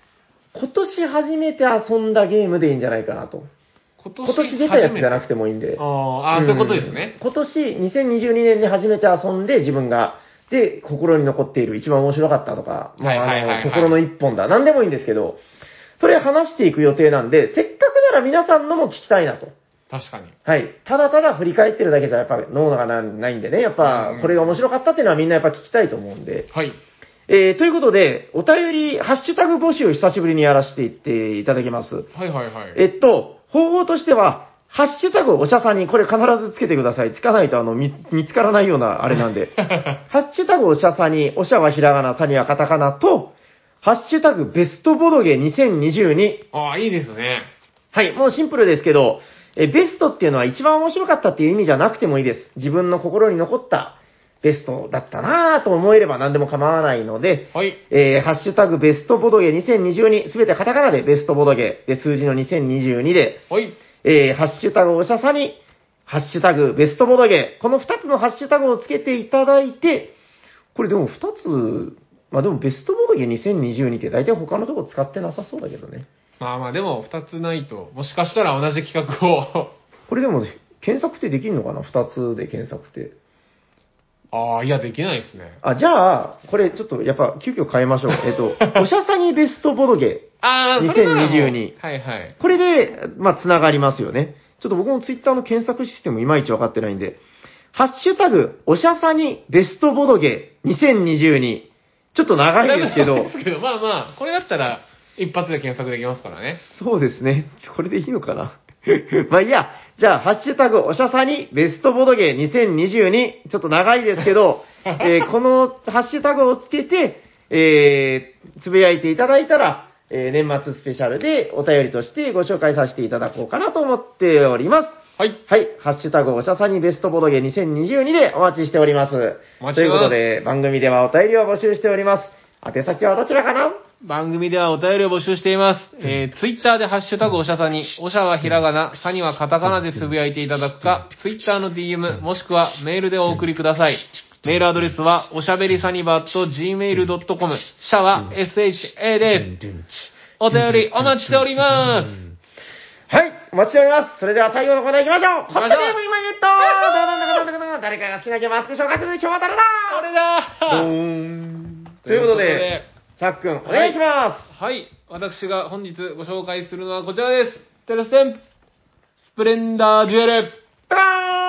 Speaker 2: 今年初めて遊んだゲームでいいんじゃないかなと。
Speaker 1: 今年
Speaker 2: 今年出たやつじゃ
Speaker 1: な
Speaker 2: なくてもいいんで。
Speaker 1: あーあー、そういうことですね。
Speaker 2: うん。今年、2022年に初めて遊んで、自分が。で、心に残っている、一番面白かったとか、ま
Speaker 1: はいはいはい
Speaker 2: あ、
Speaker 1: は
Speaker 2: あ
Speaker 1: い
Speaker 2: の、心の一本だ。何でもいいんですけど、それ話していく予定なんで、せっかくなら皆さんのも聞きたいなと。
Speaker 1: 確かに。
Speaker 2: はい。ただただ振り返ってるだけじゃ、やっぱ脳がなないんでね、やっ
Speaker 1: うんう
Speaker 2: ぱ
Speaker 1: ん、
Speaker 2: これが面白かったっていうのはみんなやっぱ聞きたいと思うんで。
Speaker 1: はい。
Speaker 2: えー、ということで、お便り、ハッシュタグ募集久しぶりにやらせていっていただきます。
Speaker 1: はいはいはい。 *laughs*
Speaker 2: えっと、方法としては、ハッシュタグおしゃさんに、これ必ずつけてください。つかないと、あの、見、見つからないような、あ
Speaker 1: *laughs*
Speaker 2: れなんで。ハッシュタグおしゃさんに、おしゃはひらがな、さにはカタカナと、ハッシュタグベストボドゲ2022。
Speaker 1: ああ、いいですね。
Speaker 2: はい、もうシンプルですけど、え、ベストっていうのは一番面白かったっていう意味じゃなくてもいいです。自分の心に残ったベストだったなぁと思えれば何でも構わないので、
Speaker 1: はい。
Speaker 2: えーハッシュタグベストボドゲ2022、すべてカタカナでベストボドゲ、で、数字の2022で、
Speaker 1: はい。
Speaker 2: えーハッシュタグおしゃさに、ハッシュタグベストボドゲ、この二つのハッシュタグをつけていただいて、これでも二つ、まあでもベストボドゲ2022って大体他のとこ使ってなさそうだけどね。
Speaker 1: まあまあ、でも、二つないと、もしかしたら同じ企画を。 *laughs*
Speaker 2: これでも検索ってできるのかな二つで検索って。
Speaker 1: ああ、いや、できないですね。
Speaker 2: あ、じゃあ、これちょっとやっぱ急遽変えましょう。えっと、おしゃさにベストボドゲ。
Speaker 1: ああ、それならもう
Speaker 2: 2022
Speaker 1: はいはい。
Speaker 2: これで、まあ、つながりますよね。ちょっと僕もツイッターの検索システムいまいちわかってないんで、ハッシュタグ、おしゃさにベストボドゲ2022。ちょっと長いですけ
Speaker 1: な
Speaker 2: ど
Speaker 1: ん、ですけ *laughs* ど、まあまあ、これだったら、一発で検索できますからね。
Speaker 2: そうですね。これでいいのかな *laughs* まあいいや。じゃあ、ハッシュタグ、おしゃさにベストボドゲ2022。ちょっと長いですけど、
Speaker 1: *laughs*
Speaker 2: えーこのハッシュタグをつけて、えーつぶやいていただいたら、えー年末スペシャルでお便りとしてご紹介させていただこうかなと思っております。
Speaker 1: はい。
Speaker 2: はい。ハッシュタグ、おしゃさにベストボドゲ2022でお待ちしております。
Speaker 1: お待ちしてま
Speaker 2: と
Speaker 1: す
Speaker 2: いうことで、番組ではお便りを募集しております。宛先はどちらかな
Speaker 1: 番組ではお便りを募集しています。えー、ツイッターでハッシュタグおしゃさに、おしゃはひらがな、さにはカタカナでつぶやいていただくか、ツイッターの DM、もしくはメールでお送りください。メールアドレスは、おしゃべりさにばっと gmail.com、シャワ sha です。お便りお待ちしております。
Speaker 2: はい。お待ちしております。それでは最後のコーナー行きましょう
Speaker 1: 行き
Speaker 2: ホッ
Speaker 1: ましょ
Speaker 2: ト
Speaker 1: う
Speaker 2: ゲーム今ネットダダダダダダダダ誰かが好きなゲームを熱く紹介する今日は誰だ
Speaker 1: 俺だ
Speaker 2: ドーンということで、さっくん、お願いします。
Speaker 1: はい、私が本日ご紹介するのはこちらです。テレステン、スプレンダーデュエル。
Speaker 2: ドーン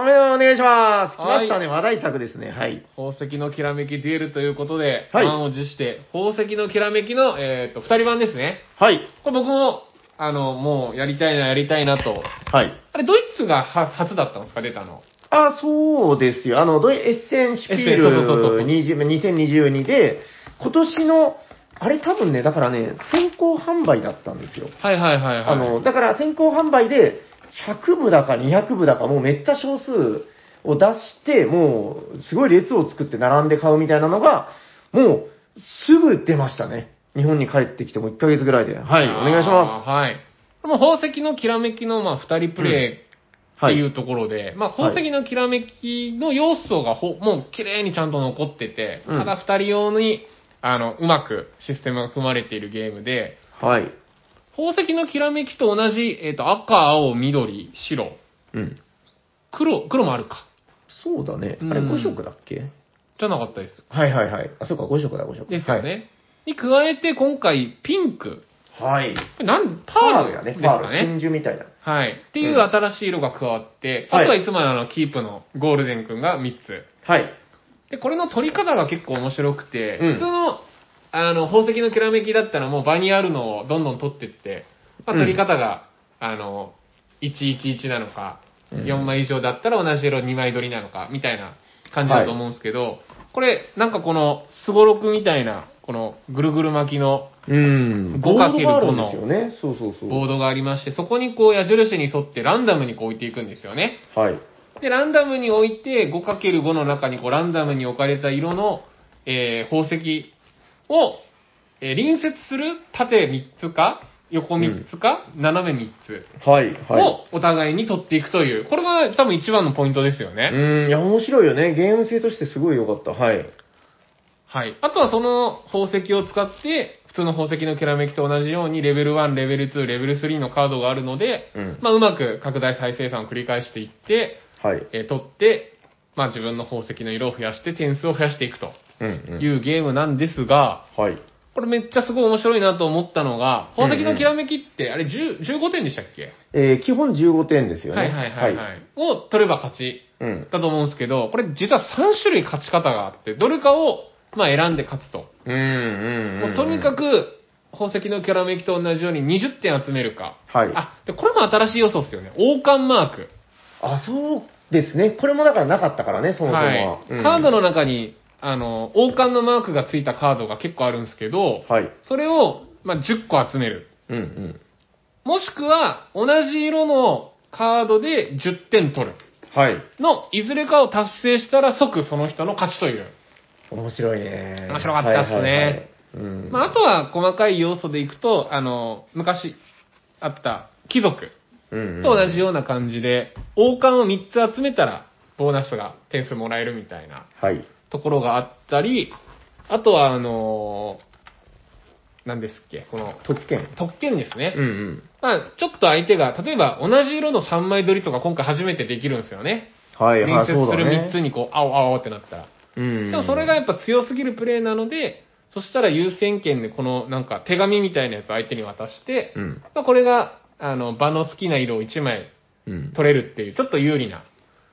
Speaker 2: おめでとうお願いします。来ま
Speaker 1: はい
Speaker 2: したね、話題作ですね。はい。
Speaker 1: 宝石のきらめきデュエルということで、
Speaker 2: はい
Speaker 1: 満を持して、宝石のきらめきの、えっと、二人版ですね。
Speaker 2: はい。
Speaker 1: これ僕も、あの、もうやりたいな、やりたいなと。
Speaker 2: はい。
Speaker 1: あれ、ドイツがは初だったんですか、出たの。
Speaker 2: あ、そうですよ。あの、ドイエッセンシピー
Speaker 1: エッセンそうそうそうそう
Speaker 2: ル20 2022で、今年の、あれ多分ね、だからね、先行販売だったんですよ。
Speaker 1: はいはいはいはい。。
Speaker 2: あの、だから先行販売で、100部だか200部だか、もうめっちゃ少数を出して、もう、すごい列を作って並んで買うみたいなのが、もう、すぐ出ましたね。日本に帰ってきても1ヶ月ぐらいで。はい、お願いします
Speaker 1: はい。もう宝石のきらめきの、まあ、二人プレイっ
Speaker 2: す。は
Speaker 1: てい
Speaker 2: い。
Speaker 1: うところで、まあ、宝石のきらめきの要素がほ、もう綺麗にちゃんと残ってて、
Speaker 2: うん
Speaker 1: ただ二人用に、あの、うまくシステムが組まれているゲームで、
Speaker 2: はい。
Speaker 1: 宝石のきらめきと同じ、えっ、と、赤、青、緑、白、
Speaker 2: うん。
Speaker 1: 黒、黒もあるか。
Speaker 2: そうだね。あ
Speaker 1: うん
Speaker 2: れ5色だっけ、
Speaker 1: じゃなかったです。
Speaker 2: はいはいはい。あ、そうか、5色だ、5色。
Speaker 1: ですよね。に加えて、今回、ピンク。
Speaker 2: はい。はい。
Speaker 1: なん、パ
Speaker 2: パ
Speaker 1: ー
Speaker 2: ー
Speaker 1: ル
Speaker 2: ルだね、
Speaker 1: です
Speaker 2: パー
Speaker 1: か
Speaker 2: ル。
Speaker 1: ね。
Speaker 2: 真珠みたいな。
Speaker 1: はい。っていう新しい色が加わって、
Speaker 2: うん
Speaker 1: あとは
Speaker 2: はい
Speaker 1: いつものあの、キープのゴールデン君が3つ。
Speaker 2: はい。
Speaker 1: で、これの取り方が結構面白くて、
Speaker 2: うん
Speaker 1: 普通の、あの、宝石のきらめきだったらもう場にあるのをどんどん取ってって、まあ、
Speaker 2: うん
Speaker 1: 取り方が、あの、111なのか、
Speaker 2: うん
Speaker 1: 4枚以上だったら同じ色2枚取りなのか、みたいな感じだと思うんですけど、これ、なんかこの、すごろくみたいな、この、ぐるぐる巻きの
Speaker 2: うん。
Speaker 1: 5かける
Speaker 2: ボ
Speaker 1: 5の
Speaker 2: ードがあるんですよね。そうそうそう。
Speaker 1: ボードがありまして、そこにこう矢印に沿ってランダムにこう置いていくんですよね。
Speaker 2: はい。
Speaker 1: で、ランダムに置いて、5×5 の中にこうランダムに置かれた色の、えー宝石を、えー隣接する縦3つか、横3つか、斜め3つ
Speaker 2: はい。はい。
Speaker 1: をお互いに取っていくという、これが多分一番のポイントですよね。
Speaker 2: うん、いや、面白いよね。ゲーム性としてすごい良かった。はい。
Speaker 1: はい。あとはその宝石を使って、普通の宝石のきらめきと同じように、レベル1、レベル2、レベル3のカードがあるので、
Speaker 2: うん
Speaker 1: まあ、うまく拡大再生産を繰り返していって、
Speaker 2: はい。
Speaker 1: えー取って、まあ、自分の宝石の色を増やして、点数を増やしていくと
Speaker 2: うん、。
Speaker 1: いううゲームなんですが、
Speaker 2: はい。
Speaker 1: これめっちゃすごい面白いなと思ったのが、宝石のきらめきって、あれ10 15点でしたっけ、
Speaker 2: えー基本15点ですよね。
Speaker 1: はいはいはいはい。を取れば勝ち
Speaker 2: うん。
Speaker 1: だと思うんですけど、これ実は3種類勝ち方があって、どれかを、まあ、選んで勝つと。
Speaker 2: うん、うん、
Speaker 1: もうとにか
Speaker 2: く。
Speaker 1: く、宝石のきらめきと同じように20点集めるか。
Speaker 2: はい。あ、
Speaker 1: あ、で、これも新しい要素ですよね。王冠マーク。
Speaker 2: そうですね。これもだからなかったからね、そもそもは。
Speaker 1: はい
Speaker 2: うん
Speaker 1: カードの中に、あの、王冠のマークがついたカードが結構あるんですけど、
Speaker 2: はい。
Speaker 1: それを、まあ、10個集める。
Speaker 2: うん、うん。
Speaker 1: もしくは、同じ色のカードで10点取る。
Speaker 2: はい。
Speaker 1: の、いずれかを達成したら即その人の勝ちという。
Speaker 2: 面白いね。
Speaker 1: 面白かったっすね
Speaker 2: はいはいはいうん。
Speaker 1: まあ、あとは細かい要素でいくと、あの、昔あった貴族
Speaker 2: うんうん
Speaker 1: と同じような感じで、王冠を3つ集めたら、ボーナスが点数もらえるみたいな
Speaker 2: はい。
Speaker 1: ところがあったり、あとは、あのー、何ですっけ、この、
Speaker 2: 特権。
Speaker 1: 特権ですね。
Speaker 2: うん、うん。
Speaker 1: まあ、ちょっと相手が、例えば同じ色の3枚取りとか今回初めてできるんですよね。
Speaker 2: はい、
Speaker 1: 隣
Speaker 2: はい、
Speaker 1: 接
Speaker 2: そうだ
Speaker 1: する
Speaker 2: ね。
Speaker 1: 3つにこう、青青ってなったら。
Speaker 2: うんうんうん。
Speaker 1: でもそれがやっぱ強すぎるプレイなので、そしたら優先権でこのなんか手紙みたいなやつを相手に渡して、
Speaker 2: うん。
Speaker 1: まあ、これが、あの、場の好きな色を1枚
Speaker 2: うん。
Speaker 1: 取れるっていう、ちょっと有利な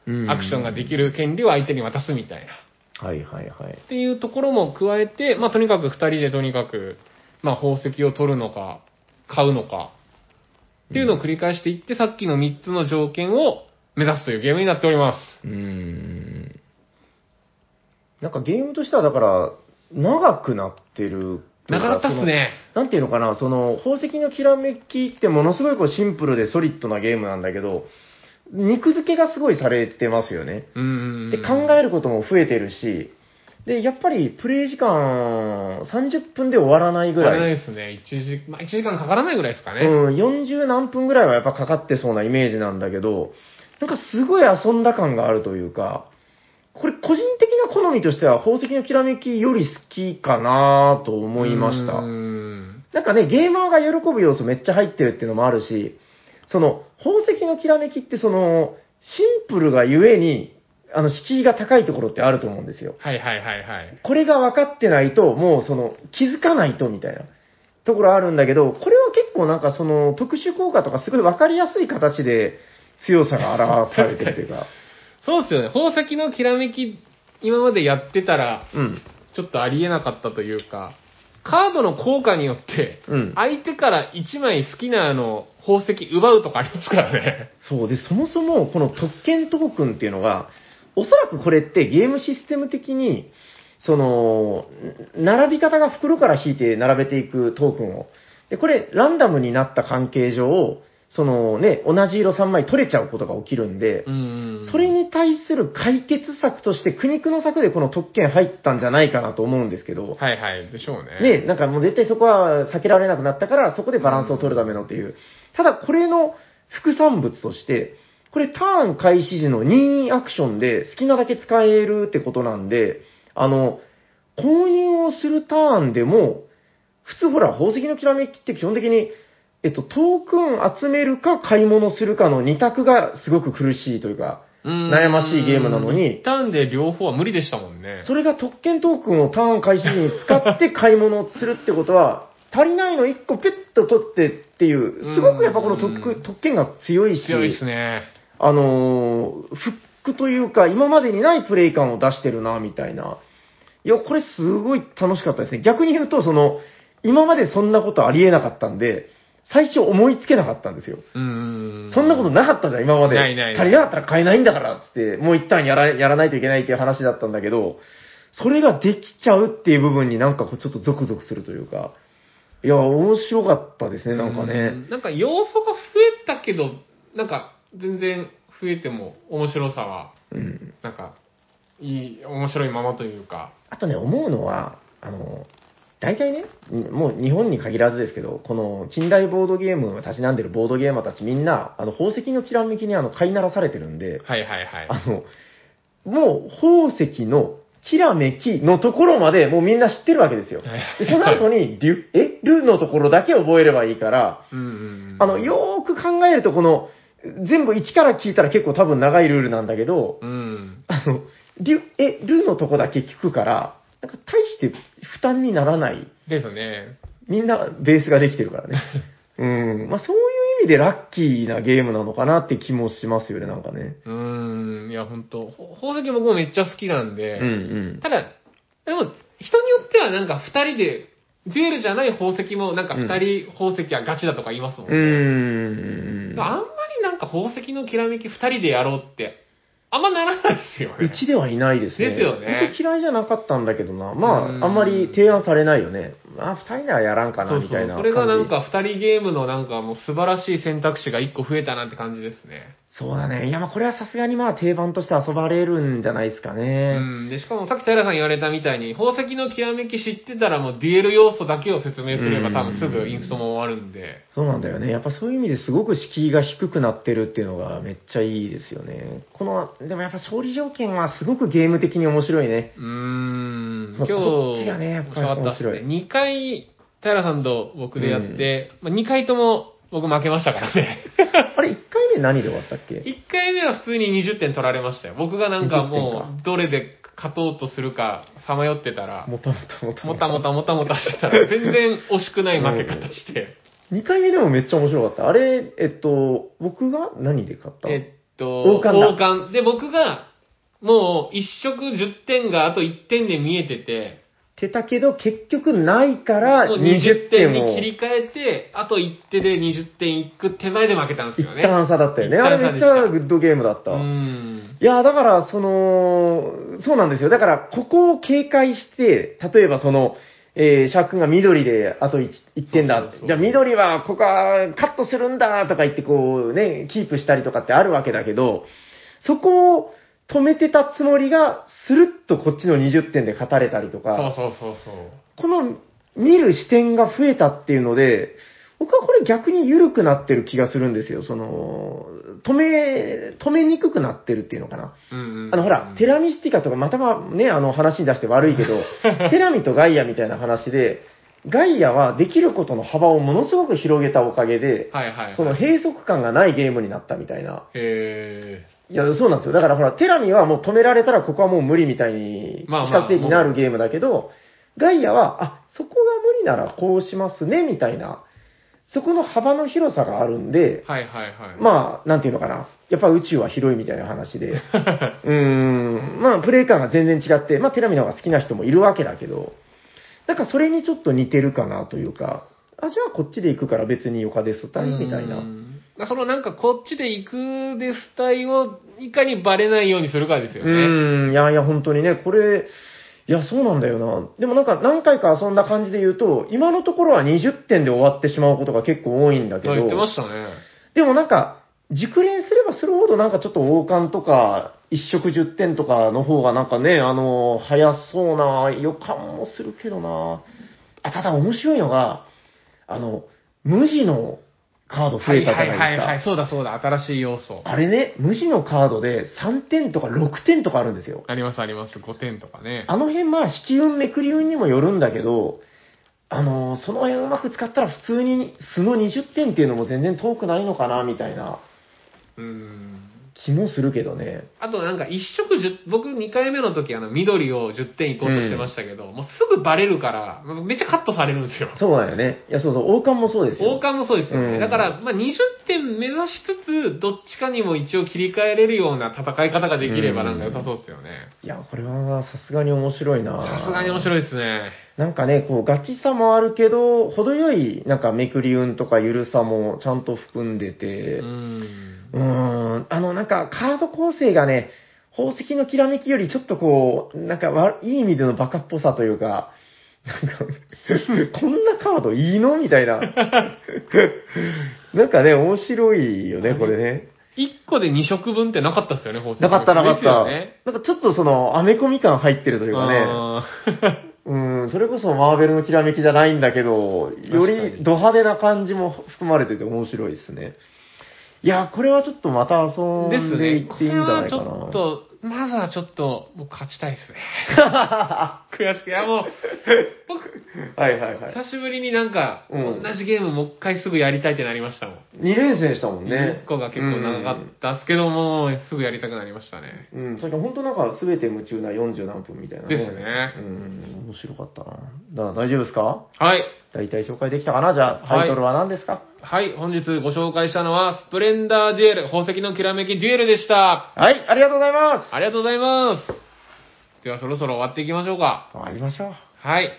Speaker 2: うん。
Speaker 1: アクションができる権利を相手に渡すみたいな。
Speaker 2: はい、はい、はい。
Speaker 1: っていうところも加えて、まあ、とにかく2人でとにかく、まあ、宝石を取るのか、買うのか、っていうのを繰り返していって、さっきの3つの条件を目指すというゲームになっております。
Speaker 2: うーんなんかゲームとしてはだから、長くなってる。
Speaker 1: 長かったっすね。
Speaker 2: その。なんていうのかな、その、宝石のきらめきってものすごいこうシンプルでソリッドなゲームなんだけど、肉付けがすごいされてますよね。
Speaker 1: うん。
Speaker 2: で、考えることも増えてるし、で、やっぱりプレイ時間30分で終わらないぐ
Speaker 1: ぐらい。
Speaker 2: らい。
Speaker 1: ですね。1時、まあ、1時間かからないぐらいですかね。
Speaker 2: うん、40何分ぐらいはやっぱかかってそうなイメージなんだけど、なんかすごい遊んだ感があるというか、これ個人的な好みとしては宝石のきらめきより好きかなと思いました
Speaker 1: う。ん
Speaker 2: なんかね、ゲーマーが喜ぶ要素めっちゃ入ってるっていうのもあるし、その、宝石のきらめきって、その、シンプルがゆえに、あの、敷居が高いところってあると思うんですよ。
Speaker 1: はいはいはいはい。
Speaker 2: これが分かってないと、もうその、気づかないとみたいなところあるんだけど、これは結構なんかその、特殊効果とかすごい分かりやすい形で強さが表されてるというか、
Speaker 1: そうっすよね。宝石のきらめき、今までやってたら、
Speaker 2: うん。
Speaker 1: ちょっとありえなかったというか、カードの効果によって、
Speaker 2: うん
Speaker 1: 相手から1枚好きなあの宝石奪うとかありますからね。
Speaker 2: そうで、そもそもこの特権トークンっていうのが、おそらくこれってゲームシステム的に、その、ん並び方が袋から引いて並べていくトークンを。で、これ、ランダムになった関係上、そのね、同じ色3枚取れちゃうことが起きるんで、
Speaker 1: うん
Speaker 2: それに対する解決策として苦肉の策でこの特権入ったんじゃないかなと思うんですけど、
Speaker 1: はいはい。でしょうね。
Speaker 2: ね、なんかもう絶対そこは避けられなくなったから、そこでバランスを取るためのっていう。ただ、これの副産物として、これターン開始時の任意アクションで好きなだけ使えるってことなんで、あの、購入をするターンでも、普通ほら、宝石のきらめきって基本的に、えっと、トークン集めるか買い物するかの二択がすごく苦しいというか、
Speaker 1: うん
Speaker 2: 悩ましいゲームなのに
Speaker 1: 一旦で両方は無理でしたもんね。
Speaker 2: それが特権トークンをターン開始時に使って買い物をするってことは、足りないの1個ピュッと取ってっていう、すごくやっぱこの
Speaker 1: う
Speaker 2: 特
Speaker 1: ん
Speaker 2: 特権が強いし、
Speaker 1: 強いですね。
Speaker 2: あのーフックというか、今までにないプレイ感を出してるな、みたいな。いや、これすごい楽しかったですね。逆に言うと、その、今までそんなことありえなかったんで、最初思いつけなかったんですよ。
Speaker 1: うん。
Speaker 2: そんなことなかったじゃん、今まで。
Speaker 1: ないないない
Speaker 2: 足りなかったら買えないんだから、つって、もう一旦やらやらないといけないっていう話だったんだけど、それができちゃうっていう部分になんかこうちょっとゾクゾクするというか、いや、面白かったですね、なんか
Speaker 1: う
Speaker 2: ね。
Speaker 1: んなんか要素が増えたけど、なんか全然増えても面白さは、
Speaker 2: うん。
Speaker 1: なんか、いい、面白いままというか。
Speaker 2: あとね、思うのは、あの、大体ね、んもう日本に限らずですけど、この近代ボードゲームをたしなんでるボードゲーマーたちみんな、あの、宝石のきらめきにあの、飼いならされてるんで、
Speaker 1: はいはいはい。
Speaker 2: あの、もう宝石のきらめきのところまでもうみんな知ってるわけ
Speaker 1: *laughs*
Speaker 2: ですよ。でその後に、りゅ、え、るのところだけ覚えればいいから、
Speaker 1: うんうんうん
Speaker 2: あの、よーく考えるとこの、全部1から聞いたら結構多分長いルールなんだけど、
Speaker 1: うん。
Speaker 2: あの、りゅ、え、るのとこだけ聞くから、なんか大して負担にならない。
Speaker 1: ですね。
Speaker 2: みんなベースができてるからね。うん。まあそういう意味でラッキーなゲームなのかなって気もしますよね、なんかね。
Speaker 1: うーん。いや、本当ほ宝石僕もめっちゃ好きなん
Speaker 2: う
Speaker 1: で、
Speaker 2: んうん。
Speaker 1: ただ、でも、人によってはなんか二人で、デュエルじゃない宝石もなんか二人宝石はガチだとか言いますもん
Speaker 2: う
Speaker 1: ね。
Speaker 2: ーん。
Speaker 1: あんまりなんか宝石のきらめき二人でやろうって、あんまならないですよね。
Speaker 2: うちではいないですね。
Speaker 1: ですよね
Speaker 2: 僕嫌いじゃなかったんだけどな。ま
Speaker 1: うん
Speaker 2: あ、あんまり提案されないよね。まあ、二人ならやらんか
Speaker 1: そ
Speaker 2: な、
Speaker 1: うそ。
Speaker 2: みたいうな
Speaker 1: そ
Speaker 2: 感
Speaker 1: れ
Speaker 2: じ。
Speaker 1: がなんか二人ゲームのなんかもう素晴らしい選択肢が一個増えたなって感じですね。
Speaker 2: そうだね。いや、まあ、これはさすがにまあ、定番として遊ばれるんじゃないですか
Speaker 1: う
Speaker 2: ね。
Speaker 1: ん。で、しかもさっき平さん言われたみたいに、宝石のきらめき知ってたらもうデュエル要素だけを説明すれば
Speaker 2: うん
Speaker 1: 多分すぐインストも終わるんで。
Speaker 2: そうなんだよね。やっぱそういう意味ですごく敷居が低くなってるっていうのがめっちゃいいですよね。この、でもやっぱ勝利条件はすごくゲーム的に面白い
Speaker 1: *laughs*
Speaker 2: ね。
Speaker 1: うーん。
Speaker 2: ま
Speaker 1: 今
Speaker 2: あ
Speaker 1: 日、
Speaker 2: こっちがねやっ
Speaker 1: 面
Speaker 2: ぱ
Speaker 1: 白
Speaker 2: り
Speaker 1: かったです
Speaker 2: 面
Speaker 1: ね。
Speaker 2: 白い
Speaker 1: 2回、平さんと僕でやって、まあ、2回とも僕負けましたからね。
Speaker 2: あれ、1回目何で終わったっけ
Speaker 1: 1回目は普通に20点取られましたよ。僕がなんか
Speaker 2: 20
Speaker 1: もう、どれで勝とうとするか、さまよってたら、
Speaker 2: もたもたもた
Speaker 1: もたもたもたもたしてたら、全然惜しくない負け方して、
Speaker 2: 2回目でもめっちゃ面白かった。あれ、えっと、僕が何で買ったの
Speaker 1: えっと、
Speaker 2: 王冠だ
Speaker 1: 冠で、僕が、もう、一色10点があと1点で見えてて、
Speaker 2: ってたけど、結局ないから
Speaker 1: もう
Speaker 2: 20
Speaker 1: 20
Speaker 2: 点
Speaker 1: 点
Speaker 2: を
Speaker 1: に切り替えて、あと1手で20点いく手前で負けたんです
Speaker 2: 一
Speaker 1: よね。
Speaker 2: 旦差だったよね。
Speaker 1: 一旦
Speaker 2: あ
Speaker 1: 差
Speaker 2: れめっちゃグッドゲームだった。
Speaker 1: う
Speaker 2: い
Speaker 1: ん。
Speaker 2: や、だから、その、そうなんですよ。だから、ここを警戒して、例えばその、えーシャーク君が緑であと 1, 点だ
Speaker 1: そうそうそう
Speaker 2: じゃあ緑はここはカットするんだとか言ってこうね、キープしたりとかってあるわけだけど、そこを止めてたつもりが、スルッとこっちの20点で勝たれたりと
Speaker 1: そ
Speaker 2: か。
Speaker 1: うそうそうそう。
Speaker 2: この見る視点が増えたっていうので、僕はこれ逆に緩くなってる気がするんですよ。その、止め、止めにくくなってるっていうのかな。
Speaker 1: うんうんうん
Speaker 2: あのほら、テ
Speaker 1: *laughs*
Speaker 2: ラミスティカとかまたはね、あの話に出して悪いけど、テラミとガイアみたいな話で、ガイアはできることの幅をものすごく広げたおかげで、
Speaker 1: はいはい。
Speaker 2: その閉塞感がないゲームになったみたいな。
Speaker 1: へ
Speaker 2: いや、そうなんですよ。だからほら、テラミはもう止められたらここはもう無理みたいに、比
Speaker 1: まあまあ
Speaker 2: 較的なるゲームだけど、ガイアは、あ、そこが無理ならこうしますね、みたいな。そこの幅の広さがあるんで、
Speaker 1: ー。はいはいはい。
Speaker 2: まあ、なんていうのかな。やっぱ宇宙は広いみたいな
Speaker 1: *laughs*
Speaker 2: 話で。うーん。まあ、プレイ感が全然違って、まあ、テラミの方が好きな人もいるわけだけど、なんかそれにちょっと似てるかなというか、あ、じゃあこっちで行くから別によかですたいみたいな
Speaker 1: う。ん。だからそのなんかこっちで行くです隊をいかにバレないようにするかですよ
Speaker 2: う
Speaker 1: ね。
Speaker 2: ーん、いやいや、本当にね、これ、いや、そうなんだよな。でもなんか何回か遊んだ感じで言うと、今のところは20点で終わってしまうことが結構多いんだけ
Speaker 1: あ
Speaker 2: ど、
Speaker 1: 言ってましたね。
Speaker 2: でもなんか、熟練すればするほどなんかちょっと王冠とか、一色10点とかの方がなんかね、あの、早そうな予感もするけどな。あ、ただ面白いのが、あの、無地のカード増えたじゃ
Speaker 1: は
Speaker 2: ない
Speaker 1: い
Speaker 2: です
Speaker 1: はいはい。
Speaker 2: か。
Speaker 1: そうだそうだ。新しい要素。
Speaker 2: あれね、無地のカードで3点とか6点とかあるんですよ。
Speaker 1: ありますあります。5点とかね。
Speaker 2: あの辺まあ引き運めくり運にもよるんだけど、あのーその辺うまく使ったら普通に素の20点っていうのも全然遠くないのかなみたいな
Speaker 1: うん。
Speaker 2: 気もするけどね。
Speaker 1: あとなんか一色十僕2回目の時あの緑を10点いこうとしてましたけど、もうすぐバレるから、めっちゃカットされるんですよ。
Speaker 2: そうだよね。いや、そうそう、王冠もそうですよ。
Speaker 1: 王冠もそうですよね。
Speaker 2: うん
Speaker 1: だから、まあ、20点目指しつつ、どっちかにも一応切り替えれるような戦い方ができればなんか良さそうですよね。
Speaker 2: いや、これはさすがに面白いな
Speaker 1: さすがに面
Speaker 2: い。
Speaker 1: 白いですね。
Speaker 2: なんかね、こう、ガチさもあるけど、程よい、なんかめくり運とかゆるさもちゃんと含んでて、
Speaker 1: うん。
Speaker 2: うーん、あの、なんか、カード構成がね、宝石のきらめきよりちょっとこう、なんかわ、いい意味でのバカっぽさというか、なん
Speaker 1: *laughs*
Speaker 2: か、こんなカードいいのみたいな。 *laughs* なんかね、面白いよね、これね。
Speaker 1: 1個で2色分ってなかったっすよね、宝石
Speaker 2: なかったなかっ
Speaker 1: ですよ
Speaker 2: た。
Speaker 1: ね。
Speaker 2: なんかちょっとその、アメコミ感入ってるというかね。
Speaker 1: あ
Speaker 2: うん、それこそマーベルのきらめきじゃないんだけど、よ
Speaker 1: 確か
Speaker 2: り
Speaker 1: に
Speaker 2: ド派手な感じも含まれてて面白いですね。いや、これはちょっとまた遊
Speaker 1: ー
Speaker 2: ん
Speaker 1: で
Speaker 2: ですい
Speaker 1: ね。
Speaker 2: っ
Speaker 1: こ
Speaker 2: ていいん
Speaker 1: れ
Speaker 2: じゃな
Speaker 1: はいち
Speaker 2: かな。
Speaker 1: ょっと、まずはちょっと、もう勝ちたいですね。 *laughs*
Speaker 2: は
Speaker 1: 悔しくいやもう、僕、
Speaker 2: いはいはい。
Speaker 1: 久しぶりになんか、
Speaker 2: うん
Speaker 1: 同じゲームもう一回すぐやりたいってなりましたもん。
Speaker 2: 2連戦したもんね
Speaker 1: 1。個が結構長かったっすけども、すぐやりたくなりましたね。
Speaker 2: うん。うん、さっき本当なんか全て夢中な40何分みたいなね。
Speaker 1: ですね
Speaker 2: うん、面白かったな。だから大丈夫ですか
Speaker 1: はい。
Speaker 2: 大体紹介できたかなじゃあ、
Speaker 1: はい
Speaker 2: タイトルは何ですか、
Speaker 1: はい、本日ご紹介したのは、スプレンダーデュエル、宝石のきらめきデュエルでした。
Speaker 2: はい、ありがとうございます
Speaker 1: ありがとうございます。ではそろそろ終わっていきましょうか。
Speaker 2: 終わりましょう。
Speaker 1: はい。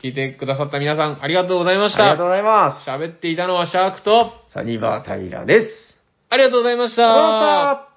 Speaker 1: 聞いてくださった皆さん、ありがとうございまし
Speaker 2: ありがとう
Speaker 1: た。
Speaker 2: ございます。
Speaker 1: 喋っていたのはシャークと、
Speaker 2: サニバータイラです。
Speaker 1: ありがとうございました。
Speaker 2: ありがとうございました